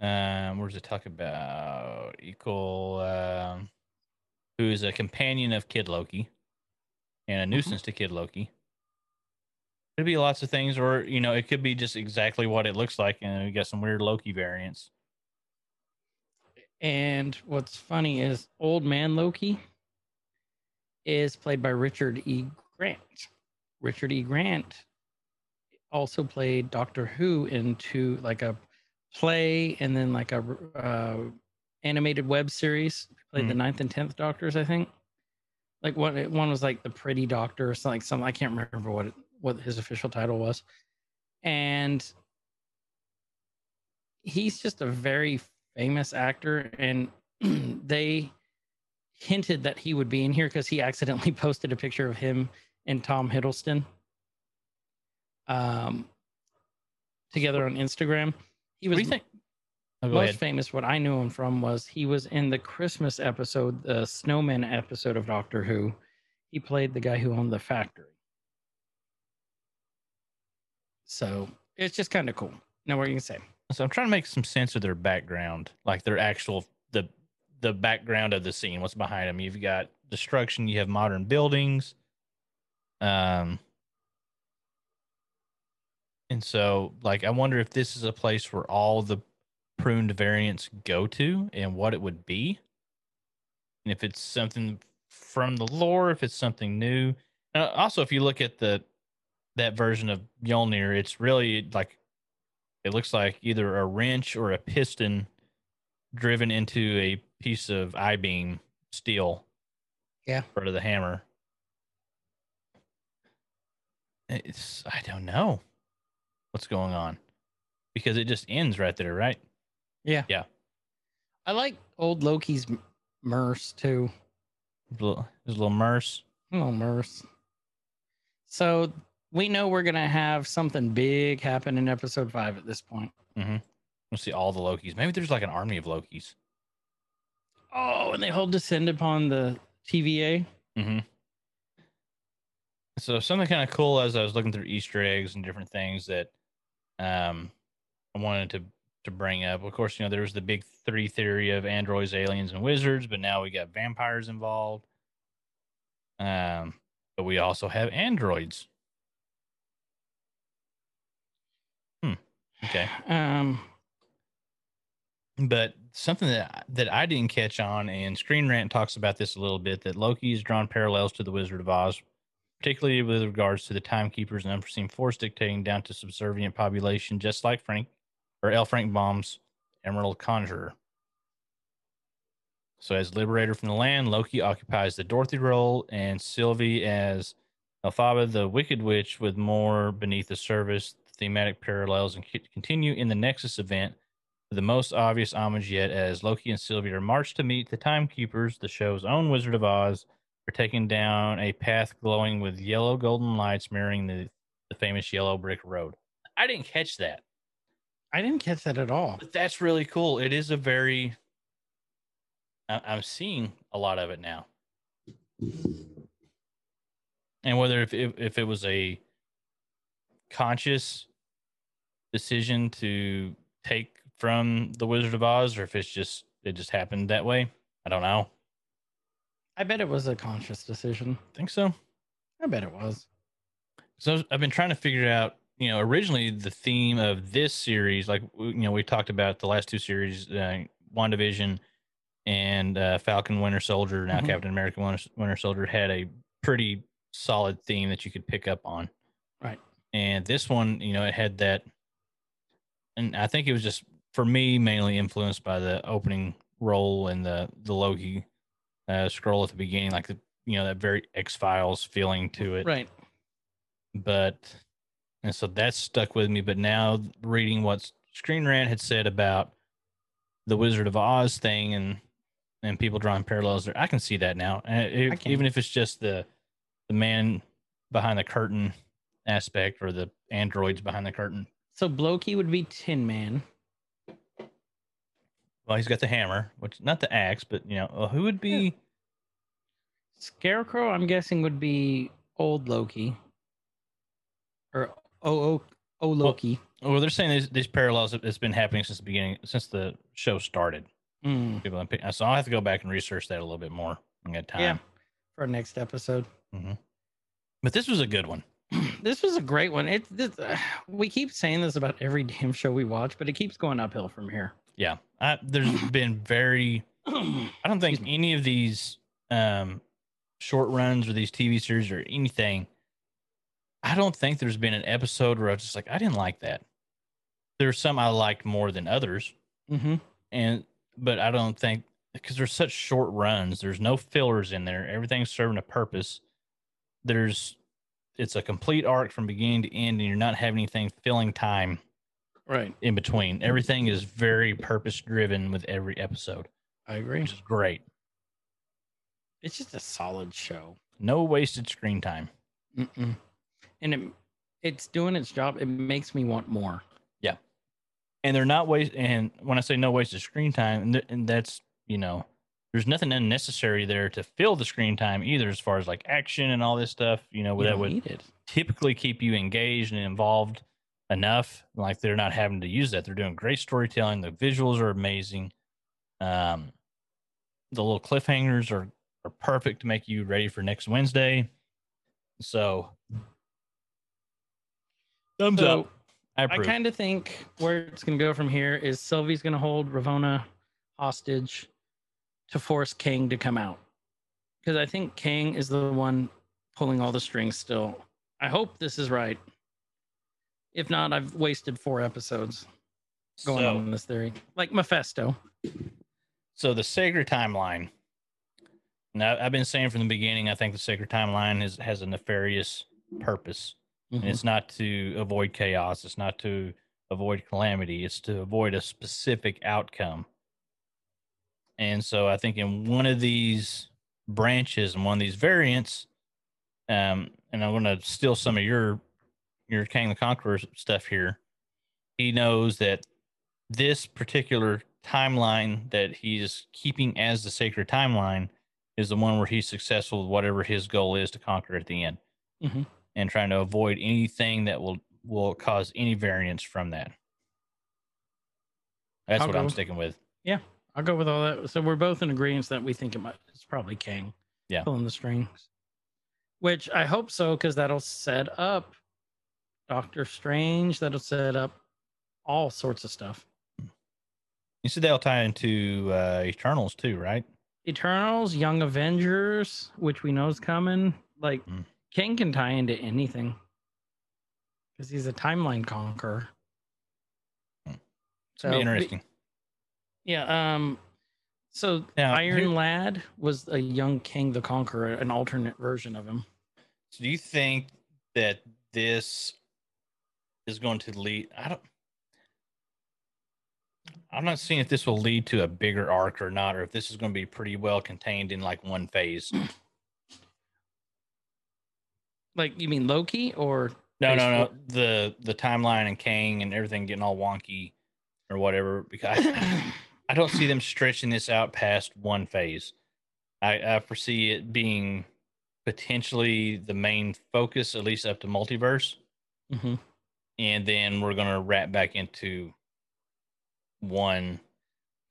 um, where's it talk about? Equal, um, who is a companion of Kid Loki and a nuisance to Kid Loki. Could be lots of things, or you know, it could be just exactly what it looks like, and we got some weird Loki variants.
And what's funny is Old Man Loki is played by Richard E. Grant. Richard E. Grant also played Doctor Who into like a play and then like a uh, animated web series. Played the ninth and tenth Doctors, I think. Like one, one was like the Pretty Doctor or something. Some I can't remember what it, what his official title was, and he's just a very famous actor and they hinted that he would be in here because he accidentally posted a picture of him and tom hiddleston um, together on instagram he
What
was
do you think? Oh, go
most
ahead.
famous what i knew him from was he was in the christmas episode the snowman episode of doctor who he played the guy who owned the factory so it's just kind of cool now what you can say
So I'm trying to make some sense of their background, like their actual the the background of the scene. What's behind them? You've got destruction. You have modern buildings. Um, and so like I wonder if this is a place where all the pruned variants go to, and what it would be, and if it's something from the lore, if it's something new. Uh, also, if you look at the that version of Mjolnir, it's really like it looks like either a wrench or a piston driven into a piece of I beam steel.
Yeah.
Part of the hammer. It's I don't know what's going on. Because it just ends right there, right?
I like old Loki's m- Merce too.
Little- There's a little merce.
Oh, Merce. So we know we're gonna have something big happen in episode five at this point.
We'll see all the Lokis. Maybe there's like an army of Lokis.
Oh, and they all descend upon the TVA.
so something kind of cool as I was looking through Easter eggs and different things that um I wanted to to bring up. Of course, you know there was the big three theory of androids, aliens, and wizards, but now we got vampires involved. Um, but we also have androids. Hmm. Okay
Um,
but something that that I didn't catch on, and Screen Rant talks about this a little bit, that Loki has drawn parallels to the Wizard of Oz, particularly with regards to the timekeepers and unforeseen force dictating down to subservient population, just like Frank or L. Frank Baum's Emerald Conjurer. So, as liberator from the land, Loki occupies the Dorothy role, and Sylvie as Elphaba, the Wicked Witch, with more beneath the surface. Thematic parallels and c- continue in the Nexus event the most obvious homage yet as Loki and Sylvie are marched to meet the Timekeepers, the show's own Wizard of Oz, are taken down a path glowing with yellow golden lights mirroring the, the famous yellow brick road. I didn't catch that,
I didn't catch that at all.
but that's really cool. It is a very I- I'm seeing a lot of it now. And whether if if, if it was a conscious decision to take from the Wizard of Oz, or if it's just it just happened that way, I don't know.
I bet it was a conscious decision.
think so.
I bet it was.
So I've been trying to figure out, you know, originally the theme of this series, like w- you know, we talked about the last two series, uh, WandaVision and uh, Falcon Winter Soldier, now
Mhm.
Captain America Winter, Winter Soldier had a pretty solid theme that you could pick up on.
Right.
And this one, you know, it had that and I think it was just for me mainly influenced by the opening role and the the Loki uh, scroll at the beginning, like the you know that very X Files feeling to it
Right.
but and so that's stuck with me. But now reading what Screen Rant had said about the Wizard of Oz thing and and people drawing parallels there, I can see that now. And it-
I can.
even if it's just the the man behind the curtain aspect or the androids behind the curtain.
So Blokey would be Tin Man.
Well, he's got the hammer, which not the axe, but you know uh, who would be
Scarecrow, I'm guessing, would be old Loki.
or oh oh oh Loki.
Well, they're saying these, these parallels have- it's been happening since the beginning, since the show started.
Hmm,
Mm,
People, have picked- so I'll have to go back and research that a little bit more. I got time.
Yeah. for our next episode.
But this was a good one.
this was a great one. It this, uh, we keep saying this about every damn show we watch, but it keeps going uphill from here.
Yeah. I, there's been very,
Mm-hmm.
I don't think any of these um, short runs or these TV series or anything, I don't think there's been an episode where I was just like, I didn't like that. There's some I liked more than others.
Mm-hmm.
and but I don't think because there's such short runs, there's no fillers in there. Everything's serving a purpose. There's it's a complete arc from beginning to end, and you're not having anything filling time
Right.
in between. Everything is very purpose driven with every episode,
I agree.
which is great.
It's just a solid show.
No wasted screen time.
Mm-mm. And it, it's doing its job. It makes me want more.
And they're not waste. And when I say no wasted screen time, and, th- and that's you know, there's nothing unnecessary there to fill the screen time either, as far as like action and all this stuff. You know,
We
that
don't
would
need it.
typically keep you engaged and involved enough. Like they're not having to use that. They're doing great storytelling. The visuals are amazing. Um, the little cliffhangers are are perfect to make you ready for next Wednesday. So, thumbs
So,
up. I
I
approve.
kind of think where it's going to go from here is Sylvie's going to hold Ravona hostage to force Kang to come out. Because I think Kang is the one pulling all the strings still. I hope this is right. If not, I've wasted four episodes going
so,
on in this theory. Like Mephisto.
so the sacred timeline. Now I've been saying from the beginning, I think the sacred timeline is, has a nefarious purpose.
Mm-hmm.
and it's not to avoid chaos it's not to avoid calamity it's to avoid a specific outcome and so i think in one of these branches and one of these variants um and i'm going to steal some of your your king the conqueror stuff here he knows that this particular timeline that he's keeping as the sacred timeline is the one where he's successful with whatever his goal is to conquer at the end and trying to avoid anything that will will cause any variance from that. That's
I'll
what I'm
go.
sticking with.
I'll go with all that. So we're both in agreement that we think it might, it's probably Kang.
Yeah.
Pulling the strings. Which I hope so, because that'll set up Doctor Strange. That'll set up all sorts of stuff.
You said that'll tie into uh, Eternals too, right?
Eternals, Young Avengers, which we know is coming. Like
Mm.
Kang can tie into anything. Because he's a timeline conqueror.
It's gonna
So,
be
we-
interesting.
Yeah. Um so
Now,
Iron
Uh, who-
Lad was a young Kang the Conqueror, an alternate version of him.
do you think that this is going to lead? I don't. I'm not seeing if this will lead to a bigger arc or not, or if this is going to be pretty well contained in like one phase.
Like you mean Loki or
No, no, no.
Facebook.
The the timeline and Kang and everything getting all wonky or whatever. Because I, I don't see them stretching this out past one phase. I, I foresee it being potentially the main focus, at least up to multiverse,
Mhm.
and then we're gonna wrap back into one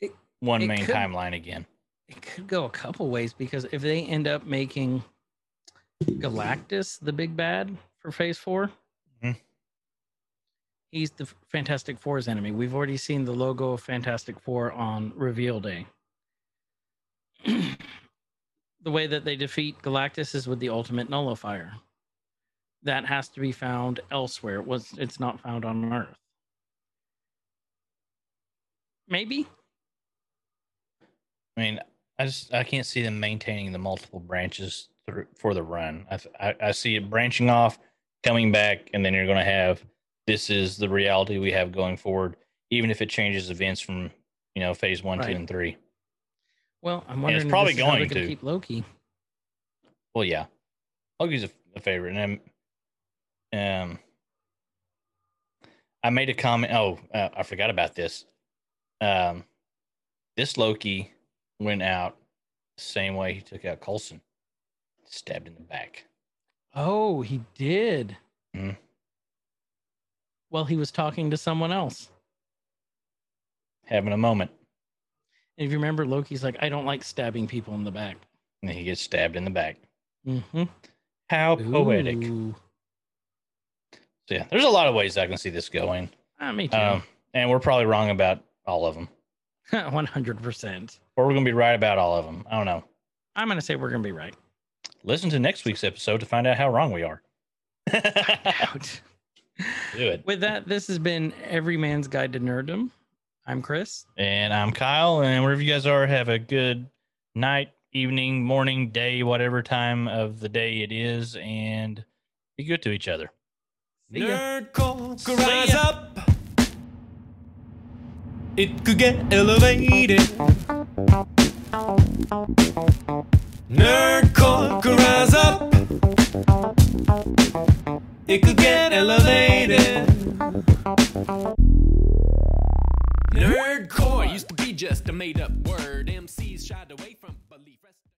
It-
one
it
main
could-
timeline again.
it could go a couple ways because if they end up making Galactus the big bad for Phase 4
Mhm.
he's the Fantastic Four's enemy. We've already seen the logo of Fantastic Four on Reveal Day. the way that they defeat Galactus is with the Ultimate Nullifier. That has to be found elsewhere. It was it's not found on Earth. Maybe
I mean, I just I can't see them maintaining the multiple branches through, for the run. I, th- I I see it branching off, coming back, and then you're going to have this is the reality we have going forward, even if it changes events from you know phase one, two,
Right.
and three.
Well, I'm wondering. if
probably
this is how they're
going
gonna
to.
keep Loki.
Well, yeah, Loki's a, a favorite, and i um, I made a comment. Oh, uh, I forgot about this. Um, this Loki went out the same way he took out Colson, stabbed in the back.
Oh, he did.
Mhm.
while he was talking to someone else.
having a moment,
And if you remember, Loki's like, I don't like stabbing people in the back.
and he gets stabbed in the back.
Mm-hmm.
How Oh, poetic! So, yeah, there's a lot of ways I can see this going,
Ah, me too.
um, and we're probably wrong about all of them,
100%.
or we're gonna be right about all of them. I don't know.
I'm going to say we're going to be right.
Listen to next week's episode to find out how wrong we are. Do
Out.
it.
With that, this has been Every Man's Guide to Nerddom. I'm Chris.
And I'm Kyle, and wherever you guys are, have a good night, evening, morning, day, whatever time of the day it is, and be good to each other.
See ya.
Nerdcore could rise up. It could get elevated. Nerdcore could rise up. It could get elevated. Nerdcore used to be just a made up word.